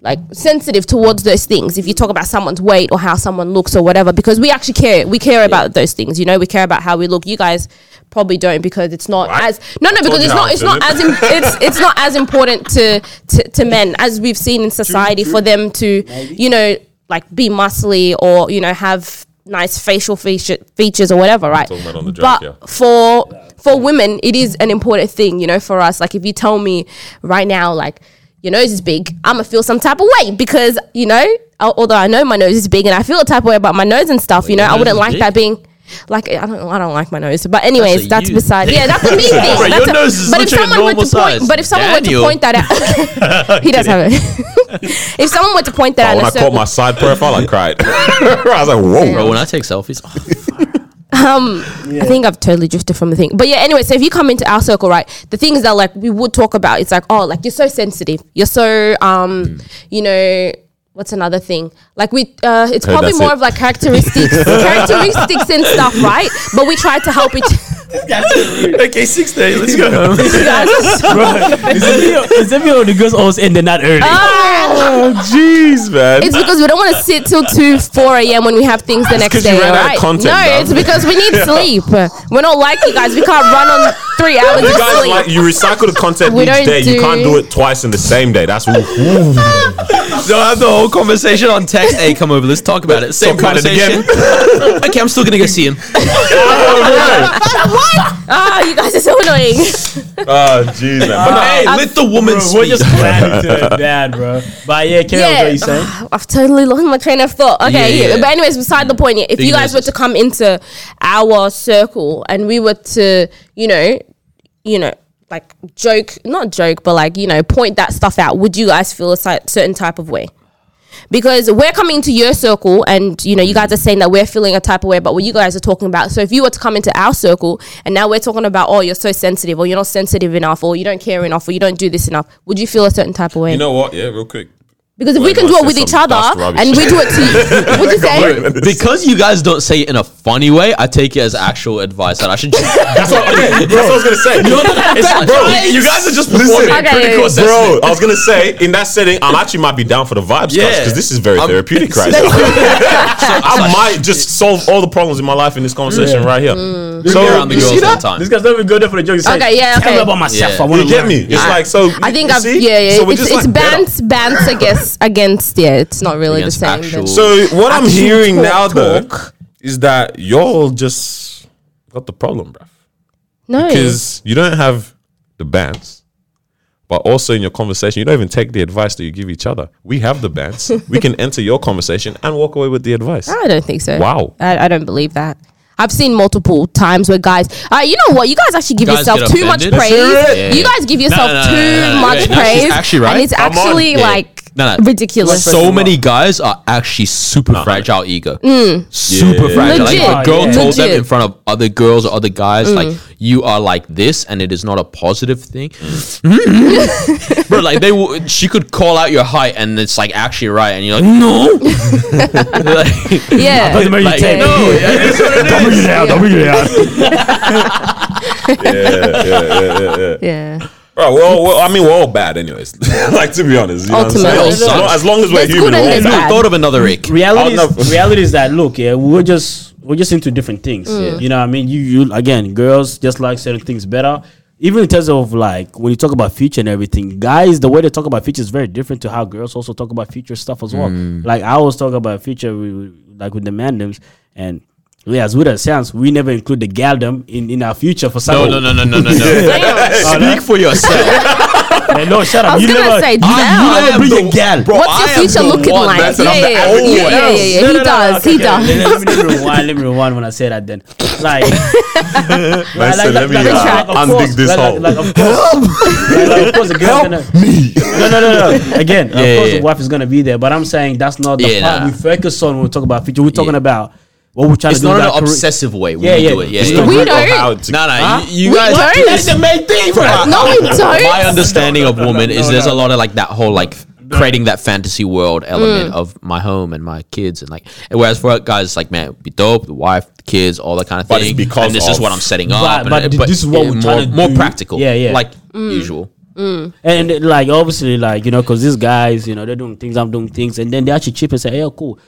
Speaker 5: like sensitive towards those things if you talk about someone's weight or how someone looks or whatever because we actually care we care about those things you know we care about how we look you guys probably don't because it's not
Speaker 3: What?
Speaker 5: as no no
Speaker 3: I
Speaker 5: because
Speaker 3: told you
Speaker 5: it's
Speaker 3: how
Speaker 5: not it's
Speaker 3: I did
Speaker 5: not as
Speaker 3: it.
Speaker 5: im- it's it's not as important to to, to men as we've seen in society for them to you know like be muscly or you know have nice facial feature, features or whatever right
Speaker 3: Talking about on the
Speaker 5: but
Speaker 3: joke, yeah.
Speaker 5: for for women it is an important thing you know for us like if you tell me right now like your nose is big i'm gonna feel some type of way because you know al- although i know my nose is big and i feel a type of way about my nose and stuff you know
Speaker 6: your
Speaker 5: i
Speaker 6: nose
Speaker 5: wouldn't
Speaker 6: is
Speaker 5: like
Speaker 6: big?
Speaker 5: that being like I don't, I don't like my nose, but anyways,
Speaker 6: a
Speaker 5: that's,
Speaker 6: you
Speaker 5: beside.
Speaker 6: thing.
Speaker 5: Yeah, that's a me thing.
Speaker 6: Bro,
Speaker 5: That's
Speaker 6: your
Speaker 5: a-
Speaker 6: nose is
Speaker 5: but if
Speaker 6: literally
Speaker 5: someone were to
Speaker 6: normal
Speaker 5: point,
Speaker 6: size.
Speaker 5: but if someone
Speaker 6: Daniel.
Speaker 5: were to point that out, he does have it. if someone were to point that
Speaker 3: Oh,
Speaker 5: out,
Speaker 3: when
Speaker 5: in
Speaker 3: I
Speaker 5: a
Speaker 3: caught
Speaker 5: certain-
Speaker 3: my side profile, I cried. I was like, whoa.
Speaker 6: Bro, when I take selfies, oh.
Speaker 5: I think I've totally drifted from the thing. But yeah, anyway, so if you come into our circle, right, the things that like we would talk about, it's like, oh, like you're so sensitive. You're so um, you know, what's another thing? Like we uh it's
Speaker 3: Hey,
Speaker 5: probably
Speaker 3: that's
Speaker 5: more
Speaker 3: it.
Speaker 5: of like characteristics characteristics and stuff, right? But we try to help each
Speaker 6: okay, six day. Let's go home.
Speaker 2: Is that the girls always ending that early?
Speaker 5: Uh, Ah!
Speaker 3: Oh, jeez, man.
Speaker 5: It's because we don't want to sit till 2, 4 a.m. when we have things the next
Speaker 3: 'cause you
Speaker 5: day.
Speaker 3: ran out of
Speaker 5: alright?
Speaker 3: content,
Speaker 5: no,
Speaker 3: bruv.
Speaker 5: it's because we need sleep. We're not like you guys. We can't run on three hours
Speaker 3: you
Speaker 5: of
Speaker 3: guys
Speaker 5: sleep.
Speaker 3: like you recycle the content
Speaker 5: We
Speaker 3: each
Speaker 5: don't
Speaker 3: day.
Speaker 5: do-
Speaker 3: You can't do it twice in the same day. That's ooh,
Speaker 6: Don't have the whole conversation on text. Hey, come over. Let's talk about it. Same
Speaker 3: Talk about it
Speaker 6: conversation. okay, I'm still gonna go see him.
Speaker 5: Ah, you guys are so annoying.
Speaker 3: oh jeez, man. But no,
Speaker 6: hey, let the woman
Speaker 2: Bro, we're
Speaker 6: speak.
Speaker 2: just planning to bad, bro. But yeah, carry on with what you saying.
Speaker 5: I've totally lost my train of thought. Okay,
Speaker 6: Yeah,
Speaker 5: yeah,
Speaker 6: yeah.
Speaker 5: but anyways, beside the point, yeah, if
Speaker 6: Big
Speaker 5: you guys were
Speaker 6: noses.
Speaker 5: to come into our circle and we were to, you know, you know, like joke, not joke, but like you know, point that stuff out, would you guys feel a si- certain type of way? Because we're coming to your circle, and you know, you guys are saying that we're feeling a type of way about what you guys are talking about. So if you were to come into our circle, and now we're talking about, oh, you're so sensitive, or you're not sensitive enough, or you don't care enough, or you don't do this enough, would you feel a certain type of way?
Speaker 3: you know what? Yeah, real quick.
Speaker 5: Because if
Speaker 3: Well,
Speaker 5: we can
Speaker 3: you
Speaker 5: do it
Speaker 3: must
Speaker 5: with
Speaker 3: say
Speaker 5: each
Speaker 3: some
Speaker 5: other
Speaker 3: dust rubbish.
Speaker 5: and we do it to you, would you say?
Speaker 6: because you guys don't say it in a funny way, I take it as actual advice that I should. That's what,
Speaker 3: That's what I was gonna say.
Speaker 6: bro, you guys are just performing
Speaker 5: Okay.
Speaker 6: critical assessment.
Speaker 3: Bro, I was gonna say in that setting, I'm actually might be down for the vibes,
Speaker 6: Yeah.
Speaker 3: because this is very
Speaker 6: I'm-
Speaker 3: therapeutic right now. I might just solve all the problems in my life in this conversation right here.
Speaker 5: Mm.
Speaker 3: So
Speaker 6: You're around the
Speaker 3: you
Speaker 6: girls
Speaker 3: see
Speaker 6: all
Speaker 3: that?
Speaker 6: the time.
Speaker 2: This guy's not even good enough for the joke. He's
Speaker 5: Okay,
Speaker 2: saying,
Speaker 5: yeah,
Speaker 2: Tell
Speaker 5: okay.
Speaker 2: me about myself.
Speaker 6: Yeah.
Speaker 2: I want
Speaker 3: You
Speaker 2: to
Speaker 3: get me? It's like so.
Speaker 5: I think
Speaker 3: you
Speaker 5: I've
Speaker 3: see?
Speaker 5: yeah yeah.
Speaker 3: So we're
Speaker 5: it's
Speaker 3: just
Speaker 5: it's
Speaker 3: like better.
Speaker 5: bants bants I guess against yeah. It's not really
Speaker 6: Against
Speaker 5: the same.
Speaker 6: actual-
Speaker 5: then.
Speaker 3: So what I'm
Speaker 5: Actual
Speaker 3: hearing
Speaker 5: talk,
Speaker 3: now
Speaker 5: talk.
Speaker 3: though is that y'all just got the problem, bruv.
Speaker 5: no,
Speaker 3: Because you don't have the bands, but also in your conversation, you don't even take the advice that you give each other. We have the bands. we can enter your conversation and walk away with the advice.
Speaker 5: I don't think so.
Speaker 3: Wow.
Speaker 5: I, I don't believe that. I've seen multiple times where guys, uh, you know what? You guys actually give
Speaker 6: Guys
Speaker 5: yourself
Speaker 6: get
Speaker 5: too much
Speaker 6: offended.
Speaker 5: praise.
Speaker 3: That's
Speaker 6: it.
Speaker 5: You
Speaker 6: Yeah.
Speaker 5: guys give yourself
Speaker 6: no, no, no,
Speaker 5: too
Speaker 6: no, no,
Speaker 5: much
Speaker 6: wait, no, she's
Speaker 5: praise.
Speaker 6: actually right.
Speaker 5: and it's
Speaker 3: Come on.
Speaker 5: actually
Speaker 6: Yeah.
Speaker 5: like
Speaker 6: No, no.
Speaker 5: ridiculous.
Speaker 6: so many guys are actually super fragile ego. Super
Speaker 5: Mm.
Speaker 6: fragile.
Speaker 5: Legit.
Speaker 6: Like if a girl
Speaker 2: Yeah.
Speaker 6: told them
Speaker 5: Legit. Mm.
Speaker 6: in front of other girls or other guys, like you are like this, and it is not a positive thing. Bro, like they, w- she could call out your height, and it's like actually right, and you're like, no. Like-
Speaker 5: yeah.
Speaker 2: Don't bring
Speaker 6: like,
Speaker 2: it down.
Speaker 6: no, yeah, it is what it
Speaker 2: Don't
Speaker 6: is.
Speaker 2: bring it down. Don't bring it down.
Speaker 5: yeah.
Speaker 3: Bro, we're all, we're- I mean, we're all bad, anyways. like to be honest, you know what I'm saying?
Speaker 5: Ultimately.
Speaker 3: As long- as long as we're
Speaker 5: There's
Speaker 3: human, we're
Speaker 5: good and
Speaker 3: all
Speaker 5: there's
Speaker 6: Look,
Speaker 3: bad.
Speaker 5: bad.
Speaker 6: thought of another Rick.
Speaker 2: reality
Speaker 5: Oh,
Speaker 3: I'll never-
Speaker 2: is, reality is that look yeah we're just we're just into different things
Speaker 5: Mm.
Speaker 2: you know what i mean you you again girls just like certain things better even in terms of like when you talk about future and everything guys the way they talk about future is very different to how girls also talk about future stuff as well
Speaker 5: Mm.
Speaker 2: like i always talk about future with- with- like with the mandems and yeah, as weird as it sounds, we never include the galdem in, in our future for some.
Speaker 6: No, no, no, no, no, no, no. Speak for yourself.
Speaker 2: Hey, no, shut up.
Speaker 5: I was
Speaker 2: you
Speaker 5: gonna
Speaker 2: never,
Speaker 5: say,
Speaker 2: you,
Speaker 5: damn.
Speaker 2: you
Speaker 6: I am
Speaker 2: never bring
Speaker 6: the-
Speaker 2: the gal.
Speaker 6: Bro,
Speaker 5: What's
Speaker 6: I
Speaker 5: your
Speaker 6: am
Speaker 5: future
Speaker 6: the
Speaker 5: looking
Speaker 6: one
Speaker 5: like?
Speaker 6: that's-
Speaker 5: Yeah,
Speaker 6: and I'm
Speaker 5: yeah,
Speaker 6: the
Speaker 5: yeah,
Speaker 6: old
Speaker 5: yeah,
Speaker 6: one.
Speaker 5: yeah, yeah, yeah.
Speaker 2: No,
Speaker 5: He
Speaker 2: no, no,
Speaker 5: does.
Speaker 2: okay,
Speaker 5: he
Speaker 2: okay.
Speaker 5: does.
Speaker 2: Let, let me rewind. Let me rewind when I say that. Then, like,
Speaker 3: Man said, let me, uh,
Speaker 2: of
Speaker 3: undig
Speaker 2: course,
Speaker 3: this
Speaker 2: like,
Speaker 3: hole.
Speaker 2: Like, like, of course, like, like, of course, the girl's gonna. Me. No, no, no, no. Again, of
Speaker 6: Yeah,
Speaker 2: course,
Speaker 6: yeah.
Speaker 2: the wife is gonna be there. But I'm saying that's not the
Speaker 6: Yeah,
Speaker 2: part
Speaker 6: nah.
Speaker 2: we focus on when we talk about future. We're talking about what we're trying
Speaker 6: It's
Speaker 2: to do.
Speaker 6: not
Speaker 2: with
Speaker 6: an
Speaker 2: our career.
Speaker 6: obsessive way.
Speaker 2: Yeah,
Speaker 6: we
Speaker 2: yeah.
Speaker 6: do it. Yeah,
Speaker 2: It's
Speaker 6: yeah.
Speaker 3: It's
Speaker 5: We
Speaker 3: not
Speaker 5: don't.
Speaker 3: how to-
Speaker 6: No, no, you,
Speaker 5: We
Speaker 6: you guys.
Speaker 5: don't.
Speaker 6: That's the main thing, bro.
Speaker 5: No, we don't.
Speaker 6: My understanding of woman is there's a lot of like that whole like creating that fantasy world element of my home and my kids and like. and whereas for guys, like man, it'd be dope, the wife, the kids, all that kind of
Speaker 3: But it's
Speaker 6: thing.
Speaker 3: because
Speaker 6: and this is
Speaker 3: of-
Speaker 6: what I'm setting
Speaker 2: But-
Speaker 6: up. and-
Speaker 2: but this is what we're
Speaker 6: more,
Speaker 2: trying to
Speaker 6: more
Speaker 2: do.
Speaker 6: practical.
Speaker 2: Yeah, yeah.
Speaker 6: Like usual.
Speaker 2: And uh, like obviously, like you know, because these guys, you know, they're doing things, I'm doing things, and then they actually chip and say, "Hey, oh, cool,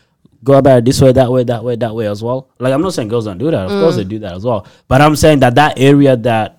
Speaker 2: go about it this way, that way, that way, that way as well." Like I'm not saying girls don't do that, of course
Speaker 5: Mm.
Speaker 2: they do that as well, but I'm saying that that area that,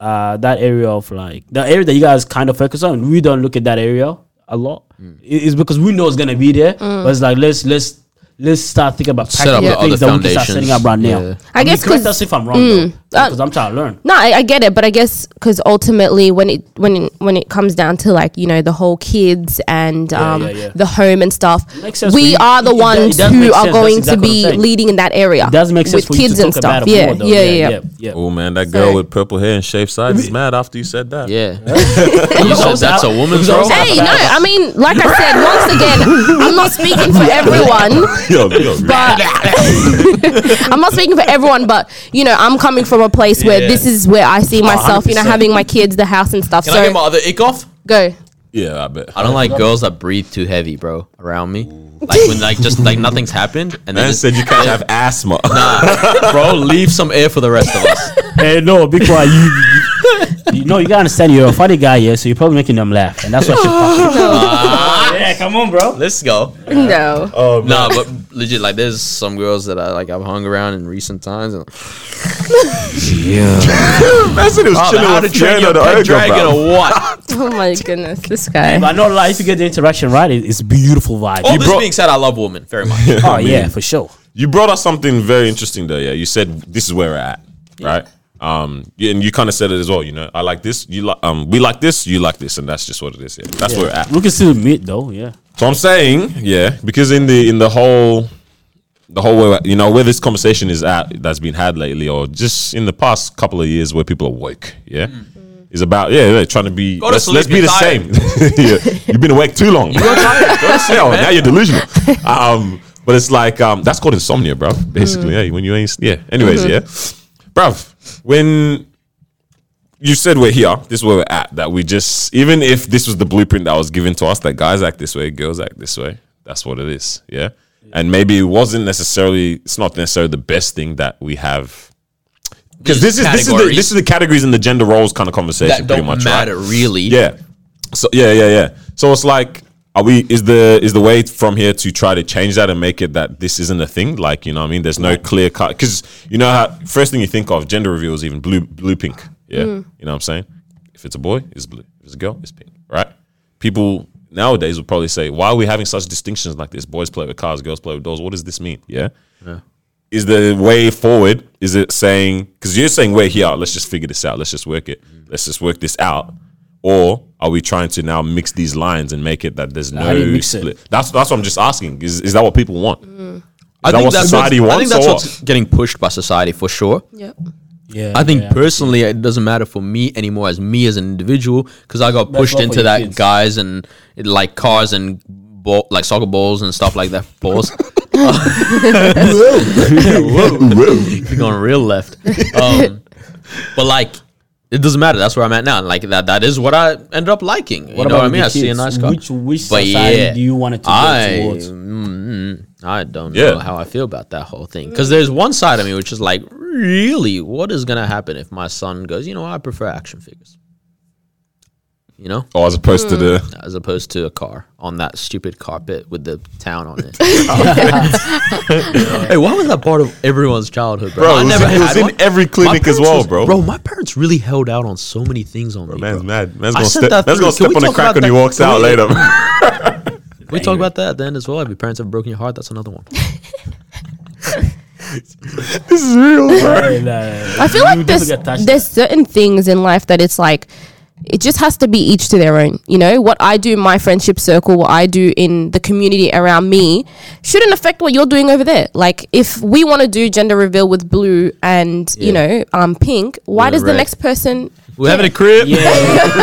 Speaker 2: uh, that area of like the area that you guys kind of focus on, we don't look at that area a lot.
Speaker 6: Mm.
Speaker 2: It- It's because we know it's gonna be there,
Speaker 5: Mm.
Speaker 2: but it's like let's let's let's start thinking about
Speaker 6: Set
Speaker 2: practical
Speaker 6: up the other
Speaker 2: things that we can start
Speaker 6: foundations.
Speaker 2: setting up right now.
Speaker 6: Yeah.
Speaker 5: I
Speaker 2: mean,
Speaker 5: guess 'cause-
Speaker 2: correct us if I'm wrong,
Speaker 5: uh,
Speaker 2: because I'm trying to learn.
Speaker 5: No, I, I get it, but I guess because ultimately, when it when it, when it comes down to like you know the whole kids and um,
Speaker 2: yeah, yeah.
Speaker 5: the home and stuff,
Speaker 2: Makes sense for
Speaker 5: we
Speaker 2: you-
Speaker 5: are the
Speaker 2: it do- it
Speaker 5: ones
Speaker 2: does
Speaker 5: who
Speaker 2: make
Speaker 5: are
Speaker 2: sense, that's
Speaker 5: going to
Speaker 2: exactly what
Speaker 5: be
Speaker 2: I'm saying.
Speaker 5: leading in that area.
Speaker 2: It does make sense
Speaker 5: with
Speaker 2: for
Speaker 5: kids
Speaker 2: you to
Speaker 5: and
Speaker 2: talk
Speaker 5: stuff.
Speaker 2: about it
Speaker 5: yeah,
Speaker 2: more, though.
Speaker 5: yeah, yeah,
Speaker 2: yeah, yeah.
Speaker 3: Oh man, that girl
Speaker 5: So-
Speaker 3: with purple hair and shaved sides is mad after you said that.
Speaker 6: Yeah. you said that's a woman's role?
Speaker 5: Hey, no, I mean, like I said, once again, I'm not speaking for everyone.
Speaker 3: Yo, yo,
Speaker 5: but I'm not speaking for everyone, but you know, I'm coming from a place where
Speaker 6: Yeah.
Speaker 5: this is where I
Speaker 2: Oh,
Speaker 5: see myself, you know,
Speaker 2: 100%.
Speaker 5: having my kids, the house and stuff.
Speaker 6: Can
Speaker 5: so
Speaker 6: I get my other ick off?
Speaker 5: go.
Speaker 3: yeah, I bet.
Speaker 6: I don't like girls that breathe too heavy, bro, around me. Like when like just like nothing's happened and they
Speaker 3: Man
Speaker 6: just
Speaker 3: said you can't have asthma.
Speaker 6: bro, leave some air for the rest of us.
Speaker 2: Hey, Eh, no, be quiet. You, you, you know, you gotta understand you're a funny guy, yeah. So you're probably making them laugh, and that's what you're fucking. yeah, come on, bro.
Speaker 6: Let's go.
Speaker 5: No.
Speaker 6: Nah, but legit, like there's some girls that I like I've hung around in recent times and
Speaker 3: Man said it was
Speaker 6: oh, the how to train your pet dragon or what?
Speaker 5: Oh my goodness, this guy.
Speaker 2: But no lie, if you get the interaction right, it, it's beautiful vibe.
Speaker 6: All this
Speaker 3: brought-
Speaker 6: being said, I love women very much.
Speaker 2: oh yeah, for sure.
Speaker 3: You brought up something very interesting though. Yeah, you said this is where we're at, right? Um, yeah, and you kind of said it as well. You know, I like this. You like um, we like this. You like this, and that's just what it is. Yeah, that's where we're at.
Speaker 2: We can still meet though. Yeah,
Speaker 3: So I'm saying, yeah, because in the in the whole the whole way, you know, where this conversation is at that's been had lately, or just in the past couple of years, where people are woke, yeah, is about yeah, they're trying to be
Speaker 6: Mm. to
Speaker 3: let's,
Speaker 6: sleep,
Speaker 3: let's be
Speaker 6: you're
Speaker 3: the
Speaker 6: tired.
Speaker 3: same. yeah, you've been awake too long. Yeah, now you're delusional. Um, but it's like um, that's called insomnia, bro. Basically, yeah, when you ain't yeah. Anyways, yeah, bruv, when you said we're here. This is where we're at. That we just, even if this was the blueprint that was given to us, that guys act this way, girls act this way. That's what it is. Yeah. And maybe it wasn't necessarily. It's not necessarily the best thing that we have. Because this is this is the,
Speaker 6: Categories
Speaker 3: this is the categories and the gender roles kind of conversation,
Speaker 6: that
Speaker 3: pretty
Speaker 6: don't
Speaker 3: much. right?
Speaker 6: matter really.
Speaker 3: Yeah. So yeah, yeah, yeah. So it's like, are we? Is the is the way from here to try to change that and make it that this isn't a thing? Like you know, what I mean, there's no clear cut because you know how first thing you think of gender reveal is even blue, blue, pink. Yeah, you know what I'm saying. If it's a boy, it's blue. If it's a girl, it's pink. Right? People nowadays would probably say, why are we having such distinctions like this? Boys play with cars, girls play with dolls. What does this mean? Yeah. Is the way forward? Is it saying because you're saying we're here? Let's just figure this out. Let's just work it. Let's just work this out or are we trying to now mix these lines and make it that there's no
Speaker 2: didn't mix it.
Speaker 3: split? That's that's what I'm just asking. Is is that what people want?
Speaker 6: I
Speaker 3: that
Speaker 6: think
Speaker 3: what
Speaker 6: that's
Speaker 3: society
Speaker 6: what's, I
Speaker 3: wants
Speaker 6: think that's
Speaker 3: or
Speaker 6: what's getting pushed by society for sure.
Speaker 5: Yep.
Speaker 2: yeah.
Speaker 6: I think
Speaker 2: yeah.
Speaker 6: personally, it doesn't matter for me anymore as me as an individual because I got pushed
Speaker 2: not for
Speaker 6: into
Speaker 2: your
Speaker 6: that
Speaker 2: kids.
Speaker 6: guys and it, like cars and ball, like soccer balls and stuff like that. Balls. You're going real left. Um, but like, it doesn't matter. That's where I'm at now. And like that, that is what I ended up liking. you know what I
Speaker 2: with
Speaker 6: mean?
Speaker 2: the
Speaker 6: I see a
Speaker 2: kids?
Speaker 6: nice car.
Speaker 2: Which which
Speaker 6: But
Speaker 2: society
Speaker 6: yeah,
Speaker 2: do you want it to
Speaker 6: I,
Speaker 2: go towards?
Speaker 6: mm, I don't
Speaker 3: Yeah.
Speaker 6: know how I feel about that whole thing. Because there's one side of me which is like, really, what is going to happen if my son goes, you know, I prefer action figures? You know,
Speaker 3: or as opposed to the
Speaker 6: as opposed to a car on that stupid carpet with the town on it. hey, why was that part of everyone's childhood, bro?
Speaker 3: bro, it was, it was in
Speaker 6: one.
Speaker 3: every
Speaker 6: My
Speaker 3: clinic as
Speaker 6: parents
Speaker 3: well,
Speaker 6: was-
Speaker 3: bro.
Speaker 6: Bro, my parents really held out on so many things on me.
Speaker 3: man's
Speaker 6: bro.
Speaker 3: mad. Man's
Speaker 6: I
Speaker 3: gonna
Speaker 6: sent
Speaker 3: step,
Speaker 6: that
Speaker 3: man's gonna
Speaker 6: through.
Speaker 3: step
Speaker 6: Can we
Speaker 3: on the
Speaker 6: talk
Speaker 3: crack
Speaker 6: about
Speaker 3: when he
Speaker 6: that?
Speaker 3: walks out later.
Speaker 6: we talk about that then as well. If your parents have broken your heart, that's another one.
Speaker 3: this is real, bro.
Speaker 2: Hey, nah,
Speaker 5: I feel
Speaker 2: You
Speaker 5: like
Speaker 2: definitely
Speaker 5: there's
Speaker 2: got touched.
Speaker 5: there's certain things in life that it's like it just has to be each to their own. You know, what I do in my friendship circle, what I do in the community around me shouldn't affect what you're doing over there. Like if we want to do gender reveal with blue and, you know, um pink, why
Speaker 6: Yeah,
Speaker 5: does the
Speaker 6: right.
Speaker 5: next person
Speaker 6: We're having a crib.
Speaker 2: yeah.
Speaker 5: like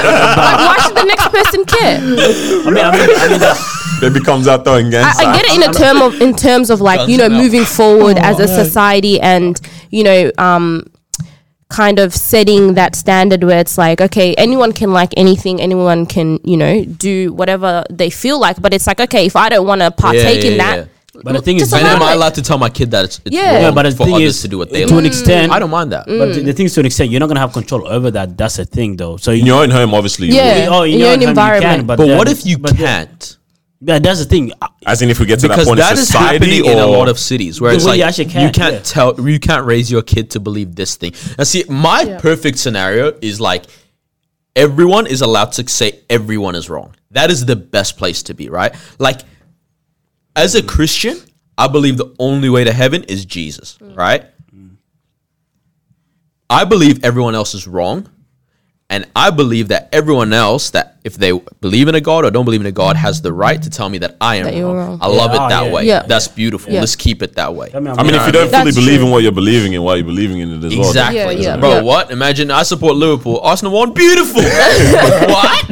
Speaker 5: why should the next person care?
Speaker 2: I mean, I mean, I mean that's
Speaker 3: Baby comes out throwing gang
Speaker 5: I, I get it in a term of in terms of like you know
Speaker 6: Guns out.
Speaker 5: moving forward as a society and you know um kind of setting that standard where it's like okay anyone can like anything anyone can you know do whatever they feel like but it's like okay if I don't want to partake
Speaker 6: yeah,
Speaker 5: in that
Speaker 6: yeah.
Speaker 2: But the thing is,
Speaker 5: Just
Speaker 6: And
Speaker 2: Venom,
Speaker 5: allow
Speaker 6: am I
Speaker 5: it.
Speaker 6: allowed to tell my kid that it's, it's
Speaker 5: Yeah.
Speaker 6: wrong
Speaker 5: Yeah,
Speaker 2: but the
Speaker 6: for
Speaker 2: thing
Speaker 6: others
Speaker 2: is,
Speaker 6: to do what they
Speaker 2: to an Mm.
Speaker 6: like?
Speaker 2: extent,
Speaker 6: I don't mind that.
Speaker 2: But the, the thing is, to an extent, you're not gonna have control over that. That's the thing, though. So
Speaker 3: In
Speaker 2: you,
Speaker 3: your own home, obviously. you
Speaker 5: Yeah.
Speaker 3: will.
Speaker 2: oh, in your,
Speaker 5: In your
Speaker 2: own
Speaker 5: own
Speaker 2: time you
Speaker 5: environment.
Speaker 2: can, but,
Speaker 6: But
Speaker 2: then-
Speaker 6: what if you
Speaker 2: but then-
Speaker 6: can't?
Speaker 2: Yeah, that's the thing. I-
Speaker 3: As in, if we get to that
Speaker 6: Because
Speaker 3: point,
Speaker 6: that
Speaker 3: in
Speaker 6: is
Speaker 3: society
Speaker 6: happening
Speaker 3: or
Speaker 6: in a lot of cities where
Speaker 2: The
Speaker 6: it's
Speaker 2: way
Speaker 6: like
Speaker 2: you actually
Speaker 6: you
Speaker 2: can,
Speaker 6: can't
Speaker 2: yeah.
Speaker 6: tell you can't raise your kid to believe this thing. And see, my perfect scenario is like everyone is allowed to say everyone is wrong. That is the best place to be, right? Like as a Christian, I believe the only way to heaven is Jesus,
Speaker 2: Mm.
Speaker 6: right? I believe everyone else is wrong. And I believe that everyone else that if they believe in a God or don't believe in a God has the right to tell me that I am
Speaker 5: That you're wrong.
Speaker 6: wrong. I love
Speaker 3: Ah,
Speaker 2: Yeah.
Speaker 6: it that
Speaker 2: Oh, yeah.
Speaker 6: way.
Speaker 5: Yeah.
Speaker 6: That's beautiful.
Speaker 5: Yeah.
Speaker 6: Let's keep it that way.
Speaker 2: I mean,
Speaker 3: I mean, if you don't
Speaker 5: That's
Speaker 3: fully believe
Speaker 5: true.
Speaker 3: in what you're believing in, why you're believing in it as well.
Speaker 6: Exactly.
Speaker 5: Yeah, yeah,
Speaker 6: Bro,
Speaker 5: yeah.
Speaker 6: what? Imagine I support Liverpool. Arsenal won. Beautiful. what?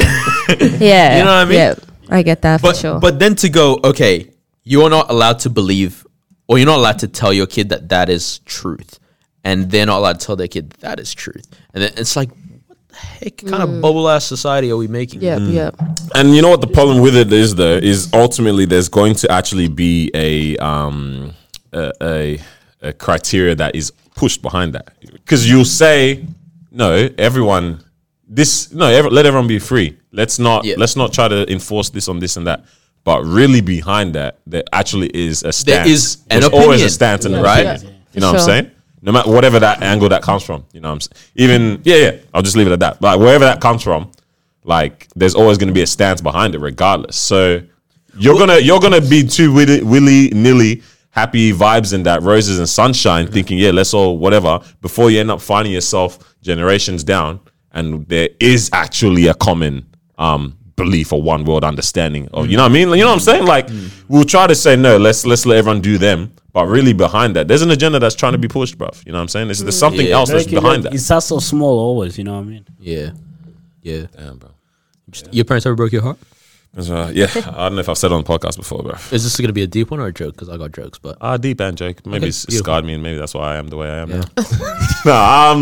Speaker 5: Yeah.
Speaker 6: You know what I mean?
Speaker 5: Yeah. I get that
Speaker 6: But
Speaker 5: for sure.
Speaker 6: but then to go, okay, you're not allowed to believe or you're not allowed to tell your kid that that is truth. And they're not allowed to tell their kid that is truth. And then it's like, what the heck kind of bubble ass society are we making?
Speaker 5: Mm. yeah, yeah.
Speaker 3: And you know what the problem with it is, though, is ultimately there's going to actually be a um, a, a, a criteria that is pushed behind that because you'll say, no, everyone, this no, ev- let everyone be free. Let's not
Speaker 6: Yeah.
Speaker 3: let's not try to enforce this on this and that. But really, behind that, there actually is a stance.
Speaker 6: There is an
Speaker 3: There's always a
Speaker 6: opinion.
Speaker 3: stance, and
Speaker 5: Yeah,
Speaker 3: right?
Speaker 5: yeah,
Speaker 3: You know what I'm
Speaker 5: sure.
Speaker 3: saying? No matter whatever that angle that comes from, you know what I'm saying? Even yeah, yeah. I'll just leave it at that. Like wherever that comes from, like there's always going to be a stance behind it regardless so you're gonna you're gonna be too willy, willy nilly happy vibes and that roses and sunshine thinking yeah let's all whatever before you end up finding yourself generations down and there is actually a common um belief or one world understanding of you know what i mean Like, you know what i'm saying like we'll try to say no let's let's let everyone do them but really behind that there's an agenda that's trying to be pushed bruv you know what i'm saying there's, there's something
Speaker 6: Yeah.
Speaker 3: else that's
Speaker 2: Like, you
Speaker 3: behind
Speaker 2: know,
Speaker 3: that
Speaker 2: It's that so small always, you know what I mean?
Speaker 6: Yeah. Yeah.
Speaker 3: Damn, bro.
Speaker 6: Your parents ever broke your heart?
Speaker 3: That's right. uh, yeah i don't know if i've said it on the podcast before bro
Speaker 6: Is this going to be a deep one or a joke? Because I got jokes, but
Speaker 3: Ah, deep and joke. Maybe
Speaker 6: Okay,
Speaker 3: it's it
Speaker 6: beautiful.
Speaker 3: scarred me, and maybe that's why I am the way I am. now. no,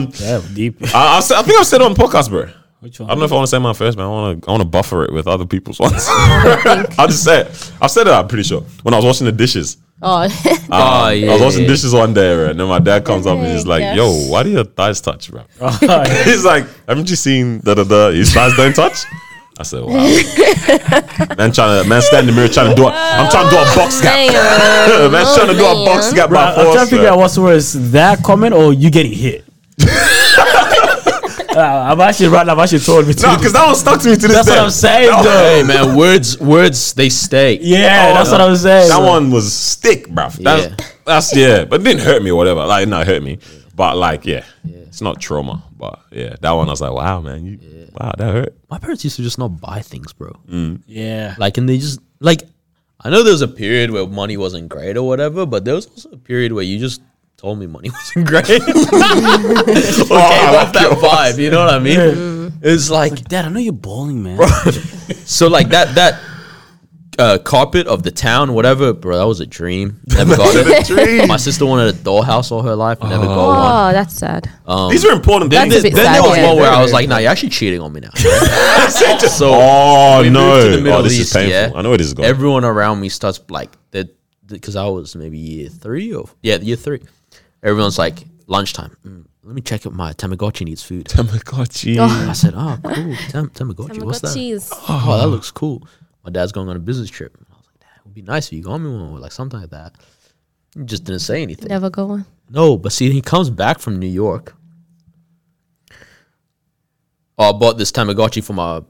Speaker 3: um,
Speaker 2: Yeah, deep.
Speaker 3: I, I, said- I think I've said it on podcast, bro.
Speaker 2: Which
Speaker 3: I
Speaker 2: one?
Speaker 3: don't know if I want to say mine first, man. I want to, I want to buffer it with other people's ones. I'll just say it. I've said it. I'm pretty sure when I was washing the dishes.
Speaker 5: Oh,
Speaker 3: Um,
Speaker 6: Oh,
Speaker 3: I was
Speaker 6: yeah,
Speaker 3: washing
Speaker 6: yeah.
Speaker 3: dishes one day, bro, and then my dad comes up and he's like,
Speaker 5: Yeah.
Speaker 3: "Yo, why do your thighs touch, bro?"
Speaker 6: Oh,
Speaker 3: he's like, "Haven't you seen da da da? His thighs don't touch." I said, "Wow." man, trying to man stand in the mirror trying to do. A, I'm trying to do a box gap.
Speaker 6: Um,
Speaker 3: Man's trying to do a box gap
Speaker 2: Bro,
Speaker 3: by
Speaker 2: I'm trying to
Speaker 3: force.
Speaker 2: figure
Speaker 3: bro.
Speaker 2: out what's worse, that comment or you getting hit. uh, I've actually right now, I've actually told me to.
Speaker 3: No, because that one stuck to me to this
Speaker 2: that's
Speaker 3: day.
Speaker 2: what I'm saying,
Speaker 3: That-
Speaker 2: though.
Speaker 6: hey man, words words they stay.
Speaker 2: Yeah,
Speaker 3: Oh,
Speaker 2: that's what I'm saying.
Speaker 3: That
Speaker 2: bro.
Speaker 3: one was stick, bruv. That's,
Speaker 6: Yeah.
Speaker 3: that's yeah, but it didn't hurt me or whatever. Like, no, it hurt me, but like, yeah, it's not trauma, but yeah, that one I was like, wow, man, you, wow, that hurt.
Speaker 6: My parents used to just not buy things, bro.
Speaker 2: Yeah.
Speaker 6: Like, and they just like. I know there was a period where money wasn't great or whatever, but there was also a period where you just told me money wasn't great. okay,
Speaker 3: Oh,
Speaker 6: off that vibe, you know what I mean? It's like
Speaker 2: Dad, I know you're balling, man.
Speaker 6: so, like that that uh, carpet of the town, whatever, bro. That was a dream. Never got it.
Speaker 3: Dream.
Speaker 6: My sister wanted a dollhouse all her life, never got one.
Speaker 5: oh, that's sad.
Speaker 3: These are important
Speaker 6: Then,
Speaker 5: That's
Speaker 3: things.
Speaker 5: a bit
Speaker 6: then there
Speaker 5: sad,
Speaker 6: was
Speaker 5: yeah.
Speaker 6: one where I was like, "Nah, you're actually cheating on me now." so
Speaker 3: oh
Speaker 6: we
Speaker 3: no!
Speaker 6: moved to the Middle
Speaker 3: oh, this is
Speaker 6: East,
Speaker 3: painful.
Speaker 6: yeah.
Speaker 3: I know it is going.
Speaker 6: everyone around me starts like that because I was maybe year three or yeah, year three. Everyone's like lunchtime. "Mm, let me check if my Tamagotchi needs food.
Speaker 3: Oh Tamagotchi.
Speaker 6: I said, "Oh, cool, Tam- Tamagotchi. What's that?
Speaker 5: Cheese.
Speaker 6: Oh, that looks cool. My dad's going on a business trip. I was like, "Dad, it would be nice if you got me one or like something like that." He just didn't say anything.
Speaker 5: Never go on.
Speaker 6: No, but see, he comes back from New York. Oh, I bought this Tamagotchi for my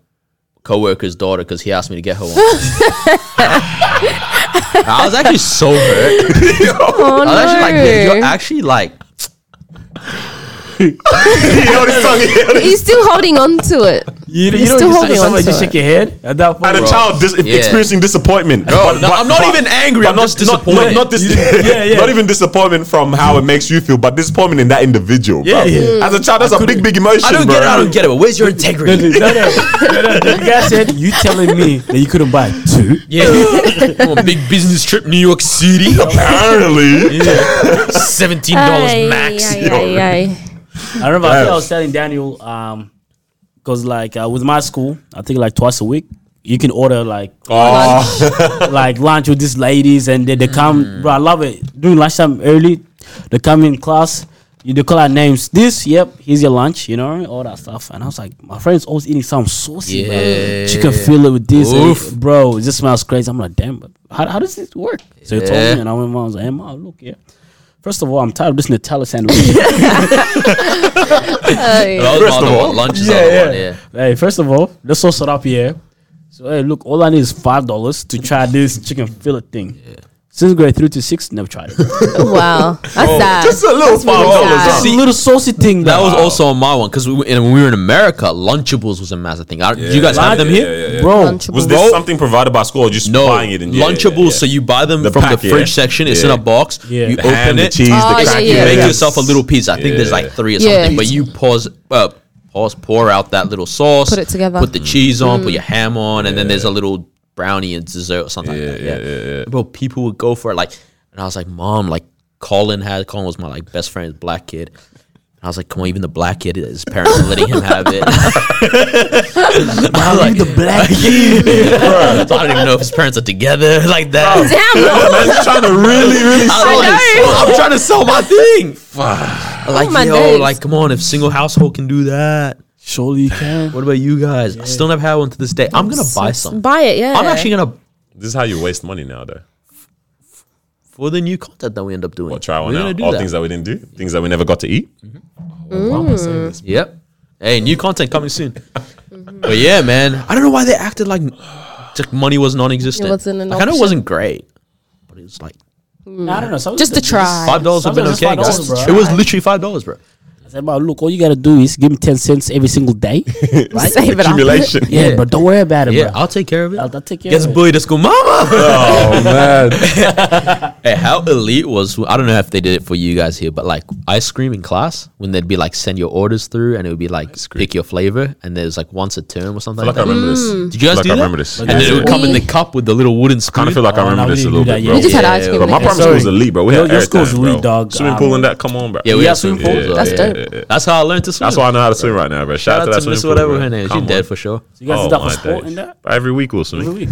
Speaker 6: coworker's daughter because he asked me to get her one. I was actually so hurt.
Speaker 5: Oh,
Speaker 6: I was actually like, "Man,
Speaker 5: no.
Speaker 6: you're actually like,
Speaker 5: He's still holding on to it.
Speaker 2: You, you
Speaker 5: He's
Speaker 2: know,
Speaker 5: still
Speaker 2: you
Speaker 5: holding
Speaker 2: just, somebody
Speaker 5: on to
Speaker 2: just
Speaker 5: it.
Speaker 2: shake your head at that point.
Speaker 3: And a
Speaker 2: bro.
Speaker 3: child dis-
Speaker 6: Yeah.
Speaker 3: experiencing disappointment.
Speaker 6: no, I'm not even angry,
Speaker 3: but
Speaker 6: I'm just
Speaker 3: Not,
Speaker 6: disappointed.
Speaker 3: not, dis-
Speaker 2: yeah, yeah.
Speaker 3: not even disappointment from how it makes you feel, but disappointment in that individual.
Speaker 2: Yeah,
Speaker 3: bruv.
Speaker 2: yeah.
Speaker 3: As a child, that's a big, big emotion.
Speaker 6: I don't
Speaker 3: bro.
Speaker 6: get it, I don't get it, but where's your integrity?
Speaker 2: No, no, no, no, no. The guy said, "You telling me that you couldn't buy two?
Speaker 6: yeah. I'm on a big business trip, New York City,
Speaker 3: Apparently,
Speaker 6: $17
Speaker 5: Ay,
Speaker 6: max.
Speaker 5: ay, ay, ay.
Speaker 2: I remember I, think I was telling Daniel, um, because like uh, with my school, I think like twice a week you can order like
Speaker 3: Oh,
Speaker 2: like lunch with these ladies, and they, they
Speaker 6: Mm.
Speaker 2: come. Bro, I love it. During lunchtime early, they come in class. You they call our names. This, yep, here's your lunch. You know all that stuff. And I was like, my friend's always eating some saucy, bro.
Speaker 6: Yeah.
Speaker 2: Chicken fillet with this, and-
Speaker 6: Oof.
Speaker 2: bro. It just smells crazy. I'm like, damn, but how, how does this work? So he told
Speaker 6: Yeah.
Speaker 2: me, and I went, I was like, Emma, look, yeah. First of all, I'm tired of this Nutella sandwich.
Speaker 6: That was
Speaker 3: First
Speaker 6: part
Speaker 3: of
Speaker 6: of
Speaker 3: all-
Speaker 6: what lunch is
Speaker 2: Yeah,
Speaker 6: yeah,
Speaker 2: yeah.
Speaker 6: One, yeah.
Speaker 2: Hey, first of all, let's all set up here. So hey, look, all I need is five dollars to try this chicken fillet thing. Since grade three to six, never tried it. It's
Speaker 5: Oh, wow, that's sad.
Speaker 3: just a little
Speaker 5: That's
Speaker 3: $5
Speaker 5: really sad.
Speaker 3: up.
Speaker 2: a little saucy thing.
Speaker 6: That was
Speaker 2: bro.
Speaker 6: also on my one because we, were- and when we were in America, Lunchables was a massive thing. I, do you guys have them
Speaker 3: yeah,
Speaker 6: here?
Speaker 3: yeah, yeah, yeah.
Speaker 2: bro.
Speaker 5: Lunchables.
Speaker 3: Was this something provided by school or just
Speaker 6: No,
Speaker 3: buying it? in
Speaker 6: Lunchables. So you buy them
Speaker 3: The
Speaker 6: from
Speaker 3: pack,
Speaker 6: the
Speaker 3: yeah.
Speaker 6: fridge section. It's
Speaker 3: Yeah.
Speaker 6: in a box.
Speaker 2: Yeah.
Speaker 6: You
Speaker 2: The
Speaker 6: open
Speaker 3: ham, the
Speaker 6: it.
Speaker 3: cheese,
Speaker 5: Oh,
Speaker 3: the
Speaker 5: yeah,
Speaker 3: crack.
Speaker 5: yeah,
Speaker 6: you make
Speaker 5: yeah.
Speaker 6: yourself a little pizza. I think there's like
Speaker 3: Yeah.
Speaker 6: three or
Speaker 5: Yeah.
Speaker 6: something, but you pause, uh, pause, pour out that little sauce,
Speaker 5: Put it together. Mm.
Speaker 6: put the cheese on, put your ham on, and then there's a little brownie and dessert or something like that. Yeah, Bro, people would go for it. Like, and I was like, Mom, like Colin had Colin was my like best friend's black kid. And I was like, come on, even the black kid, his parents are letting him have it.
Speaker 2: Bro, the black
Speaker 6: So I don't even know if his parents are together like that.
Speaker 5: Damn,
Speaker 3: I'm trying to really, really
Speaker 6: I don't
Speaker 5: know.
Speaker 6: wanna- I'm trying to sell my thing. Like,
Speaker 5: my
Speaker 6: yo,
Speaker 5: days.
Speaker 6: like, come on, if single household can do that,
Speaker 2: surely you can.
Speaker 6: what about you guys? I still never had one to this day. I'm gonna buy some.
Speaker 5: buy it. Yeah,
Speaker 6: I'm actually gonna
Speaker 3: This is how you waste money now, though.
Speaker 6: for the new content that we end up doing.
Speaker 3: Or try one
Speaker 6: We're gonna
Speaker 3: out.
Speaker 6: do
Speaker 3: All
Speaker 6: that.
Speaker 3: things that we didn't do, things that we never got to eat. Why am I saying this?
Speaker 6: Yep. Hey, new content coming soon. but yeah, man, I don't know why they acted like like money was non-existent.
Speaker 5: It wasn't an
Speaker 6: like, I know it
Speaker 5: option.
Speaker 6: wasn't great, but it was like
Speaker 2: I don't know. some-
Speaker 5: Mm. Just to try.
Speaker 6: five dollars would have been
Speaker 2: Sometimes
Speaker 6: okay,
Speaker 2: it's
Speaker 6: guys.
Speaker 2: $5,
Speaker 6: It
Speaker 2: bro.
Speaker 6: was literally five dollars, bro.
Speaker 2: I said, bro, look, all you gotta do is give me ten cents every single day, right?
Speaker 5: save it up.
Speaker 3: Accumulation.
Speaker 2: yeah,
Speaker 6: Yeah.
Speaker 2: but don't worry about it,
Speaker 6: Yeah,
Speaker 2: bro.
Speaker 6: I'll take care of it.
Speaker 2: I'll, I'll take care.
Speaker 6: Gets
Speaker 2: of it.
Speaker 6: bullied at school, mama.
Speaker 3: Oh man.
Speaker 6: hey, how elite was? I don't know if they did it for you guys here, but like ice cream in class when they'd be like send your orders through and it would be like pick your flavor and there's like once a term or something.
Speaker 3: I
Speaker 6: Like
Speaker 3: feel like I
Speaker 6: that.
Speaker 3: remember this.
Speaker 6: Did you guys
Speaker 3: I feel
Speaker 6: do
Speaker 3: like
Speaker 6: that?
Speaker 3: I remember this.
Speaker 6: And then it would come in the cup with the little wooden spoon.
Speaker 3: kind of feel like
Speaker 2: Oh,
Speaker 3: I
Speaker 2: no,
Speaker 3: remember
Speaker 2: we
Speaker 3: this a
Speaker 2: didn't
Speaker 3: little
Speaker 2: do that
Speaker 3: bit,
Speaker 2: yet.
Speaker 3: bro.
Speaker 5: we just had
Speaker 6: Yeah,
Speaker 5: ice
Speaker 6: yeah,
Speaker 5: cream.
Speaker 6: but
Speaker 5: in
Speaker 3: My
Speaker 5: it.
Speaker 3: primary school was
Speaker 2: Sorry.
Speaker 3: elite, bro. We
Speaker 2: Your-
Speaker 3: had
Speaker 2: your
Speaker 3: everything,
Speaker 2: school's
Speaker 3: bro.
Speaker 2: elite, dog.
Speaker 3: Swimming pool and that. Come on, bro.
Speaker 6: Yeah, we
Speaker 2: Yeah,
Speaker 6: had
Speaker 2: swimming pool.
Speaker 6: swimming pools. though.
Speaker 5: That's
Speaker 6: yeah,
Speaker 5: dope.
Speaker 6: yeah, yeah. That's how I learned to swim.
Speaker 3: That's why I know how to swim right now, bro. Shout,
Speaker 6: Shout out
Speaker 3: out
Speaker 6: to
Speaker 3: that
Speaker 6: Miss
Speaker 3: swimming
Speaker 6: whatever
Speaker 3: pool, bro.
Speaker 6: her name is. She
Speaker 3: Come
Speaker 6: dead
Speaker 3: on.
Speaker 6: for sure.
Speaker 2: You guys did
Speaker 3: Oh,
Speaker 2: that for
Speaker 3: my
Speaker 2: sport
Speaker 3: days.
Speaker 2: and that.
Speaker 3: Every week we'll swim.
Speaker 2: Every week.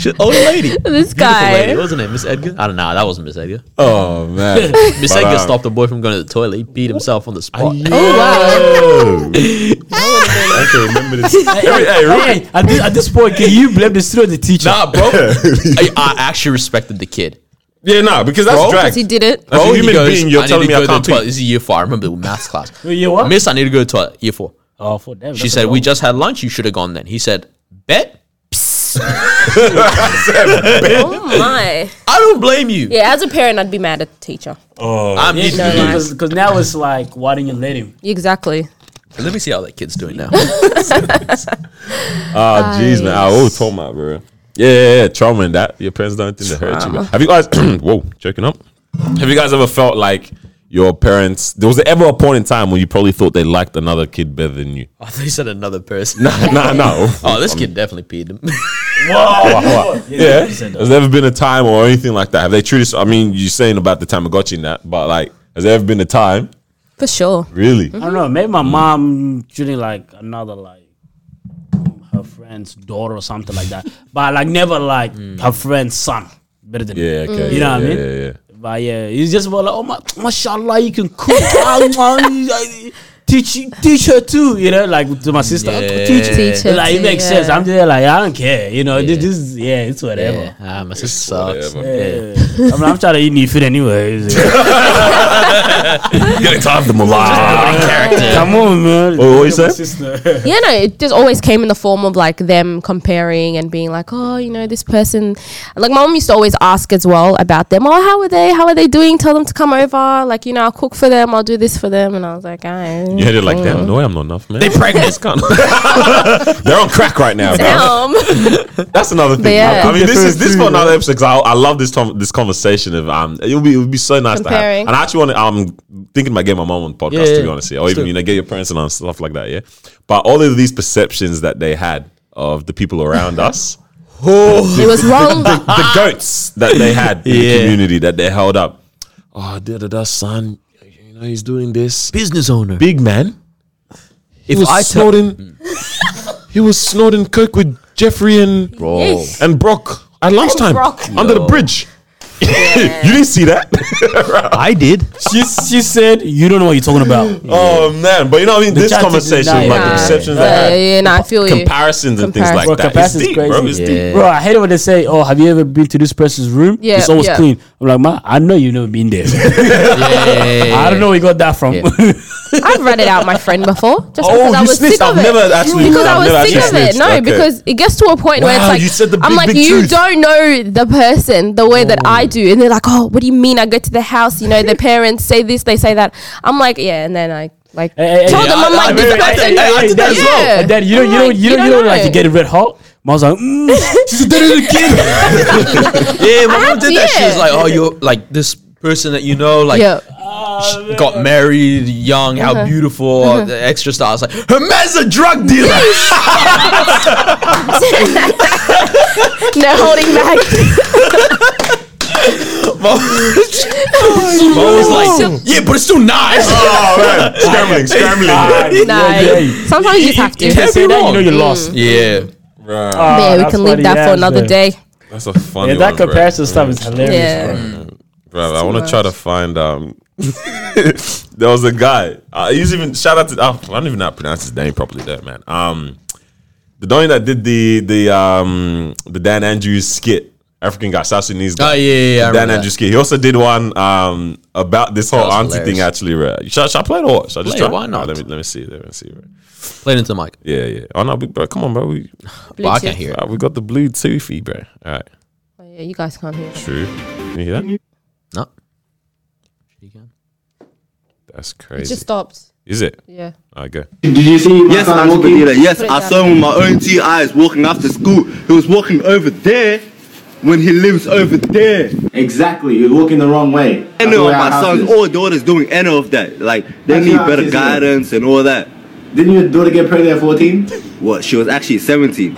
Speaker 6: She, old lady.
Speaker 5: This
Speaker 6: Beautiful lady,
Speaker 5: guy.
Speaker 6: wasn't it? Miss Edgar? I don't know. That wasn't Miss Edgar.
Speaker 3: Oh man.
Speaker 6: Miss
Speaker 3: But,
Speaker 6: Edgar
Speaker 3: um,
Speaker 6: stopped a boy from going to the toilet. He beat himself on the spot.
Speaker 3: Oh wow. I can remember this. Every- hey, really?
Speaker 2: Hey, at this, at this point, can you blame the student or the teacher?
Speaker 6: Nah, bro. I, I actually respected the kid.
Speaker 3: Yeah, nah, because that's
Speaker 6: Bro?
Speaker 3: drag.
Speaker 5: He did it.
Speaker 3: As a
Speaker 6: he
Speaker 3: human
Speaker 6: goes,
Speaker 3: being, you're
Speaker 6: need
Speaker 3: telling
Speaker 6: to
Speaker 3: me I
Speaker 6: go to
Speaker 3: can't
Speaker 6: the toilet.
Speaker 3: pee.
Speaker 6: This is year four. I remember the maths class.
Speaker 2: Year what?
Speaker 6: Miss, I need to go to the toilet. Year four.
Speaker 2: Oh, for them.
Speaker 6: She said, "We just had lunch. You should have gone then." He said, "Bet."
Speaker 5: Oh my.
Speaker 6: I don't blame you.
Speaker 5: Yeah, as a parent, I'd be mad at the teacher.
Speaker 6: I'm eating
Speaker 5: no,
Speaker 6: you.
Speaker 5: no.
Speaker 2: because now it's like, why didn't you let him?
Speaker 5: Exactly.
Speaker 6: Let me see how that kid's doing now.
Speaker 3: Oh jeez, man. I was talking about, bro. Yeah, yeah, yeah, trauma and that. Your parents don't think they hurt you. Bro. Have you guys? whoa, joking up. Have you guys ever felt like your parents? There was ever a point in time when you probably thought they liked another kid better than you?
Speaker 6: I thought he said another person.
Speaker 3: Nah, nah, no.
Speaker 6: Oh, this kid definitely peed him.
Speaker 3: Wow. yeah. Has there ever been a time or anything like that? Have they treated? I mean, you're saying about the Tamagotchi and that, but like, has there ever been a time?
Speaker 5: For sure.
Speaker 3: Really?
Speaker 2: I don't know. Maybe my mom shooting like another like her friend's daughter or something like that. But like never like her friend's son better than me.
Speaker 3: Yeah. Okay.
Speaker 2: You know
Speaker 3: yeah,
Speaker 2: what I mean?
Speaker 3: Yeah, yeah.
Speaker 2: But yeah, it's just about like oh my, mashallah, you can cook. Ah, ah, teach teach her too. You know, like to my sister, "Ah, teach.
Speaker 6: Yeah. Teach
Speaker 5: her
Speaker 2: like it
Speaker 5: too,
Speaker 2: makes
Speaker 5: yeah.
Speaker 2: sense. I'm just like I don't care. You know, this, this is yeah, it's whatever.
Speaker 6: Yeah, ah, my sister sucks.
Speaker 3: whatever.
Speaker 6: Yeah.
Speaker 2: I mean, I'm trying to eat new food anyway.
Speaker 3: Getting tired of the malarkey.
Speaker 2: Come on, man.
Speaker 3: Oh, what you
Speaker 2: My
Speaker 3: said?
Speaker 2: sister.
Speaker 5: Yeah, no, it just always came in the form of like them comparing and being like, oh, you know, this person. Like my mom used to always ask as well about them. Oh, how are they? How are they doing? Tell them to come over. Like, you know, I'll cook for them. I'll do this for them. And I was like, I.
Speaker 3: You had it like, damn, no way I'm not enough, man. They pregnant this cunt. They're on crack right now, bro.
Speaker 5: Damn.
Speaker 3: That's another thing.
Speaker 5: yeah.
Speaker 3: I, I mean, this is this is for
Speaker 2: Yeah.
Speaker 3: another episode. 'cause I, I love this tom- this conversation. Of um, it would be it would be so nice
Speaker 5: Comparing.
Speaker 3: to have. And I actually want to. I'm thinking about getting my mom on the podcast
Speaker 6: Yeah,
Speaker 3: to
Speaker 6: yeah.
Speaker 3: be honest, here, or even you know get your parents on and stuff like that. Yeah, but all of these perceptions that they had of the people around us,
Speaker 5: it was wrong.
Speaker 3: the goats that they had in
Speaker 6: Yeah.
Speaker 3: the community that they held up. Oh, da da da, son. You know he's doing this.
Speaker 6: Business owner.
Speaker 3: Big man.
Speaker 6: If
Speaker 3: was
Speaker 6: I tell,
Speaker 3: snorting. He was snorting coke with Jeffrey and
Speaker 6: bro.
Speaker 5: Yes.
Speaker 3: and Brock at lunchtime
Speaker 5: Brock.
Speaker 3: under the
Speaker 6: Yo.
Speaker 3: bridge. you didn't see that?
Speaker 6: I did.
Speaker 2: She, she said, You don't know what you're talking about.
Speaker 3: oh man! But you know what I mean.
Speaker 2: The
Speaker 3: this
Speaker 2: chat didn't
Speaker 3: conversation,
Speaker 2: die.
Speaker 3: like
Speaker 2: Nah.
Speaker 3: the perceptions I
Speaker 5: yeah,
Speaker 3: had,
Speaker 5: yeah, nah, I feel you.
Speaker 3: comparisons and things like
Speaker 5: Comparison.
Speaker 3: that. It's
Speaker 2: Capacity's
Speaker 3: deep,
Speaker 2: crazy.
Speaker 3: bro. It's deep.
Speaker 6: Yeah.
Speaker 2: Bro, I hate it when they say, "Oh, have you ever been to this person's room?
Speaker 5: Yeah,
Speaker 2: it's always
Speaker 5: yeah.
Speaker 2: clean." I'm like, "Ma, I know you've never been there. I don't know where you got that from."
Speaker 6: Yeah.
Speaker 5: I've read it out my friend before just
Speaker 3: Oh,
Speaker 5: because I
Speaker 3: you
Speaker 5: was
Speaker 3: sniffed.
Speaker 5: sick of
Speaker 3: I've
Speaker 5: it.
Speaker 3: never actually.
Speaker 5: because
Speaker 3: I've
Speaker 5: i
Speaker 3: never
Speaker 5: was sick of
Speaker 3: actually
Speaker 5: it. No,
Speaker 3: snitched. Okay.
Speaker 5: because it gets to a point where it's
Speaker 3: Wow,
Speaker 5: like
Speaker 3: you said the
Speaker 5: I'm
Speaker 3: big,
Speaker 5: like
Speaker 3: big
Speaker 5: you
Speaker 3: truth."
Speaker 5: don't know the person the way that I do, and they're like, oh, what do you mean? I go to the house, you know, their parents say this, they say that. I'm like, yeah, and then I like
Speaker 2: Hey, hey,
Speaker 5: told
Speaker 2: hey,
Speaker 5: them I'm
Speaker 6: I-
Speaker 5: like
Speaker 6: I-
Speaker 5: this
Speaker 6: I- I-
Speaker 5: person.
Speaker 6: I- I did that as
Speaker 5: Yeah.
Speaker 6: well.
Speaker 2: And then you don't,
Speaker 5: I'm
Speaker 2: you don't,
Speaker 5: like,
Speaker 2: you don't, you don't like to
Speaker 5: know.
Speaker 2: get it red hot. Mom's like, mm, she's a dirty kid.
Speaker 6: Yeah, my mom
Speaker 5: had-
Speaker 6: did that. She was
Speaker 5: yeah.
Speaker 6: like, "Oh, you're like this person that you know, like
Speaker 5: Yeah.
Speaker 6: sh- got married young, how beautiful, all the extra stuff." I was like, "Her man's a drug dealer."
Speaker 5: no holding back.
Speaker 6: mom mom was like, "Yeah, but it's still nice."
Speaker 3: Oh man, scrambling,
Speaker 2: Ah,
Speaker 3: scrambling.
Speaker 5: No, sometimes you just have to.
Speaker 2: If they
Speaker 6: Can't
Speaker 2: say
Speaker 6: be
Speaker 2: that, you
Speaker 6: wrong.
Speaker 2: know you're lost.
Speaker 6: yeah,
Speaker 3: Bruh,
Speaker 2: Ah,
Speaker 5: Mm. yeah, we
Speaker 2: that's
Speaker 5: can leave
Speaker 2: funny,
Speaker 5: that
Speaker 2: yeah,
Speaker 5: for another
Speaker 2: yeah.
Speaker 5: day.
Speaker 3: that's a funny
Speaker 2: Yeah, that
Speaker 3: one, bruh.
Speaker 2: comparison stuff is hilarious.
Speaker 5: Yeah.
Speaker 3: Bro, I
Speaker 5: too
Speaker 3: want to try to find. Um, there was a guy. Uh, he's even shout out to. oh, I don't even know how to pronounce his name properly, there, man. Um, the donkey that did the the um the Dan Andrews skit, African guy, South Sudanese guy.
Speaker 6: Oh, yeah, yeah, yeah, I
Speaker 3: The Dan
Speaker 6: remember
Speaker 3: Andrews skit. He also did one um about this whole
Speaker 6: was
Speaker 3: auntie
Speaker 6: hilarious.
Speaker 3: thing. Actually, right? Should, I- should I play it or what? Should I just
Speaker 6: Play it,
Speaker 3: try?
Speaker 6: why not?
Speaker 3: Ah, let me let me see. Let me see. Bro.
Speaker 6: playing into the mic.
Speaker 3: Yeah, yeah. Oh no, we- bro, come on, bro. We
Speaker 6: But I can't hear it.
Speaker 3: bro, we got the blue toothy, bro. All right,
Speaker 5: Oh, yeah, you guys can't hear. it.
Speaker 3: true. Can you hear that?
Speaker 6: No. She can.
Speaker 3: That's
Speaker 5: It
Speaker 3: crazy.
Speaker 5: just stopped.
Speaker 3: Is it?
Speaker 5: Yeah.
Speaker 3: I go.
Speaker 4: Did you see my
Speaker 7: Yes,
Speaker 4: son
Speaker 7: I
Speaker 4: walking?
Speaker 7: believe that. Yes,
Speaker 5: Put it
Speaker 7: I
Speaker 5: down.
Speaker 7: saw him with my own two eyes walking after school. He was walking over there when he lives over there.
Speaker 4: Exactly, he was walking the wrong way. That's
Speaker 7: Any of
Speaker 4: where our
Speaker 7: my
Speaker 4: house
Speaker 7: sons
Speaker 4: is.
Speaker 7: or daughters doing any of that. Like, they
Speaker 4: That's
Speaker 7: need
Speaker 4: not
Speaker 7: better
Speaker 4: his
Speaker 7: guidance and all that.
Speaker 4: Didn't your daughter get pregnant at 14?
Speaker 7: What? She was actually 17.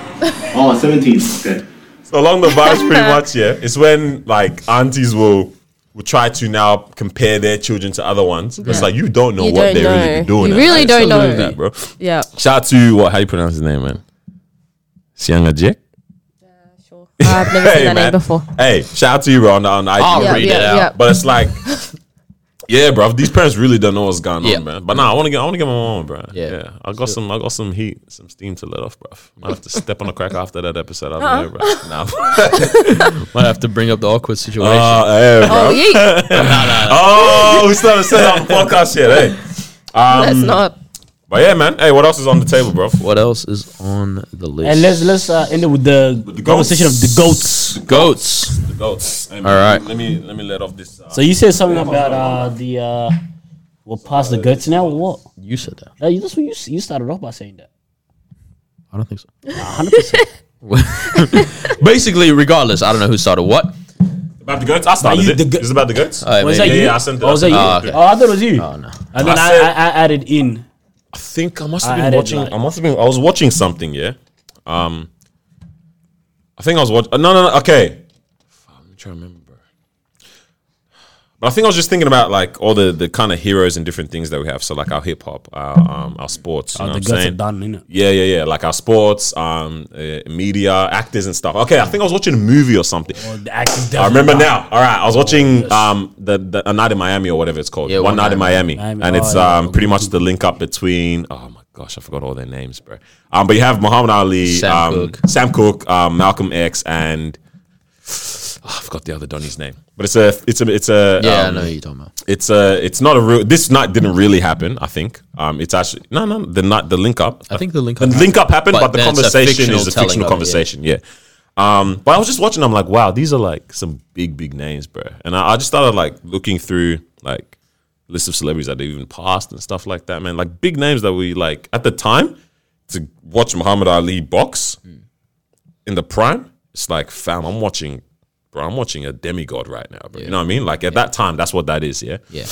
Speaker 4: Oh, 17. Okay.
Speaker 3: So along the vibes, pretty much, yeah. It's when like aunties will will try to now compare their children to other ones. It's like you don't know
Speaker 5: You
Speaker 3: what
Speaker 5: don't
Speaker 3: they
Speaker 5: know.
Speaker 3: really be doing.
Speaker 5: You
Speaker 3: at
Speaker 5: really
Speaker 3: home.
Speaker 5: don't
Speaker 3: Still
Speaker 5: know.
Speaker 3: doing that, bro.
Speaker 5: Yeah.
Speaker 3: Shout out to what? How you pronounce his name, man? Sianga Jack.
Speaker 5: Sure. I've never seen that name before.
Speaker 3: Hey, shout out to you, bro, on the, on the IG.
Speaker 6: I'll
Speaker 5: Yeah,
Speaker 6: read
Speaker 5: Oh, yeah,
Speaker 6: it out.
Speaker 5: yeah.
Speaker 3: But it's like, yeah, bro. These parents really don't know what's going
Speaker 6: Yeah.
Speaker 3: on, man. But nah, I want to get, I want to get my mom, bro.
Speaker 6: Yeah.
Speaker 3: I got some, I got some heat, some steam to let off, bro. Might have to step on a crack after that episode. I don't know, bro. Nah.
Speaker 6: Might have to bring up the awkward situation.
Speaker 3: Uh, hey, bro.
Speaker 5: Oh, yeah.
Speaker 3: Oh, we still haven't said that on podcast yet, hey.
Speaker 5: That's not.
Speaker 3: But yeah, man. Hey, what else is on the table, bro?
Speaker 6: what else is on the list?
Speaker 2: And let's let's uh, end it with the,
Speaker 3: The
Speaker 2: conversation of the goats.
Speaker 6: goats.
Speaker 3: The goats. Hey, man,
Speaker 6: All right.
Speaker 3: Let me let me let off this. Uh,
Speaker 2: So you said something about uh, the uh, we're past the goats now. What?
Speaker 6: You said that.
Speaker 2: Uh, That's what you s- you started off by saying that.
Speaker 6: I don't think so.
Speaker 2: hundred percent.
Speaker 6: Basically, regardless, I don't know who started what.
Speaker 3: about the goats. I started
Speaker 2: you-
Speaker 3: it.
Speaker 2: the go-
Speaker 3: it's about the goats.
Speaker 6: Alright,
Speaker 2: Was
Speaker 6: maybe.
Speaker 2: that
Speaker 3: yeah,
Speaker 2: you?
Speaker 3: yeah, I sent it.
Speaker 2: Oh, was that you?
Speaker 6: Ah, okay.
Speaker 2: Oh, I thought it was you.
Speaker 6: Oh no.
Speaker 2: And then
Speaker 3: I
Speaker 2: I,
Speaker 3: said-
Speaker 2: I, I added in.
Speaker 3: I think I must
Speaker 2: I
Speaker 3: have been
Speaker 2: added
Speaker 3: watching.
Speaker 2: like-
Speaker 3: I must have been. I was watching something. Yeah. Um. I think I was watching. No, no, no. Okay. Fuck, Let me try to remember. bro. But I think I was just thinking about like all the the kind of heroes and different things that we have. So like our hip hop, our um, our sports. You know
Speaker 2: Oh, the
Speaker 3: what I'm
Speaker 2: goats are
Speaker 3: saying?
Speaker 2: done, innit?
Speaker 3: Yeah, yeah, yeah. Like our sports, um, uh, media, actors and stuff. Okay, I think I was watching a movie or something.
Speaker 2: The act is
Speaker 3: I remember
Speaker 2: definitely
Speaker 3: now. All right, I was watching um the, the a night in Miami or whatever it's called.
Speaker 6: Oh, Yeah,
Speaker 3: one, night, in Miami,
Speaker 2: Miami.
Speaker 3: and
Speaker 2: Oh,
Speaker 3: it's
Speaker 2: yeah.
Speaker 3: um pretty much the link up between. Oh my gosh, I forgot all their names, bro. Um, but you have Muhammad Ali,
Speaker 6: Sam
Speaker 3: um,
Speaker 6: Cooke.
Speaker 3: Sam Cooke, um, Malcolm X, and oh, I forgot the other Donny's name. But it's a it's a it's a
Speaker 6: Yeah,
Speaker 3: um,
Speaker 6: I know who you're talking about.
Speaker 3: it's a it's not a real. This night didn't really happen. I think um it's actually no no the night the link up.
Speaker 6: I think the link.
Speaker 3: The link up happened, but, the
Speaker 6: then it's a
Speaker 3: conversation
Speaker 6: fictional
Speaker 3: is a
Speaker 6: telling
Speaker 3: fictional
Speaker 6: of it, yeah.
Speaker 3: conversation. Yeah. Um, but I was just watching. I'm like, wow, these are like some big, big names, bro. And I, I just started like looking through like list of celebrities that they even passed and stuff like that, man. Like big names that we like at the time to watch Muhammad Ali box in the prime. It's like, fam, I'm watching, bro. I'm watching a demigod right now, bro. You know what I mean? Like at that time, that's what that is. Yeah.
Speaker 6: Yeah.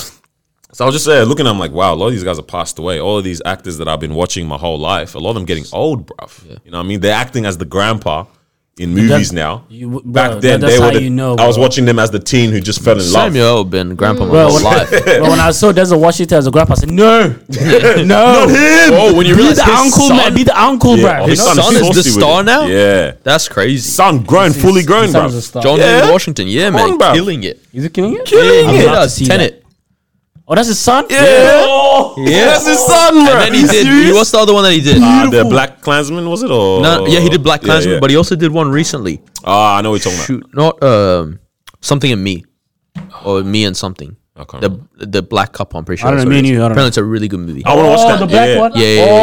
Speaker 3: So I was just uh, looking at them like, wow, a lot of these guys have passed away. All of these actors that I've been watching my whole life, a lot of them getting old, bruv. You know what I mean? They're acting as the grandpa in movies now.
Speaker 2: you-
Speaker 3: Back
Speaker 2: bro,
Speaker 3: then,
Speaker 2: that's
Speaker 3: they
Speaker 2: how
Speaker 3: were. The,
Speaker 2: you know,
Speaker 3: I was
Speaker 2: bro.
Speaker 3: watching them as the teen who just fell in love.
Speaker 6: Samuel been grandpa my
Speaker 2: Bro,
Speaker 6: whole
Speaker 2: when,
Speaker 6: life.
Speaker 2: bro, when I saw Denzel Washington as a grandpa, I said, no, no. Not him.
Speaker 3: Oh, when you
Speaker 2: Be
Speaker 3: realize
Speaker 2: the
Speaker 3: his
Speaker 2: uncle,
Speaker 3: son-
Speaker 2: man. Be the uncle,
Speaker 3: Yeah,
Speaker 2: bro.
Speaker 3: his
Speaker 6: know, son is
Speaker 3: saucy
Speaker 6: the
Speaker 3: with
Speaker 6: star
Speaker 3: it.
Speaker 6: now?
Speaker 3: Yeah,
Speaker 6: That's crazy.
Speaker 3: son grown, fully grown,
Speaker 2: Son
Speaker 3: bro.
Speaker 2: is a star.
Speaker 6: John
Speaker 3: Yeah.
Speaker 6: David Washington, yeah,
Speaker 3: Come on,
Speaker 6: man,
Speaker 3: bro.
Speaker 6: killing it.
Speaker 2: Is he killing it?
Speaker 3: Killing
Speaker 2: I'm
Speaker 3: it.
Speaker 2: about
Speaker 6: Yeah,
Speaker 2: to
Speaker 6: that's
Speaker 2: see
Speaker 6: Tenet.
Speaker 2: that. Oh, that's his son?
Speaker 3: Yeah,
Speaker 6: Yeah.
Speaker 3: that's his son, bro.
Speaker 6: And then he did. He, what's the other one that he did?
Speaker 3: Ah, the Black Klansman was it or
Speaker 6: no, yeah, he did Black
Speaker 3: Yeah,
Speaker 6: Klansman,
Speaker 3: yeah.
Speaker 6: but he also did one recently.
Speaker 3: ah, I know what you're talking
Speaker 6: Shoot, not um something in me, or me and something.
Speaker 3: about. I,
Speaker 6: The the black couple. I'm pretty sure.
Speaker 2: I don't
Speaker 6: that's
Speaker 2: know,
Speaker 6: what
Speaker 2: me and
Speaker 6: it
Speaker 2: you,
Speaker 6: is.
Speaker 2: I don't know.
Speaker 6: Apparently, it's a really good movie.
Speaker 3: want to watch
Speaker 2: oh,
Speaker 3: that.
Speaker 2: the black
Speaker 3: yeah.
Speaker 2: one?
Speaker 6: Yeah, yeah, yeah.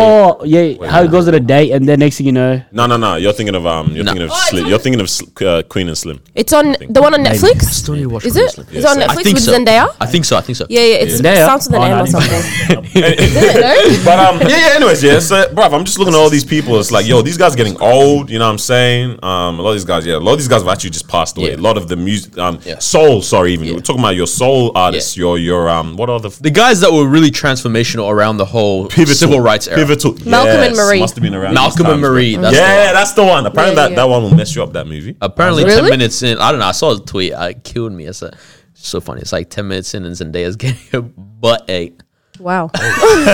Speaker 2: Oh, yeah. How it goes on a date, and then next thing you know,
Speaker 3: No, no, no. You're thinking of um. You're
Speaker 6: No.
Speaker 3: thinking of
Speaker 5: Oh, it's
Speaker 3: Slim.
Speaker 5: on-
Speaker 3: You're thinking of Sl- uh, Queen and Slim.
Speaker 5: It's on the one on
Speaker 2: Maybe.
Speaker 5: Netflix.
Speaker 6: Still need to watch
Speaker 5: Is
Speaker 6: Queen
Speaker 5: it?
Speaker 6: Slim.
Speaker 5: It's on
Speaker 3: so-
Speaker 5: Netflix
Speaker 6: I think
Speaker 5: with
Speaker 6: so.
Speaker 5: Zendaya.
Speaker 6: I think so. I think so.
Speaker 5: Yeah, yeah. It's,
Speaker 2: Yeah.
Speaker 5: It starts with an
Speaker 2: Oh,
Speaker 5: M
Speaker 2: no,
Speaker 5: or
Speaker 2: I didn't-
Speaker 5: something.
Speaker 3: But um, yeah, yeah. Anyways, yeah. So, bruv, I'm just looking at all these people. It's like, yo, these guys are getting old. You know what I'm saying? Um, a lot of these guys, yeah, a lot of these guys have actually just passed away. A
Speaker 6: Yeah.
Speaker 3: lot of the music, um,
Speaker 6: Yeah.
Speaker 3: soul. Sorry, even
Speaker 6: Yeah.
Speaker 3: we're talking about your soul artists. Your your um, what are the
Speaker 6: The guys that were really transformational around the whole
Speaker 3: pivotal
Speaker 6: civil rights era.
Speaker 3: Pivotal.
Speaker 5: Malcolm and Marie.
Speaker 3: Must have been around.
Speaker 6: Malcolm
Speaker 3: these
Speaker 6: and
Speaker 3: times,
Speaker 6: Marie.
Speaker 3: bro.
Speaker 6: That's the Uh,
Speaker 3: yeah, that's the one. Apparently,
Speaker 5: Yeah,
Speaker 3: that,
Speaker 5: yeah.
Speaker 3: that one will mess you up. That movie.
Speaker 6: Apparently, ten
Speaker 5: Really?
Speaker 6: minutes in, I don't know. I saw a tweet. I killed me. It's a, so funny. It's like ten minutes in, and Zendaya's getting her butt ate.
Speaker 5: Wow.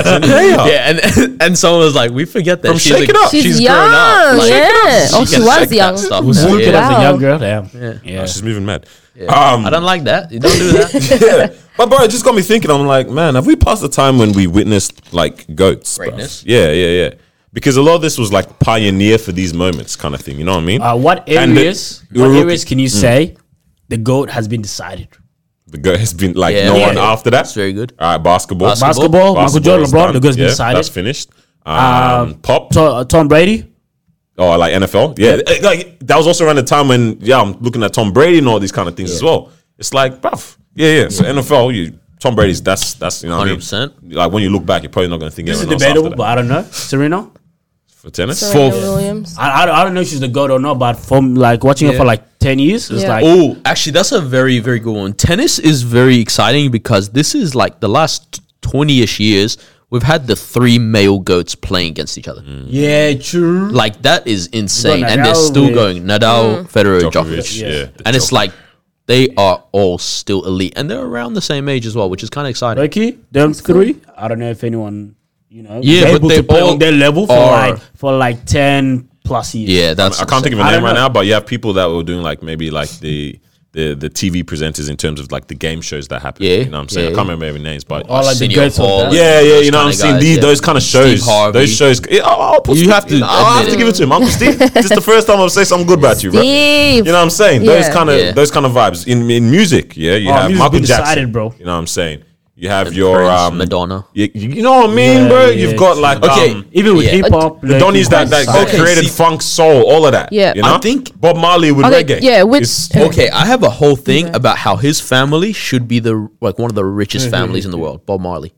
Speaker 6: Yeah, and and someone was like, "We forget that
Speaker 3: From
Speaker 6: she's
Speaker 3: Shake
Speaker 6: a-
Speaker 3: It Up.
Speaker 5: She's,
Speaker 6: grown
Speaker 5: young.
Speaker 6: up. Like,
Speaker 5: yeah. Oh, she
Speaker 6: can check
Speaker 5: was
Speaker 6: that
Speaker 5: young.
Speaker 6: stuff
Speaker 2: was
Speaker 6: now.
Speaker 2: looking
Speaker 6: Yeah.
Speaker 2: as a
Speaker 5: Wow.
Speaker 2: young girl. Damn. Yeah.
Speaker 3: Oh, She's moving mad. Um,
Speaker 6: I don't like that. You don't do that.
Speaker 3: yeah. But bro, it just got me thinking. I'm like, man, have we passed the time when we witnessed like goats? bruv?
Speaker 6: Greatness.
Speaker 3: Yeah, yeah, yeah. Because a lot of this was like pioneer for these moments, kind of thing. You know what I mean?
Speaker 2: Uh, what
Speaker 3: And the-
Speaker 2: areas?
Speaker 3: the
Speaker 2: what
Speaker 3: rookie-
Speaker 2: areas can
Speaker 6: Hmm.
Speaker 2: you say the goat has been decided?
Speaker 3: The goat has been like
Speaker 6: Yeah.
Speaker 3: no
Speaker 6: Yeah.
Speaker 3: one after that.
Speaker 6: That's very good.
Speaker 3: All right, basketball,
Speaker 2: Basketball, Michael Jordan,
Speaker 3: is
Speaker 2: LeBron,
Speaker 3: done.
Speaker 2: the goat's been
Speaker 3: Yeah,
Speaker 2: decided.
Speaker 3: That's finished. Um, pop
Speaker 2: To, uh, Tom Brady.
Speaker 3: or like NFL. Yeah, eh, like that was also around the time when yeah, I'm looking at Tom Brady and all these kind of things as well. It's like, bruv, yeah, yeah. So NFL, you Tom Brady's that's that's you know what I mean?
Speaker 6: 100%.
Speaker 3: Like when you look back, you're probably not going to think
Speaker 2: This is
Speaker 3: anyone else after
Speaker 2: debatable,
Speaker 3: that.
Speaker 2: but I don't know. Serena.
Speaker 3: for tennis.
Speaker 5: Serena Williams.
Speaker 2: I, I, don't- I don't know if she's the goat or not, but from like watching her
Speaker 6: Yeah.
Speaker 2: for like ten years, it's
Speaker 5: Yeah.
Speaker 2: like
Speaker 6: Oh, actually, that's a very, very good one. Tennis is very exciting because this is like the last 20 ish years, we've had the three male goats playing against each other.
Speaker 3: Mm.
Speaker 2: yeah, true.
Speaker 6: Like, that is insane. And they're
Speaker 2: Nadal
Speaker 6: still
Speaker 2: with- Mm.
Speaker 6: going Nadal, Federer, Djokovic.
Speaker 3: Djokovic, yeah.
Speaker 6: And it's like they are all still elite. And they're around the same age as well, which is kind of exciting.
Speaker 2: Ricky, them three. I don't know if anyone you know
Speaker 6: Yeah,
Speaker 2: is
Speaker 6: but
Speaker 2: able
Speaker 6: they
Speaker 2: to play
Speaker 6: all
Speaker 2: on their level for
Speaker 6: are-
Speaker 2: like for like ten plus years.
Speaker 6: yeah, that's.
Speaker 3: I can't think of a
Speaker 2: I
Speaker 3: name
Speaker 2: don't
Speaker 3: right
Speaker 2: know.
Speaker 3: now, but you have people that were doing like maybe like the the the TV presenters in terms of like the game shows that happen.
Speaker 6: Yeah,
Speaker 3: you know what I'm saying.
Speaker 6: yeah,
Speaker 3: I can't
Speaker 6: yeah.
Speaker 3: remember every names, but
Speaker 2: Or like the
Speaker 6: Arsenio
Speaker 2: goats of
Speaker 6: Hall.
Speaker 2: that.
Speaker 3: yeah, yeah,
Speaker 6: Those
Speaker 3: you know what I'm
Speaker 6: kinda
Speaker 3: saying.
Speaker 6: guys,
Speaker 3: These
Speaker 6: yeah.
Speaker 3: those kind of shows,
Speaker 6: Harvey.
Speaker 3: those shows. Yeah, I'll, I'll put
Speaker 6: You have to
Speaker 3: I'll have
Speaker 6: admit
Speaker 3: to
Speaker 6: it.
Speaker 3: give it to him, Uncle Steve. It's the first time I've said something good about you, bro. You
Speaker 5: Steve.
Speaker 3: know what I'm saying? Those
Speaker 5: Yeah.
Speaker 3: kind of
Speaker 6: Yeah.
Speaker 3: those kind of vibes in in music. Yeah, you
Speaker 2: Oh,
Speaker 3: have
Speaker 2: music's
Speaker 3: Michael
Speaker 2: been
Speaker 3: Jackson,
Speaker 2: decided, bro.
Speaker 3: You know what I'm saying? You have your
Speaker 6: Prince,
Speaker 3: um,
Speaker 6: Madonna.
Speaker 3: You, you know what I mean,
Speaker 2: Yeah,
Speaker 3: bro?
Speaker 2: yeah,
Speaker 3: You've got
Speaker 2: it's-
Speaker 3: like
Speaker 6: Okay,
Speaker 3: um,
Speaker 2: Even with
Speaker 6: Yeah.
Speaker 2: hip hop,
Speaker 3: the Donnie's that,
Speaker 2: like
Speaker 3: that
Speaker 6: Exactly.
Speaker 3: created
Speaker 6: Okay, see-
Speaker 3: funk soul, all of that.
Speaker 5: Yeah.
Speaker 3: you know?
Speaker 6: I think-
Speaker 3: Bob Marley with
Speaker 5: Okay,
Speaker 3: reggae.
Speaker 5: yeah, which-
Speaker 3: It's-
Speaker 5: Yeah.
Speaker 6: Okay, I have a whole thing about how his family should be the like one of the richest
Speaker 3: Mm-hmm.
Speaker 6: families in the world. Bob Marley,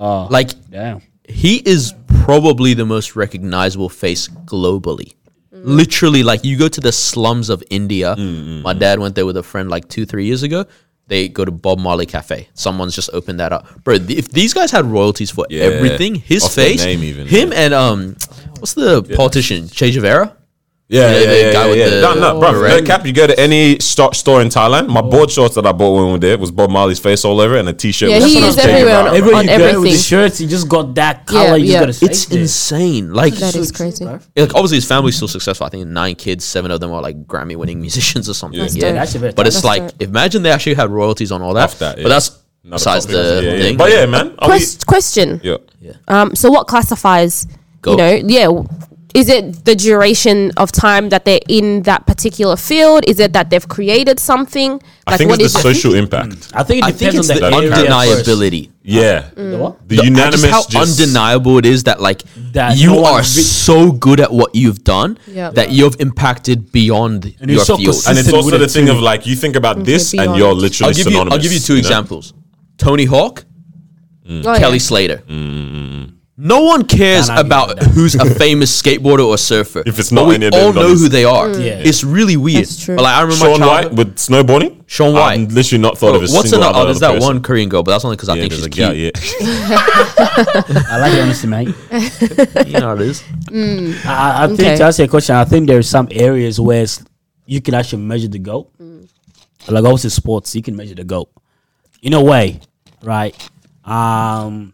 Speaker 3: Ah.
Speaker 6: like
Speaker 2: Damn.
Speaker 6: he is probably the most recognizable face globally.
Speaker 5: Mm-hmm.
Speaker 6: Literally, like you go to the slums of India.
Speaker 3: Mm-hmm.
Speaker 6: My dad went there with a friend like two, three years ago. They go to Bob Marley Cafe. Someone's just opened that up, bro. th- if these guys had royalties for
Speaker 3: Yeah.
Speaker 6: everything, his
Speaker 3: Off their
Speaker 6: face,
Speaker 3: name even,
Speaker 6: him, and um, what's the politician Che Guevara?
Speaker 3: Yeah,
Speaker 6: Yeah,
Speaker 3: yeah,
Speaker 6: the
Speaker 3: yeah,
Speaker 6: guy
Speaker 3: yeah,
Speaker 6: with
Speaker 3: yeah.
Speaker 6: the-
Speaker 3: no, no, bro. No
Speaker 6: Right.
Speaker 3: cap. You go to any sto- store in Thailand. My board shorts that I bought when we were there was Bob Marley's face all over it and a t-shirt.
Speaker 5: Yeah,
Speaker 3: with
Speaker 5: he
Speaker 3: his
Speaker 5: is
Speaker 3: face
Speaker 5: everywhere
Speaker 3: around it.
Speaker 5: Every-
Speaker 2: Everywhere
Speaker 5: on
Speaker 2: you go with
Speaker 5: everything.
Speaker 2: the shirts, you just got that color. you
Speaker 5: yeah.
Speaker 2: just got
Speaker 6: It's insane. Like
Speaker 5: That is crazy.
Speaker 6: Yeah, like obviously his family's still successful. I think nine kids, seven of them are like Grammy winning musicians or something.
Speaker 5: That's
Speaker 6: Yeah,
Speaker 5: dope.
Speaker 2: That's a bit
Speaker 6: but it's
Speaker 5: That's
Speaker 6: like
Speaker 5: dope.
Speaker 6: imagine they actually had royalties on all that.
Speaker 3: Off that, yeah.
Speaker 6: But that's
Speaker 3: Another
Speaker 6: besides
Speaker 3: topic.
Speaker 6: the
Speaker 3: Yeah, yeah.
Speaker 6: thing.
Speaker 3: But yeah, man. I'll be-
Speaker 5: Quest- question.
Speaker 3: yeah.
Speaker 5: Um, so what classifies,
Speaker 6: Go.
Speaker 5: you know, yeah, w- is it the duration of time that they're in that particular field? Is it that they've created something?
Speaker 3: I think
Speaker 5: what
Speaker 3: it's the
Speaker 5: is
Speaker 3: social impact.
Speaker 2: I think it
Speaker 6: I
Speaker 2: depends
Speaker 6: think it's
Speaker 2: on
Speaker 6: the,
Speaker 2: the, area first.
Speaker 6: undeniability.
Speaker 3: Yeah,
Speaker 5: Mm.
Speaker 2: The what?
Speaker 3: the
Speaker 6: The-
Speaker 3: unanimous.
Speaker 6: just how
Speaker 3: just-
Speaker 6: undeniable it is that like
Speaker 2: That
Speaker 6: you
Speaker 2: no one
Speaker 6: are
Speaker 2: re-
Speaker 6: so good at what you've done
Speaker 5: Yeah.
Speaker 6: that you've impacted beyond
Speaker 2: And you're
Speaker 6: your
Speaker 2: so
Speaker 6: field.
Speaker 2: consistent.
Speaker 3: And it's
Speaker 2: Consistent
Speaker 3: also
Speaker 2: with
Speaker 3: the
Speaker 2: it
Speaker 3: thing
Speaker 2: too.
Speaker 3: of like you think
Speaker 5: Mm,
Speaker 3: about this and
Speaker 5: beyond.
Speaker 3: you're
Speaker 6: I'll
Speaker 3: literally
Speaker 6: give you
Speaker 3: synonymous.
Speaker 6: I'll give you two
Speaker 3: know?
Speaker 6: examples. Tony Hawk,
Speaker 5: Oh, yeah.
Speaker 3: Mm.
Speaker 6: Kelly Slater. No one cares
Speaker 2: Can't argue
Speaker 6: about
Speaker 2: with that.
Speaker 6: who's a famous skateboarder or surfer.
Speaker 3: If it's
Speaker 6: But
Speaker 3: not
Speaker 6: we
Speaker 3: any of
Speaker 6: all
Speaker 3: them, then
Speaker 6: know who
Speaker 3: it's-
Speaker 6: they are.
Speaker 2: Yeah.
Speaker 6: It's really weird.
Speaker 5: That's true.
Speaker 6: But like I remember
Speaker 3: Sean
Speaker 6: my
Speaker 3: White
Speaker 6: childhood-
Speaker 3: with snowboarding.
Speaker 6: Sean White.
Speaker 3: I've literally not thought
Speaker 6: Bro,
Speaker 3: of a
Speaker 6: what's
Speaker 3: single
Speaker 6: another?
Speaker 3: other
Speaker 6: Oh, there's
Speaker 3: other
Speaker 6: that
Speaker 3: person.
Speaker 6: one Korean girl, but that's only because I
Speaker 3: Yeah,
Speaker 6: think
Speaker 3: there's
Speaker 6: she's
Speaker 3: a guy.
Speaker 6: cute.
Speaker 3: Yeah,
Speaker 2: I like your honesty, mate.
Speaker 6: You know how it is.
Speaker 2: I, I think
Speaker 5: Okay.
Speaker 2: to answer your question, I think there are some areas where it's- you can actually measure the goal.
Speaker 3: Mm.
Speaker 2: Like obviously sports, you can measure the goal. In a way, right? Um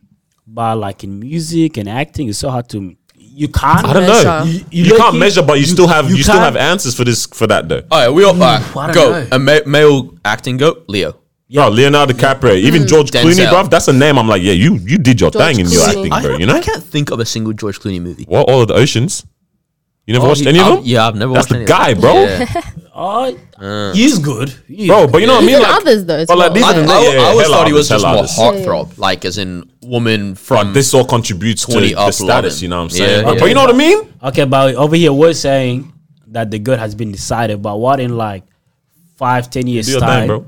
Speaker 2: but like in music and acting, it's so hard to you can't
Speaker 3: I don't know.
Speaker 5: Measure.
Speaker 3: You,
Speaker 2: You-
Speaker 3: you
Speaker 2: you
Speaker 3: can't
Speaker 2: look-
Speaker 3: measure, but you, still have you, still
Speaker 2: can't-
Speaker 3: have answers for this for that though.
Speaker 6: All right, we all all
Speaker 2: I don't
Speaker 6: right, go.
Speaker 2: know.
Speaker 6: A ma- male acting go, Leo.
Speaker 3: Bro, Leonardo DiCaprio, even George
Speaker 6: Denzel.
Speaker 3: Clooney, bruv, that's a name. I'm like, yeah, you you did your
Speaker 5: George
Speaker 3: thing in your
Speaker 5: Clooney.
Speaker 3: acting,
Speaker 6: I,
Speaker 3: bro. You
Speaker 6: I
Speaker 3: know
Speaker 6: can't think of a single George Clooney movie.
Speaker 3: what? All of the oceans. You never
Speaker 6: Oh,
Speaker 3: watched
Speaker 6: he-
Speaker 3: any of
Speaker 6: I've-
Speaker 3: them?
Speaker 6: Yeah, I've never
Speaker 3: That's
Speaker 6: watched
Speaker 3: the
Speaker 6: any
Speaker 3: guy,
Speaker 6: of them.
Speaker 3: bro.
Speaker 6: Yeah.
Speaker 2: Oh, he's good. He is
Speaker 3: Uh. Bro, but you know what I mean.
Speaker 5: Even
Speaker 3: Like,
Speaker 5: others though. as
Speaker 3: but like
Speaker 5: well.
Speaker 3: these
Speaker 6: I,
Speaker 3: are
Speaker 6: I,
Speaker 3: Yeah, yeah, yeah,
Speaker 6: I always
Speaker 3: hell
Speaker 6: thought
Speaker 3: others,
Speaker 6: he was just
Speaker 3: hell
Speaker 6: more
Speaker 3: others.
Speaker 6: heartthrob, like as in woman from
Speaker 3: this all contributes to
Speaker 6: 20
Speaker 3: the
Speaker 6: up
Speaker 3: status.
Speaker 6: loving.
Speaker 3: You know what I'm
Speaker 6: Yeah,
Speaker 3: saying?
Speaker 6: yeah.
Speaker 3: But you know what I mean?
Speaker 2: Okay, but over here we're saying that the goal has been decided, but what in like five, ten years
Speaker 3: Do your
Speaker 2: time,
Speaker 3: thing, bro.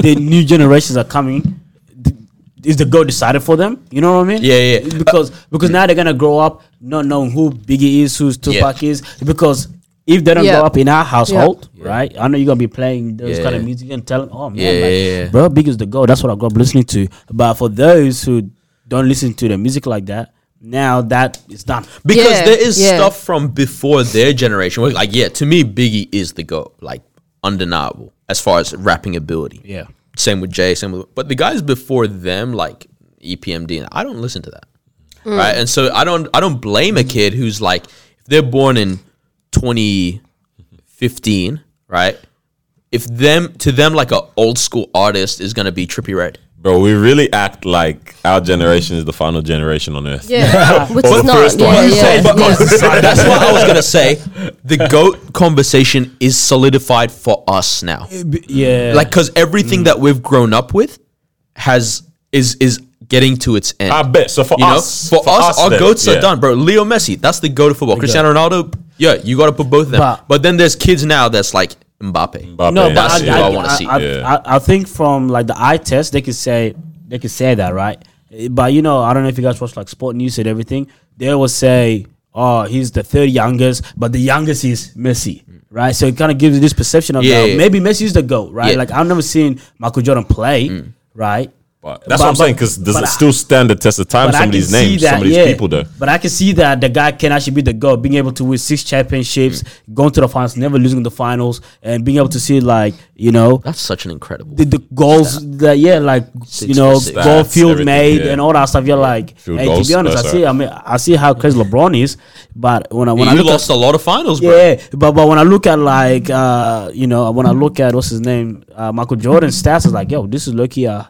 Speaker 2: the new generations are coming. th- Is the goal decided for them? You know what I mean?
Speaker 6: Yeah, yeah.
Speaker 2: Because because now they're gonna grow up not knowing who Biggie is, who's Tupac is. Because if they don't
Speaker 5: Yeah.
Speaker 2: grow up in our household, right? I know you're gonna be playing those
Speaker 6: Yeah.
Speaker 2: kind of music and tell them, oh man,
Speaker 6: Yeah,
Speaker 2: like,
Speaker 6: yeah, yeah.
Speaker 2: bro, Biggie's the goal. That's what I grew up listening to. But for those who don't listen to the music like that, now that is done.
Speaker 6: because
Speaker 5: Yeah,
Speaker 6: there is
Speaker 5: yeah.
Speaker 6: stuff from before their generation. where, Like, yeah, to me, Biggie is the goat, like undeniable as far as rapping ability.
Speaker 2: Yeah.
Speaker 6: Same with Jay. Same with but the guys before them, like E EPMD, and I don't listen to that,
Speaker 5: Mm.
Speaker 6: right? And so I don't, I don't blame a kid who's like, if they're born in 2015, right? If them to them like a old school artist is gonna be Trippy Red.
Speaker 3: Bro, we really act like our generation is the final generation on earth.
Speaker 5: yeah, which
Speaker 3: Or
Speaker 5: is
Speaker 3: the
Speaker 5: not.
Speaker 3: first one.
Speaker 5: Yeah, yeah,
Speaker 6: But-
Speaker 5: yeah.
Speaker 6: That's what I was gonna say. The goat conversation is solidified for us now,
Speaker 2: Yeah.
Speaker 6: like because
Speaker 3: Mm.
Speaker 6: everything that we've grown up with has is is getting to its end.
Speaker 3: I bet. So for
Speaker 6: you know,
Speaker 3: us,
Speaker 6: for, us, our
Speaker 3: then,
Speaker 6: goats
Speaker 3: yeah.
Speaker 6: are done, bro. Leo Messi, that's the goat of football. Cristiano Ronaldo, yeah, you got to put both of them.
Speaker 2: But-
Speaker 6: But, then there's kids now that's like Mbappe.
Speaker 3: Mbappe,
Speaker 2: No, but
Speaker 3: that's
Speaker 2: I,
Speaker 3: it.
Speaker 6: who
Speaker 2: I,
Speaker 6: I
Speaker 2: I,
Speaker 6: wanna see.
Speaker 2: I,
Speaker 3: Yeah.
Speaker 2: I, I think from like the eye test, they could say they could say that, right? Eh, But you know, I don't know if you guys watch like sport news and everything. They will say, "Oh, he's the third youngest, but the youngest is Messi." Right, so it kind of gives you this perception of
Speaker 6: Yeah,
Speaker 2: that,
Speaker 6: yeah.
Speaker 2: maybe Messi is the goat, right?
Speaker 6: Yeah.
Speaker 2: Like I've never seen Michael Jordan play, right?
Speaker 3: Mm. But that's what I'm
Speaker 2: But-
Speaker 3: saying because does
Speaker 2: but
Speaker 3: it
Speaker 2: I-
Speaker 3: still stand the test of time?
Speaker 2: But I
Speaker 3: Some
Speaker 2: can
Speaker 3: of these
Speaker 2: see
Speaker 3: names,
Speaker 2: that,
Speaker 3: some of these
Speaker 2: yeah.
Speaker 3: people, though.
Speaker 2: But I can see that the guy can actually be the goal, being able to win six championships,
Speaker 3: Mm.
Speaker 2: going to the finals, never losing the finals, and being able to see like you know
Speaker 6: That's such an incredible.
Speaker 2: the, the goals that yeah, like you know,
Speaker 6: for six.
Speaker 2: goal
Speaker 3: Stats,
Speaker 2: field
Speaker 3: everything,
Speaker 2: made
Speaker 3: yeah.
Speaker 2: and all that stuff. You're like,
Speaker 3: Field
Speaker 2: hey,
Speaker 3: goals,
Speaker 2: to be honest, I
Speaker 3: that's
Speaker 2: see. I mean, I see how crazy LeBron is, but when I when I
Speaker 6: you
Speaker 2: look
Speaker 6: lost
Speaker 2: at,
Speaker 6: a lot of finals, bro.
Speaker 2: yeah, but but when I look at like uh, you know when I look at what's his name, uh, Michael Jordan's stats, is like, yo, this is lucky. Uh,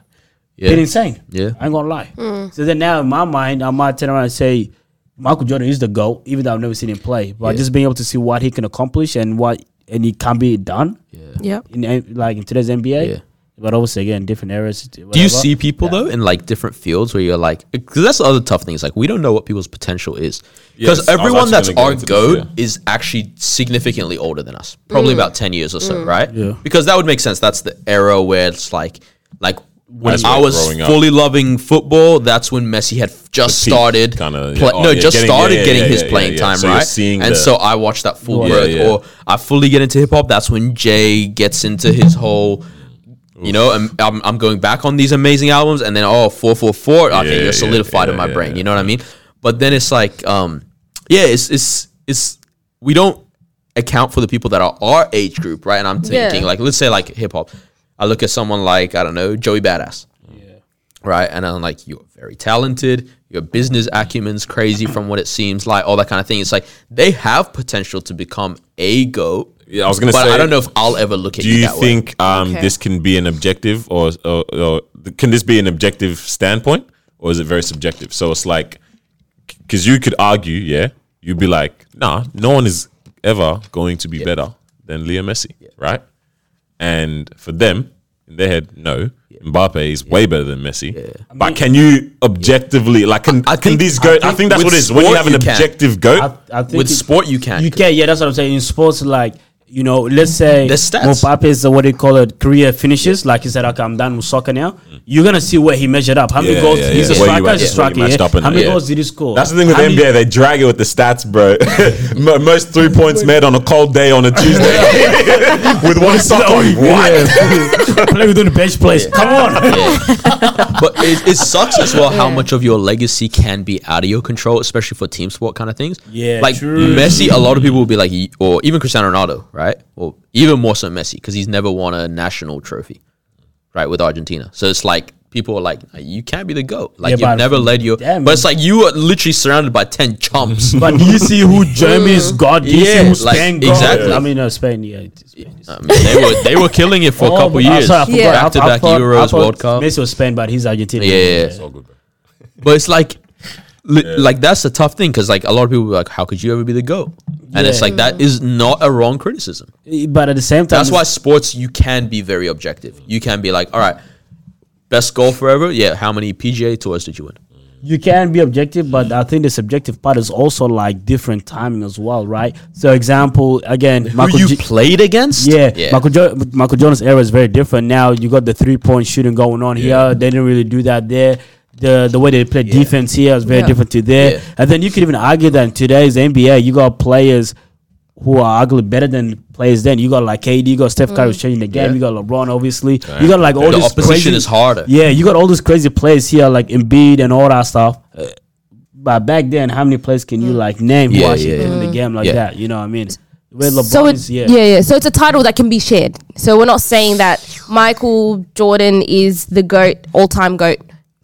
Speaker 6: Yeah.
Speaker 2: been insane.
Speaker 6: Yeah.
Speaker 2: I ain't gonna lie. So then now in my mind, I might turn around and say. Michael Jordan is the GOAT, even though I've never seen him play. But just being able to see what he can accomplish and what and he can be done,
Speaker 5: Yep.
Speaker 2: in N- like in today's NBA.
Speaker 6: Yeah.
Speaker 2: But obviously, again, different eras.
Speaker 6: Do you see people though in like different fields where you're like, because that's the other tough thing is like we don't know what people's potential is
Speaker 3: Yes, I
Speaker 6: because
Speaker 3: was
Speaker 6: everyone
Speaker 3: actually
Speaker 6: that's
Speaker 3: gonna go
Speaker 6: our
Speaker 3: into this,
Speaker 6: goat
Speaker 3: yeah.
Speaker 6: is actually significantly older than us, probably about ten years or so, right?
Speaker 2: Yeah.
Speaker 6: Because that would make sense. That's the era where it's like, like when
Speaker 3: That's
Speaker 6: I
Speaker 3: where
Speaker 6: was
Speaker 3: growing up.
Speaker 6: fully loving football, that's when Messi had f- just
Speaker 3: The peak
Speaker 6: started
Speaker 3: kinda, yeah.
Speaker 6: play-
Speaker 3: Oh,
Speaker 6: no,
Speaker 3: yeah,
Speaker 6: just
Speaker 3: getting- yeah,
Speaker 6: started
Speaker 3: yeah,
Speaker 6: getting
Speaker 3: yeah,
Speaker 6: his
Speaker 3: yeah,
Speaker 6: playing
Speaker 3: yeah.
Speaker 6: time,
Speaker 3: So you're
Speaker 6: right?
Speaker 3: seeing
Speaker 6: and
Speaker 3: the-
Speaker 6: so I watched that full
Speaker 3: Yeah,
Speaker 6: growth,
Speaker 3: yeah.
Speaker 6: or I fully get into hip hop. That's when Jay gets into his whole. You know, I'm, I'm, I'm going back on these amazing albums, and then oh, four four four. Okay,
Speaker 3: Yeah, yeah,
Speaker 6: you're solidified in my
Speaker 3: yeah,
Speaker 6: brain. You know what I mean? But then it's like, um, yeah, it's it's it's we don't account for the people that are our age group, right? And I'm
Speaker 5: Yeah.
Speaker 6: thinking like, let's say like hip hop. I look at someone like I don't know Joey Badass, right? And I'm like, you're very talented. Your business acumen's crazy from what it seems like, all that kind of thing. It's like they have potential to become a goat.
Speaker 3: Yeah, I was gonna
Speaker 6: but
Speaker 3: say,
Speaker 6: I don't know if I'll ever look at
Speaker 3: Do
Speaker 6: you,
Speaker 3: you
Speaker 6: that way.
Speaker 3: think um,
Speaker 5: Okay.
Speaker 3: this can be an objective, or, or, or can this be an objective standpoint, or is it very subjective? So it's like, because you could argue, yeah, you'd be like, nah, no one is ever going to be better than Leo Messi, right? And for them, in their head, no. Mbappe is way better than Messi. But can you objectively, like, can,
Speaker 6: I- I
Speaker 3: can
Speaker 6: think-
Speaker 3: these go? I
Speaker 6: I
Speaker 3: think,
Speaker 6: think
Speaker 3: that's
Speaker 6: with
Speaker 3: what it is. When you
Speaker 6: sport
Speaker 3: have an
Speaker 6: you can.
Speaker 3: objective goat,
Speaker 2: I think
Speaker 6: with
Speaker 2: it-
Speaker 6: sport you can?
Speaker 2: You can, yeah. That's what I'm saying. In sports, like you know, let's say
Speaker 6: There's stats.
Speaker 2: Mopapa is uh, what they call it career finishes. Like he said, okay, I'm done with soccer now. You're gonna see where he measured up. How many
Speaker 3: Yeah,
Speaker 2: goals?
Speaker 3: yeah,
Speaker 2: he's
Speaker 3: yeah.
Speaker 2: a
Speaker 3: Where you
Speaker 2: striker.
Speaker 3: at-
Speaker 2: He's a
Speaker 3: yeah, where you
Speaker 2: striker.
Speaker 3: matched up
Speaker 2: Yeah?
Speaker 3: in
Speaker 2: How
Speaker 3: it,
Speaker 2: many
Speaker 3: yeah.
Speaker 2: goals did he score?
Speaker 3: That's the thing with
Speaker 2: How
Speaker 3: the
Speaker 2: many-
Speaker 3: NBA. They drag it with the stats, bro. Mo- Most three points made on a cold day on a Tuesday with one sock on. What?
Speaker 2: Play within the bench place. Come on.
Speaker 6: but it, it sucks as well how much of your legacy can be out of your control, especially for team sport kind of things.
Speaker 2: Yeah,
Speaker 6: like
Speaker 2: true.
Speaker 6: Messi, a lot of people will be like, he- or even Cristiano Ronaldo, right? Or even more so Messi, because he's never won a national trophy, right, with Argentina. So it's like people are like, you can't be the goat.
Speaker 2: Yeah,
Speaker 6: Like
Speaker 2: but-
Speaker 6: you've never led your.
Speaker 2: Damn,
Speaker 6: but it's like you are literally surrounded by ten chumps.
Speaker 2: But do you see who Germany's got? Do you see
Speaker 6: Yeah,
Speaker 2: who
Speaker 6: like,
Speaker 2: Spain got?
Speaker 6: exactly.
Speaker 2: I mean, uh, Spain. Yeah. it is Spain.
Speaker 6: I mean, they were they were killing it for a
Speaker 2: Oh,
Speaker 6: couple
Speaker 2: but- I'm
Speaker 6: years,
Speaker 2: sorry, I forgot. I-
Speaker 6: back to
Speaker 2: I
Speaker 6: back
Speaker 2: thought- I
Speaker 6: Euros,
Speaker 2: thought
Speaker 6: World Cup.
Speaker 2: Messi was Spain, but he's Argentina.
Speaker 6: Yeah, yeah, yeah. But it's like, li- like that's a tough thing because like a lot of people be like, how could you ever be the goat? And it's
Speaker 2: Yeah.
Speaker 6: like that is not a wrong criticism.
Speaker 2: But at the same time,
Speaker 6: That's why sports you can be very objective. You can be like, all right, best goal forever. Yeah, how many PGA tours did you win?
Speaker 2: you can be objective, but I think the subjective part is also like different timing as well, right? So, example again,
Speaker 6: Who
Speaker 2: Michael
Speaker 6: you
Speaker 2: J-
Speaker 6: played against?
Speaker 2: Yeah,
Speaker 6: yeah.
Speaker 2: Michael, jo- Michael Jordan's era is very different now. You got the three point shooting going on here. They didn't really do that there. The the way they play defense here is very
Speaker 5: Yeah.
Speaker 2: different to there.
Speaker 6: Yeah.
Speaker 2: And then you could even argue that in today's NBA, you got players who are arguably better than players then. You got like KD, you got Steph Curry who's changing the game.
Speaker 6: Yeah.
Speaker 2: You got LeBron, obviously. You got like all
Speaker 6: The
Speaker 2: this
Speaker 6: opposition
Speaker 2: crazy-
Speaker 6: is harder.
Speaker 2: Yeah, you got all these crazy players here like Embiid and all that stuff. Uh, But back then, how many players can
Speaker 5: Mm.
Speaker 2: you like name who
Speaker 6: Yeah,
Speaker 2: actually
Speaker 6: yeah,
Speaker 2: played in the game like
Speaker 6: Yeah.
Speaker 2: that? You know what I mean? Where LeBron
Speaker 5: so
Speaker 2: is,
Speaker 5: it's yeah. yeah, So it's a title that can be shared. So we're not saying that Michael Jordan is the goat, all time goat.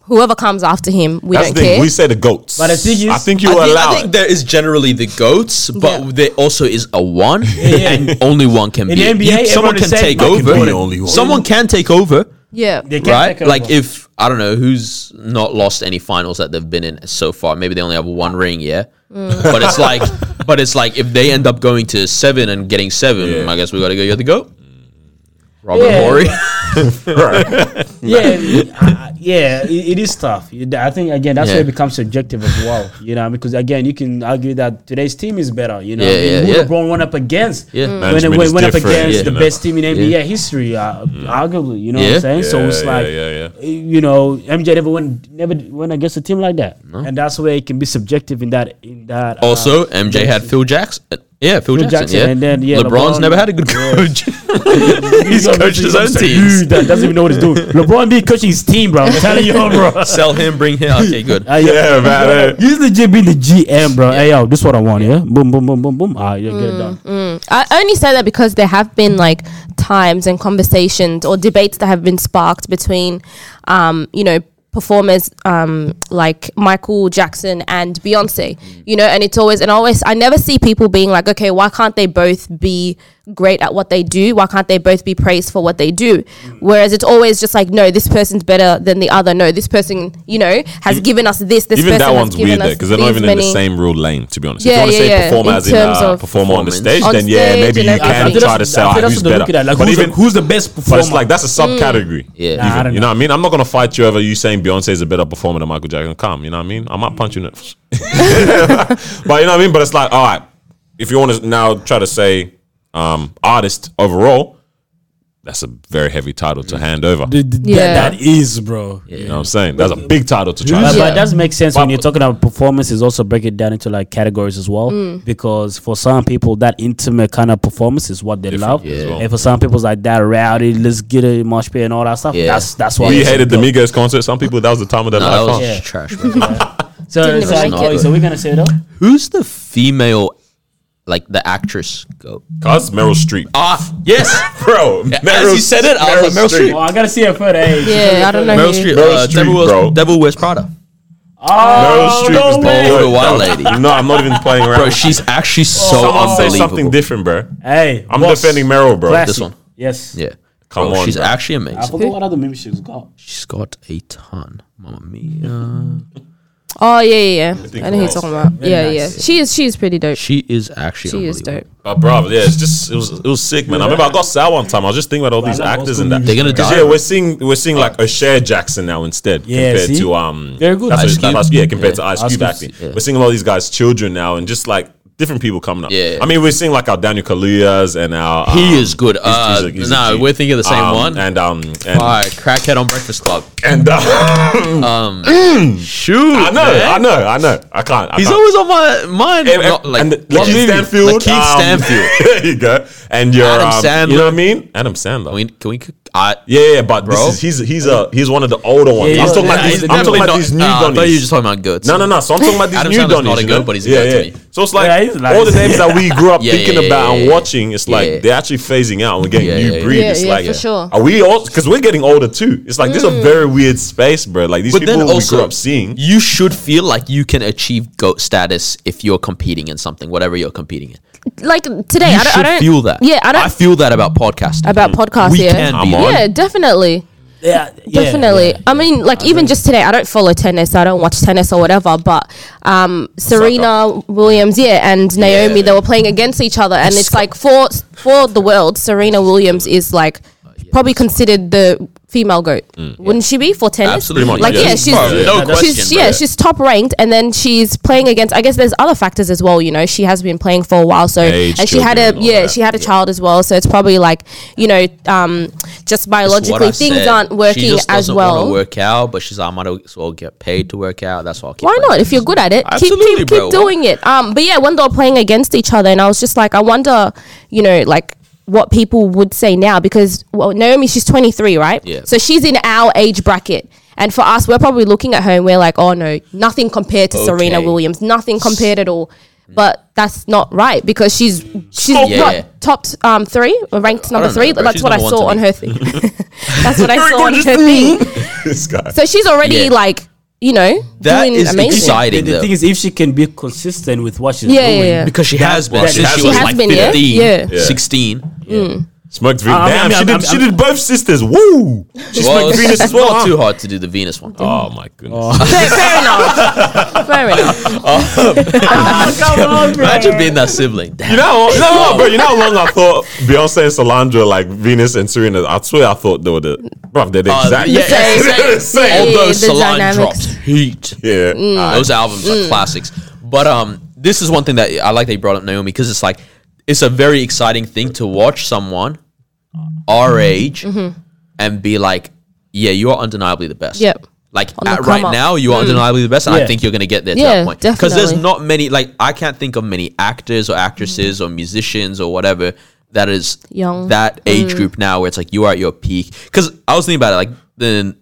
Speaker 5: Whoever comes after him, we
Speaker 3: That's the
Speaker 5: don't
Speaker 3: thing.
Speaker 5: care.
Speaker 3: We say the goats.
Speaker 2: But the thing is-
Speaker 3: I think you
Speaker 6: I think,
Speaker 3: allow
Speaker 6: I think
Speaker 3: it.
Speaker 6: there is generally the goats, but
Speaker 5: Yeah.
Speaker 6: there also is a one,
Speaker 2: yeah.
Speaker 6: and only one can
Speaker 2: In NBA,
Speaker 6: be. You-
Speaker 2: everyone
Speaker 6: someone
Speaker 2: is
Speaker 6: can
Speaker 2: saying
Speaker 6: take
Speaker 2: I can
Speaker 6: over.
Speaker 2: be
Speaker 3: the only one.
Speaker 6: Someone can take over.
Speaker 5: yeah.
Speaker 2: They can
Speaker 6: right?
Speaker 2: take
Speaker 6: Like
Speaker 2: over.
Speaker 6: if I don't know who's not lost any finals that they've been in so far. Maybe they only have one ring, yeah. But it's like, but it's like if they end up going to seven and getting seven,
Speaker 3: Yeah.
Speaker 6: I guess we got to go. You have to go. Robert
Speaker 2: Yeah.
Speaker 6: Mm. Horry.
Speaker 2: yeah, uh, yeah, it, it is tough. It- I think again that's where
Speaker 6: Yeah.
Speaker 2: it becomes subjective as well. You know, because again you can argue that today's team is better. You know,
Speaker 6: Yeah,
Speaker 2: I mean,
Speaker 6: yeah,
Speaker 2: who
Speaker 6: yeah.
Speaker 2: LeBron went up against.
Speaker 6: Yeah.
Speaker 2: when
Speaker 3: Management
Speaker 2: when
Speaker 3: is
Speaker 2: went up
Speaker 3: different,
Speaker 2: against
Speaker 6: yeah.
Speaker 2: the
Speaker 3: you know.
Speaker 2: best team in NBA history, uh, arguably. You know what
Speaker 6: Yeah.
Speaker 2: I'm saying? so
Speaker 3: Yeah,
Speaker 2: it's
Speaker 3: yeah,
Speaker 2: like,
Speaker 3: yeah, yeah.
Speaker 2: uh, you know, MJ never went never went against a team like that, and that's where it can be subjective in that in that. uh,
Speaker 6: Also, MJ had Phil Jackson. Yeah, Phil, Jackson.
Speaker 2: Jackson,
Speaker 6: yeah.
Speaker 2: and then, yeah,
Speaker 6: LeBron's
Speaker 2: LeBron-
Speaker 6: never had a good
Speaker 2: Yeah.
Speaker 6: coach. He's
Speaker 2: you know,
Speaker 6: coached his own
Speaker 2: he's a
Speaker 6: teams.
Speaker 2: dude That doesn't even know what he's doing. LeBron be coaching his team, bro. I'm telling you, bro.
Speaker 6: Sell him, bring him. Okay, good.
Speaker 2: Uh,
Speaker 3: Yeah, man.
Speaker 2: He's legit being the GM, bro. Hey, yo, this what I want, yeah? Boom, boom, boom, boom, boom. Ah, yeah, get it done.
Speaker 5: I only say that because there have been like times and conversations or debates that have been sparked between, um, you know, performers um, like Michael Jackson and
Speaker 3: Mm.
Speaker 5: Beyonce, you know, and it's always, and I always, I never see people being like, okay, why can't they both be great at what they do? Why can't they both be praised for what they do?
Speaker 3: Mm.
Speaker 5: Whereas it's always just like, no, this person's better than the other. No, this person, you know, has given us this, this
Speaker 3: Even
Speaker 5: person
Speaker 3: that
Speaker 5: has
Speaker 3: one's weird
Speaker 5: given us
Speaker 3: there because they're not
Speaker 5: these
Speaker 3: even in the
Speaker 5: many-
Speaker 3: same real lane. To be honest, if you
Speaker 5: Yeah,
Speaker 3: want to
Speaker 5: yeah,
Speaker 3: say
Speaker 5: yeah.
Speaker 3: performer
Speaker 5: In
Speaker 3: as in
Speaker 5: terms
Speaker 3: uh,
Speaker 5: of
Speaker 3: performer on the
Speaker 6: performance.
Speaker 3: stage,
Speaker 5: On
Speaker 3: then yeah,
Speaker 5: stage
Speaker 3: maybe
Speaker 5: and
Speaker 3: you
Speaker 5: everything. I
Speaker 3: can
Speaker 5: think
Speaker 3: try to sell out who's better. but even
Speaker 2: who's the best
Speaker 3: But
Speaker 2: performer?
Speaker 3: it's like that's a subcategory.
Speaker 6: Yeah.
Speaker 3: even,
Speaker 6: Nah,
Speaker 2: I don't
Speaker 3: you
Speaker 2: know.
Speaker 3: know what I mean. I'm not gonna fight you over you saying Beyonce is a better performer than Michael Jackson. Come, you know what I mean. I might punch you in it. but you know what I mean. But it's like, all right, if you want to now try to say um, artist overall, that's a very heavy title to hand over. You
Speaker 5: Yeah.
Speaker 2: that is, bro.
Speaker 3: know what I'm saying? That's a big title to
Speaker 2: But,
Speaker 3: try. to
Speaker 2: but
Speaker 3: sell.
Speaker 2: it does make sense when you're talking about performances. Also break it down into like categories as well,
Speaker 5: Mm.
Speaker 2: because for some people that intimate kind of performance is what they love,
Speaker 3: as well.
Speaker 2: and for some people it's like that rowdy, let's get it, mosh pit and all that stuff.
Speaker 6: Yeah.
Speaker 2: That's that's why
Speaker 3: We hated the Migos concert. Some people that was the time of their
Speaker 6: No, that
Speaker 3: life.
Speaker 6: was
Speaker 3: huh?
Speaker 2: Yeah.
Speaker 6: trash. bro.
Speaker 2: So,
Speaker 5: Didn't
Speaker 2: so, like,
Speaker 5: even like
Speaker 2: oh,
Speaker 5: it.
Speaker 2: so we're gonna say it up.
Speaker 6: Who's the female, like the actress? Go.
Speaker 3: Cause Meryl Streep,
Speaker 6: Ah, yes,
Speaker 3: bro.
Speaker 6: As you said it, I was like, Meryl Streep.
Speaker 2: Oh, I gotta see it further. Hey,
Speaker 5: Yeah, I don't know.
Speaker 6: Meryl
Speaker 5: who-
Speaker 6: Streep.
Speaker 3: Meryl
Speaker 6: Uh,
Speaker 3: Streep,
Speaker 6: Devil,
Speaker 3: bro.
Speaker 6: Wears, Devil Wears Prada.
Speaker 3: Meryl
Speaker 2: Oh,
Speaker 3: Streep
Speaker 2: no
Speaker 3: is the
Speaker 2: way.
Speaker 3: word.
Speaker 6: The wild
Speaker 3: No,
Speaker 6: lady.
Speaker 3: No, I'm not even playing around.
Speaker 6: Bro, she's actually so
Speaker 3: Oh, Someone say
Speaker 6: unbelievable.
Speaker 3: something different, bro.
Speaker 2: Hey,
Speaker 3: I'm
Speaker 2: boss.
Speaker 3: defending Meryl, bro.
Speaker 2: Classic.
Speaker 6: This one.
Speaker 2: Yes.
Speaker 6: Yeah.
Speaker 3: Come
Speaker 6: Bro,
Speaker 3: on,
Speaker 6: She's
Speaker 3: bro.
Speaker 6: actually
Speaker 2: I
Speaker 6: amazing.
Speaker 2: forgot what other meme she's got.
Speaker 6: She's got a ton. Mamma mia.
Speaker 5: Oh yeah, yeah, yeah.
Speaker 3: think
Speaker 5: I know who you're
Speaker 3: Ross.
Speaker 5: talking about.
Speaker 2: Very
Speaker 5: yeah,
Speaker 2: nice.
Speaker 5: yeah. She is. She is pretty dope. She,
Speaker 6: She is actually
Speaker 5: is
Speaker 6: unbelievable.
Speaker 5: dope.
Speaker 3: Uh, bro, yeah, it's just it was it was sick, man. I remember I got sad one time. I was just thinking about all these
Speaker 2: I love
Speaker 3: actors
Speaker 2: old
Speaker 3: and that.
Speaker 2: school
Speaker 6: They're gonna
Speaker 3: Because,
Speaker 6: die.
Speaker 3: Yeah, we're seeing we're seeing like O'Shea Jackson now instead
Speaker 2: Yeah,
Speaker 3: compared
Speaker 2: see?
Speaker 3: to um
Speaker 2: Very good.
Speaker 3: that's
Speaker 2: Ice
Speaker 3: what- that's- yeah compared to Ice
Speaker 2: Ice
Speaker 3: Cube
Speaker 2: Cube's-
Speaker 3: acting. We're seeing a lot of these guys' children now and just like different people coming up.
Speaker 6: Yeah.
Speaker 3: I mean, we're seeing like our Daniel Kaluuya's and our um,
Speaker 6: He is good.
Speaker 3: he's-
Speaker 6: Uh,
Speaker 3: he's a- he's a
Speaker 6: no,
Speaker 3: G.
Speaker 6: we're thinking of the same
Speaker 3: Um,
Speaker 6: one.
Speaker 3: And um and
Speaker 6: All right, crackhead on Breakfast Club.
Speaker 3: and uh,
Speaker 6: Shoot,
Speaker 3: I know,
Speaker 6: man.
Speaker 3: I know, I know. I can't. I
Speaker 6: He's
Speaker 3: can't.
Speaker 6: always on my mind.
Speaker 3: And,
Speaker 6: Not, like,
Speaker 3: and
Speaker 6: what
Speaker 3: Lakeith
Speaker 6: movie?
Speaker 3: Stanfield,
Speaker 6: Lakeith
Speaker 3: um,
Speaker 6: Stanfield.
Speaker 3: there you go. And your
Speaker 6: Adam
Speaker 3: um,
Speaker 6: Sandler.
Speaker 3: You know what I mean? Adam Sandler.
Speaker 6: Can we? Can we I,
Speaker 3: yeah, yeah, but
Speaker 6: Bro.
Speaker 3: this is, he's he's a he's one of the older ones.
Speaker 2: Yeah,
Speaker 3: I'm
Speaker 2: yeah,
Speaker 3: talking
Speaker 2: yeah,
Speaker 3: about
Speaker 2: he's
Speaker 3: these. I'm talking
Speaker 6: definitely
Speaker 3: about
Speaker 6: not-
Speaker 3: these new
Speaker 6: uh, I thought you were
Speaker 3: Donnies.
Speaker 6: just talking about good.
Speaker 3: No, no, no. So I'm talking about these
Speaker 6: Adam
Speaker 3: new
Speaker 6: Sandler's
Speaker 3: Donnies.
Speaker 6: not a
Speaker 3: you
Speaker 6: good,
Speaker 3: know?
Speaker 6: but he's a
Speaker 3: yeah,
Speaker 6: good to
Speaker 3: yeah.
Speaker 6: me.
Speaker 3: So it's like
Speaker 2: Yeah, he's nice.
Speaker 3: all the names that we grew up
Speaker 6: Yeah,
Speaker 3: thinking
Speaker 6: yeah, yeah,
Speaker 3: about
Speaker 6: yeah,
Speaker 3: and
Speaker 6: yeah.
Speaker 3: watching. It's like
Speaker 6: Yeah.
Speaker 3: they're actually phasing out and we're getting
Speaker 6: Yeah,
Speaker 3: new
Speaker 6: yeah,
Speaker 3: breed.
Speaker 5: yeah.
Speaker 3: it's
Speaker 5: Yeah,
Speaker 3: like
Speaker 5: yeah, for sure. Mm.
Speaker 3: are we all because we're getting older too. It's like this is a very weird space, bro. Like these
Speaker 6: But
Speaker 3: people
Speaker 6: then
Speaker 3: we
Speaker 6: also,
Speaker 3: grew up seeing.
Speaker 6: you should feel like you can achieve goat status if you're competing in something, whatever you're competing in.
Speaker 5: Like today,
Speaker 6: You
Speaker 5: I don't, I
Speaker 6: should
Speaker 5: don't
Speaker 6: feel that.
Speaker 5: Yeah, I don't
Speaker 6: I feel that about podcasting.
Speaker 5: about podcasts.
Speaker 6: we
Speaker 5: yeah,
Speaker 6: can be.
Speaker 3: I'm on.
Speaker 5: yeah, definitely.
Speaker 2: Yeah, yeah,
Speaker 5: Definitely.
Speaker 2: yeah.
Speaker 5: I mean, like even just today, I don't follow tennis, I don't watch tennis or whatever. But um, Serena Williams, yeah, and Naomi, they were playing against each other, and it's like for for the world, Serena Williams is like probably considered the female goat, wouldn't she be for tennis?
Speaker 6: Absolutely.
Speaker 5: Like
Speaker 3: Yeah.
Speaker 5: yeah,
Speaker 3: Yeah.
Speaker 5: she's
Speaker 3: Bro,
Speaker 6: no question,
Speaker 5: She's, yeah,
Speaker 6: bro.
Speaker 5: she's top ranked, and then she's playing against. I guess there's other factors as well. You know, she has been playing for a while, so
Speaker 3: Age,
Speaker 5: and she had
Speaker 3: children,
Speaker 5: a
Speaker 3: all
Speaker 5: yeah,
Speaker 3: that.
Speaker 5: she had a child as well. So it's probably like you know, um, just biologically
Speaker 6: That's what I
Speaker 5: things
Speaker 6: said.
Speaker 5: aren't
Speaker 6: she
Speaker 5: working
Speaker 6: just
Speaker 5: as
Speaker 6: doesn't
Speaker 5: well.
Speaker 6: Wanna work out, but she's like, I might as well get paid to work out. That's why. I'll keep
Speaker 5: Why
Speaker 6: playing
Speaker 5: not? If you're good at it, keep
Speaker 6: Absolutely,
Speaker 5: keep, keep
Speaker 6: bro.
Speaker 5: doing it. Um, but yeah, one day we're playing against each other, and I was just like, I wonder, you know, like what people would say now because well, Naomi, she's 23, right?
Speaker 6: Yeah.
Speaker 5: So she's in our age bracket. And for us, we're probably looking at her and we're like, oh no, nothing compared to Serena
Speaker 6: Okay.
Speaker 5: Williams, nothing compared at all. But that's not right because she's she's
Speaker 6: Yeah.
Speaker 5: not top um, three, or ranked number
Speaker 6: know,
Speaker 5: three.
Speaker 6: bro.
Speaker 5: That's
Speaker 6: She's
Speaker 5: what I
Speaker 6: number one
Speaker 5: saw
Speaker 6: to
Speaker 5: on
Speaker 6: me.
Speaker 5: her thing. that's what I saw on her thing.
Speaker 3: This guy.
Speaker 5: So she's already
Speaker 6: Yeah.
Speaker 5: like, you know,
Speaker 6: That
Speaker 5: doing
Speaker 6: is
Speaker 5: amazing.
Speaker 6: exciting,
Speaker 2: The,
Speaker 6: though.
Speaker 2: the thing is, if she can be consistent with what she's
Speaker 5: Yeah,
Speaker 2: doing,
Speaker 5: yeah, yeah.
Speaker 6: because she has been
Speaker 2: that-
Speaker 6: since
Speaker 3: that-
Speaker 6: she
Speaker 3: She
Speaker 6: was
Speaker 5: has
Speaker 6: like
Speaker 5: been, yeah?
Speaker 6: 15,
Speaker 5: Yeah.
Speaker 3: Yeah.
Speaker 6: 16.
Speaker 3: Smoked Venus.
Speaker 2: I- I
Speaker 3: Damn,
Speaker 2: mean,
Speaker 3: she
Speaker 2: I'm-
Speaker 3: did.
Speaker 2: I'm-
Speaker 3: she
Speaker 2: I'm-
Speaker 3: did both sisters. Woo! She
Speaker 6: Well,
Speaker 3: smoked Venus
Speaker 6: it's
Speaker 3: as well.
Speaker 6: not
Speaker 3: huh?
Speaker 6: too hard to do the Venus one.
Speaker 3: Oh my goodness.
Speaker 5: fair, fair enough. Fair enough.
Speaker 6: Imagine being that sibling.
Speaker 3: You know, you know what, bro? You know how long I thought Beyonce and Solange were like Venus and Serena. I swear I thought they were the bro. They're the
Speaker 2: Uh,
Speaker 6: Oh,
Speaker 3: exact
Speaker 6: yeah,
Speaker 3: they're
Speaker 6: same,
Speaker 3: the same.
Speaker 5: Yeah,
Speaker 6: Although
Speaker 5: the
Speaker 6: Solange
Speaker 5: dynamics.
Speaker 6: dropped heat.
Speaker 3: Yeah,
Speaker 2: Mm.
Speaker 5: Mm.
Speaker 3: Alright.
Speaker 6: Uh, Those albums are classics. But um, this is one thing that I like they brought up Naomi because it's like it's a very exciting thing to watch someone
Speaker 5: Mm-hmm.
Speaker 6: our age and be like, yeah, you are undeniably the best.
Speaker 5: Yep.
Speaker 6: Like
Speaker 5: On the
Speaker 6: at,
Speaker 5: come
Speaker 6: right
Speaker 5: up. Mm.
Speaker 6: now, you are undeniably the best, and I
Speaker 2: Yeah.
Speaker 6: think you're gonna get there to
Speaker 5: Yeah,
Speaker 6: that point. Because there's
Speaker 5: definitely.
Speaker 6: not many, like I can't think of many actors or actresses or musicians or whatever that is
Speaker 5: Young. Mm.
Speaker 6: that age group now where it's like you are at your peak. Because I was thinking about it, like the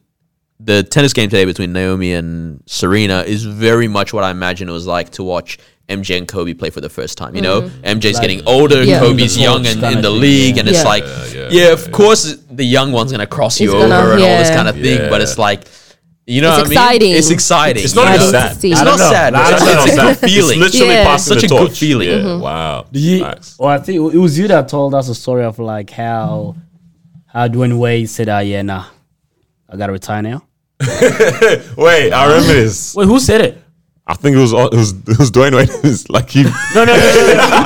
Speaker 6: the tennis game today between Naomi and Serena is very much what I imagine it was like to watch MJ and Kobe play for the first time. You know, MJ's getting older,
Speaker 5: Mm. Yeah.
Speaker 6: Kobe's
Speaker 2: The
Speaker 6: young
Speaker 2: torch
Speaker 6: and
Speaker 2: kinda
Speaker 6: in the
Speaker 2: thing,
Speaker 6: league,
Speaker 2: yeah.
Speaker 6: and it's
Speaker 5: Yeah.
Speaker 6: like, yeah, of course the young one's gonna cross you
Speaker 5: It's
Speaker 6: over
Speaker 5: gonna-
Speaker 6: and all this
Speaker 5: yeah.
Speaker 6: kind of thing. But it's like, you know,
Speaker 5: It's
Speaker 6: what I mean?
Speaker 5: exciting.
Speaker 6: It's exciting.
Speaker 3: It's not
Speaker 6: you
Speaker 3: even
Speaker 6: know?
Speaker 3: sad.
Speaker 5: see.
Speaker 6: It's
Speaker 5: I
Speaker 6: not
Speaker 2: don't know.
Speaker 6: sad.
Speaker 2: Nah,
Speaker 6: but
Speaker 2: I
Speaker 6: It's,
Speaker 2: don't
Speaker 6: it's,
Speaker 2: know.
Speaker 6: a good
Speaker 3: It's
Speaker 6: feeling.
Speaker 3: literally
Speaker 5: Yeah.
Speaker 3: passing
Speaker 6: Such
Speaker 3: the
Speaker 6: a good
Speaker 3: torch.
Speaker 6: feeling.
Speaker 3: Yeah,
Speaker 2: Mm-hmm.
Speaker 3: Wow.
Speaker 2: Ye-
Speaker 3: Facts.
Speaker 2: Well, I think it was you that told us a story of like how how Dwayne Wade said, "Ah, yeah, nah, I gotta retire now."
Speaker 3: Wait, I remember this.
Speaker 2: Wait, who said it?
Speaker 3: I think it was it was, it was Dwayne Wade. It was like he.
Speaker 2: No, no, no, no, no, no,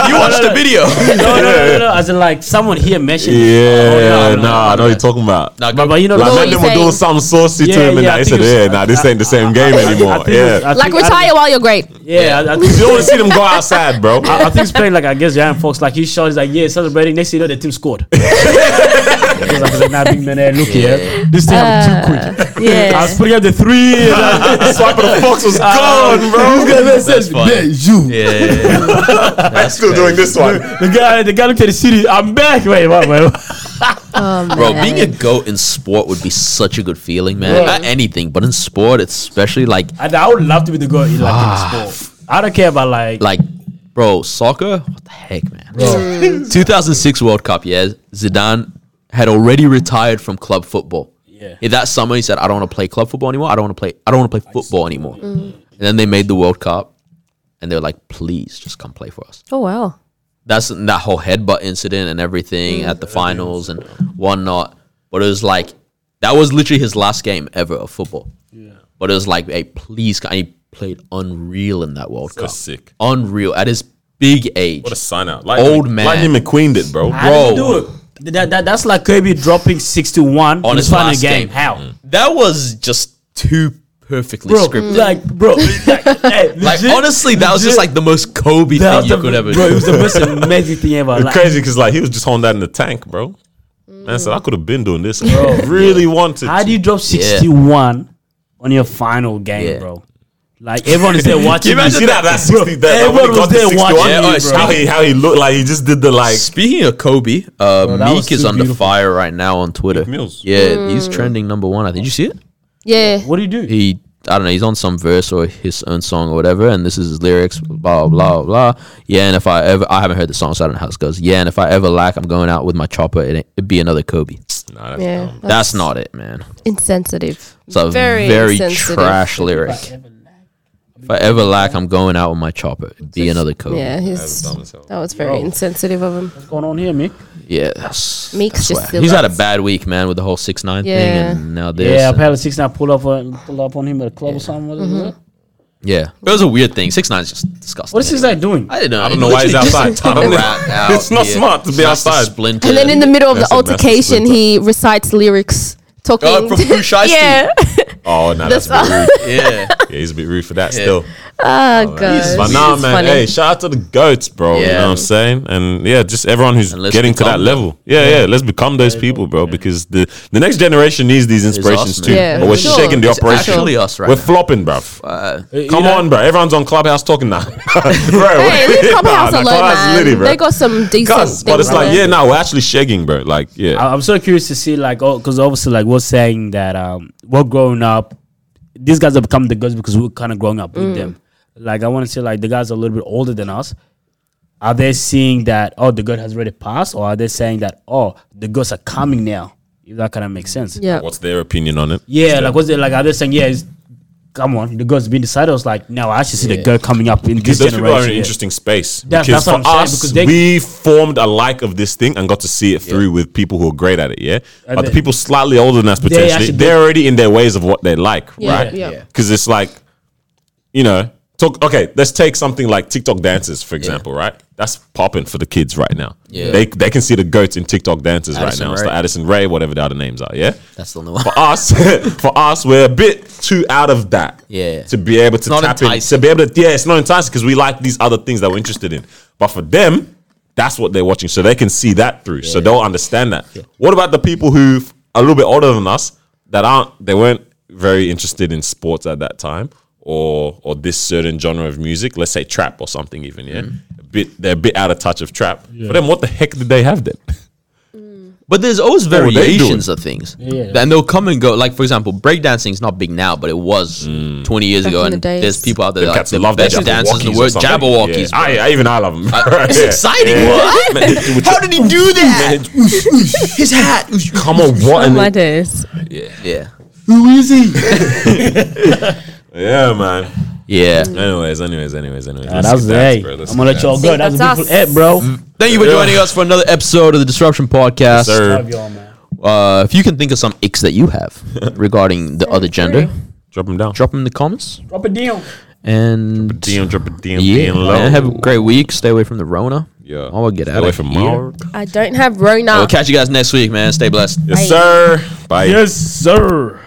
Speaker 6: You watched the video.
Speaker 2: no, no, no, no, no. As in, like someone here mentioned. it.
Speaker 3: Yeah,
Speaker 2: Oh, no,
Speaker 3: nah, I know
Speaker 2: no.
Speaker 3: what you're talking about.
Speaker 6: Nah,
Speaker 2: But, but you know,
Speaker 3: Like,
Speaker 5: what
Speaker 3: man,
Speaker 5: he's
Speaker 3: them were doing
Speaker 5: saying.
Speaker 3: something saucy to
Speaker 2: Yeah,
Speaker 3: him, and
Speaker 2: yeah,
Speaker 3: that.
Speaker 2: I
Speaker 3: he
Speaker 2: think
Speaker 3: said,
Speaker 2: it was-
Speaker 3: "Yeah, nah, this ain't the same game
Speaker 2: I think
Speaker 3: anymore."
Speaker 2: it's-
Speaker 3: Yeah,
Speaker 2: I
Speaker 5: Like
Speaker 2: think- I
Speaker 5: retire while you're great.
Speaker 2: Yeah, I, I think
Speaker 3: you don't want to see them go outside, bro.
Speaker 2: I, I think it's playing like I guess Jan Fox, like he shot, he's like, yeah, celebrating. Next thing you know, the team scored. Because I was like, nah, big man, eh, look here. This thing happened too quick. I was
Speaker 5: Uh, Yeah.
Speaker 2: putting up the three. And I,
Speaker 3: Swiper the fox was gone, bro.
Speaker 2: This guy that says,
Speaker 6: funny.
Speaker 2: "Yeah, you.
Speaker 6: yeah,
Speaker 3: I'm still doing this one.
Speaker 2: The guy, the guy looked at the city. I'm back. Wait, what? Wait, what?
Speaker 6: bro, being a goat in sport would be such a good feeling, man.
Speaker 2: Yeah.
Speaker 6: Not anything, but in sport, especially like
Speaker 2: And I would love to be the guy in like in the sport. I don't care about like,
Speaker 6: Ah. like bro soccer what the heck man 2006 world cup yeah zidane had already retired from club football
Speaker 2: Yeah.
Speaker 6: that summer he said i don't want to play club football anymore i don't want to play i Mm. don't want to play football anymore and then they made the world cup and they were like please just come play for us
Speaker 5: Oh wow.
Speaker 6: that's that whole headbutt incident and Mm. everything at the finals and whatnot. But it was like that was literally his last game ever of football. Yeah. But it was like, hey, please, and he played unreal in that World Cup.
Speaker 3: sick.
Speaker 6: unreal at his big age.
Speaker 3: What a sign out. Lightning,
Speaker 6: Old man.
Speaker 3: Lightning McQueen did, bro.
Speaker 2: I don't
Speaker 6: bro.
Speaker 2: do it. That, that, that's like Kirby dropping 61
Speaker 6: On
Speaker 2: in
Speaker 6: his
Speaker 2: the final
Speaker 6: last Mm.
Speaker 2: game.
Speaker 6: game.
Speaker 2: How?
Speaker 6: that was just too perfectly
Speaker 2: bro,
Speaker 6: scripted.
Speaker 2: like bro, like, hey,
Speaker 6: Like
Speaker 2: legit,
Speaker 6: honestly, that was just
Speaker 2: legit.
Speaker 6: like the most Kobe
Speaker 2: That
Speaker 6: thing
Speaker 2: was
Speaker 6: you
Speaker 2: the-
Speaker 6: could ever
Speaker 2: Bro, it
Speaker 6: do.
Speaker 2: was the most amazing thing ever. Like,
Speaker 3: crazy because like he was just holding that in the tank, bro. Man said I could have been doing this. if I really wanted.
Speaker 2: How
Speaker 3: to.
Speaker 2: do you drop 61 on your final game,
Speaker 6: Yeah.
Speaker 2: bro? Like everyone is there watching.
Speaker 3: Can you imagine that? That sixty. That, that when
Speaker 2: everyone
Speaker 3: he
Speaker 2: was
Speaker 3: got to
Speaker 2: there
Speaker 3: 61,
Speaker 2: watching.
Speaker 6: Yeah,
Speaker 2: you,
Speaker 6: oh,
Speaker 2: bro.
Speaker 3: how he how he looked like he just did the like.
Speaker 6: Speaking of Kobe, uh,
Speaker 2: that was
Speaker 6: Meek is
Speaker 2: too
Speaker 6: under
Speaker 2: beautiful.
Speaker 6: fire right now on Twitter.
Speaker 3: Meek Mills.
Speaker 6: Yeah, he's trending number one. I think. Did you see it?
Speaker 5: Yeah.
Speaker 2: What do you do?
Speaker 6: He, I don't know. He's on some verse or his own song or whatever, and this is his lyrics. Blah blah blah. Yeah, and if I ever, I haven't heard the song, so I don't know how this goes. Yeah, and if I ever lack, I'm going out with my chopper. It ain't- it'd be another Kobe.
Speaker 3: Nah, that's
Speaker 5: Yeah.
Speaker 3: dumb.
Speaker 6: That's not it, man.
Speaker 5: insensitive.
Speaker 6: It's a
Speaker 5: Very
Speaker 6: very,
Speaker 5: insensitive.
Speaker 6: trash lyric. If I ever lack, I'm going out with my chopper. It'd Be another Kobe.
Speaker 5: Yeah,
Speaker 3: That's
Speaker 5: his,
Speaker 3: dumb as hell.
Speaker 5: that was very
Speaker 2: Yo.
Speaker 5: insensitive of him.
Speaker 2: What's going on here, Mick?
Speaker 6: Yeah, that's,
Speaker 5: Meek's
Speaker 6: that's
Speaker 5: just
Speaker 6: whack.
Speaker 5: still
Speaker 6: he's had a
Speaker 5: us.
Speaker 6: bad week, man, with the whole six nine
Speaker 5: Yeah.
Speaker 6: thing, and now this.
Speaker 2: Yeah,
Speaker 6: and-
Speaker 2: apparently six now pulled up on pulled up on him at a club or something. Was it?
Speaker 6: yeah. It was a weird thing. Six nine is just disgusting.
Speaker 2: What is six
Speaker 6: anyway.
Speaker 2: nine doing? Uh,
Speaker 6: I don't know.
Speaker 3: I don't know why he's
Speaker 6: Literally just a
Speaker 3: outside. I
Speaker 6: ton of
Speaker 3: don't know.
Speaker 6: rat out
Speaker 3: It's not
Speaker 6: here.
Speaker 3: smart to be
Speaker 6: Smashed the
Speaker 3: outside.
Speaker 6: Splinter.
Speaker 5: And then in the middle of the
Speaker 3: That's a massive
Speaker 5: altercation,
Speaker 3: splinter.
Speaker 5: he recites lyrics talking.
Speaker 6: Oh, from Pooh Shiesty.
Speaker 5: yeah.
Speaker 3: Oh no, that's,
Speaker 5: That's-
Speaker 3: a bit rude.
Speaker 6: yeah,
Speaker 3: Yeah, he's a bit rude for that still.
Speaker 5: Oh gosh.
Speaker 3: But nah,
Speaker 5: It's
Speaker 3: man.
Speaker 5: funny.
Speaker 3: Hey, shout out to the goats, bro. You
Speaker 6: Yeah.
Speaker 3: know what I'm saying? And yeah, just everyone who's
Speaker 6: And let's
Speaker 3: getting to that
Speaker 6: become them.
Speaker 3: level. Yeah, yeah, Let's become those people, bro. Because the the next generation needs these inspirations
Speaker 6: us,
Speaker 3: too.
Speaker 5: man. Yeah,
Speaker 3: but we're
Speaker 5: sure.
Speaker 3: shaking the
Speaker 5: It's
Speaker 3: operation.
Speaker 6: actually us right
Speaker 3: we're
Speaker 6: now.
Speaker 3: flopping, bro.
Speaker 6: uh,
Speaker 3: Come
Speaker 2: know-
Speaker 3: on, bro. Everyone's on Clubhouse talking now. bro,
Speaker 5: Hey, leave Clubhouse
Speaker 3: nah,
Speaker 5: alone,
Speaker 3: Clubhouse is
Speaker 5: man.
Speaker 3: litty, bro.
Speaker 5: They got some decent
Speaker 3: Cuz,
Speaker 5: things.
Speaker 3: but it's
Speaker 5: on
Speaker 3: like,
Speaker 5: there.
Speaker 3: yeah, no, we're actually shaking, bro. Like, yeah.
Speaker 2: I- I'm so curious to see like oh because obviously like we're saying that um we're growing up these guys have become the girls because we're kind of growing up
Speaker 5: Mm.
Speaker 2: with them like I want to say like the guys are a little bit older than us are they seeing that oh the girl has already passed or are they saying that oh the girls are coming now if that kind of makes sense
Speaker 5: Yeah.
Speaker 3: What's their opinion on it?
Speaker 2: yeah, like what's it like are they saying yeah it's, come on the girl's been decided I was like no I actually see the girl coming up in
Speaker 3: Because
Speaker 2: this
Speaker 3: those
Speaker 2: generation
Speaker 3: people are in an
Speaker 2: yeah.
Speaker 3: interesting space.
Speaker 2: That's-
Speaker 3: because
Speaker 2: that's what
Speaker 3: for
Speaker 2: I'm saying,
Speaker 3: us,
Speaker 2: because they-
Speaker 3: we formed a like of this thing and got to see it through with people who are great at it. Yeah,
Speaker 2: And
Speaker 3: but the
Speaker 2: they-
Speaker 3: people slightly older than us potentially,
Speaker 2: actually-
Speaker 3: they're already in their ways of what they like,
Speaker 5: Yeah,
Speaker 3: right?
Speaker 5: yeah. Yeah.
Speaker 3: Because it's like, you know, talk. Okay, let's take something like TikTok dances for example, right? That's popping for the kids right now.
Speaker 6: Yeah.
Speaker 3: they they can see the goats in TikTok dances
Speaker 6: Addison
Speaker 3: right now. It's
Speaker 6: Rae.
Speaker 3: like Addison Ray, whatever the other names are. Yeah,
Speaker 6: that's the only one.
Speaker 3: for us, for us, we're a bit too out of that.
Speaker 6: Yeah.
Speaker 3: To be able to
Speaker 6: not
Speaker 3: tap
Speaker 6: enticing.
Speaker 3: in, to be able to, yeah, it's not enticing because we like these other things that we're interested in. But for them, that's what they're watching, so they can see that through, so they'll understand that. What about the people who are a little bit older than us that aren't? They weren't very interested in sports at that time, or or this certain genre of music, let's say trap or something, even yeah.
Speaker 6: Mm.
Speaker 3: A bit, they're a bit out of touch of trap. For them, what the heck did they have then?
Speaker 6: But there's always
Speaker 3: were they
Speaker 6: variations of things, and they'll come and go. Like for example, breakdancing is not big now, but it was 20 years
Speaker 5: Back
Speaker 6: ago,
Speaker 5: in the
Speaker 6: and
Speaker 5: days.
Speaker 6: there's people out there
Speaker 3: Them Mm.
Speaker 6: that like
Speaker 3: cats
Speaker 6: the
Speaker 3: love their
Speaker 6: best dancers in
Speaker 3: Jabberwockies
Speaker 6: the
Speaker 3: or
Speaker 6: world.
Speaker 3: something.
Speaker 6: Jabberwockies.
Speaker 3: Yeah. I, I even I love them.
Speaker 6: It's exciting. What? How did he do that? His hat.
Speaker 3: Come on, what?
Speaker 5: Oh
Speaker 3: an-
Speaker 5: my days.
Speaker 6: Yeah.
Speaker 3: yeah, man.
Speaker 6: Yeah.
Speaker 3: Anyways, anyways, anyways, anyways.
Speaker 2: Ah, that was hey, I'm gonna let y'all go. That's a
Speaker 5: That's
Speaker 2: beautiful
Speaker 5: us.
Speaker 2: ep, bro.
Speaker 6: Thank you for
Speaker 3: Yeah.
Speaker 6: joining us for another episode of the Disruption Podcast.
Speaker 2: Love
Speaker 3: Sir,
Speaker 2: y'all, man.
Speaker 6: Uh, if you can think of some icks that you have regarding the other gender,
Speaker 3: drop them down.
Speaker 6: drop them in the comments.
Speaker 2: Drop a deal.
Speaker 6: And
Speaker 3: DM, drop a DM,
Speaker 6: yeah,
Speaker 3: being low.
Speaker 6: man, have a great week. Stay away from the Rona.
Speaker 3: yeah.
Speaker 6: I will get
Speaker 3: Stay
Speaker 6: out
Speaker 3: away
Speaker 6: of
Speaker 3: from
Speaker 6: here.
Speaker 3: Mark.
Speaker 5: I don't have Rona.
Speaker 6: We'll catch you guys next week, man. Stay blessed.
Speaker 3: Yes, sir. Bye.
Speaker 2: Yes, sir.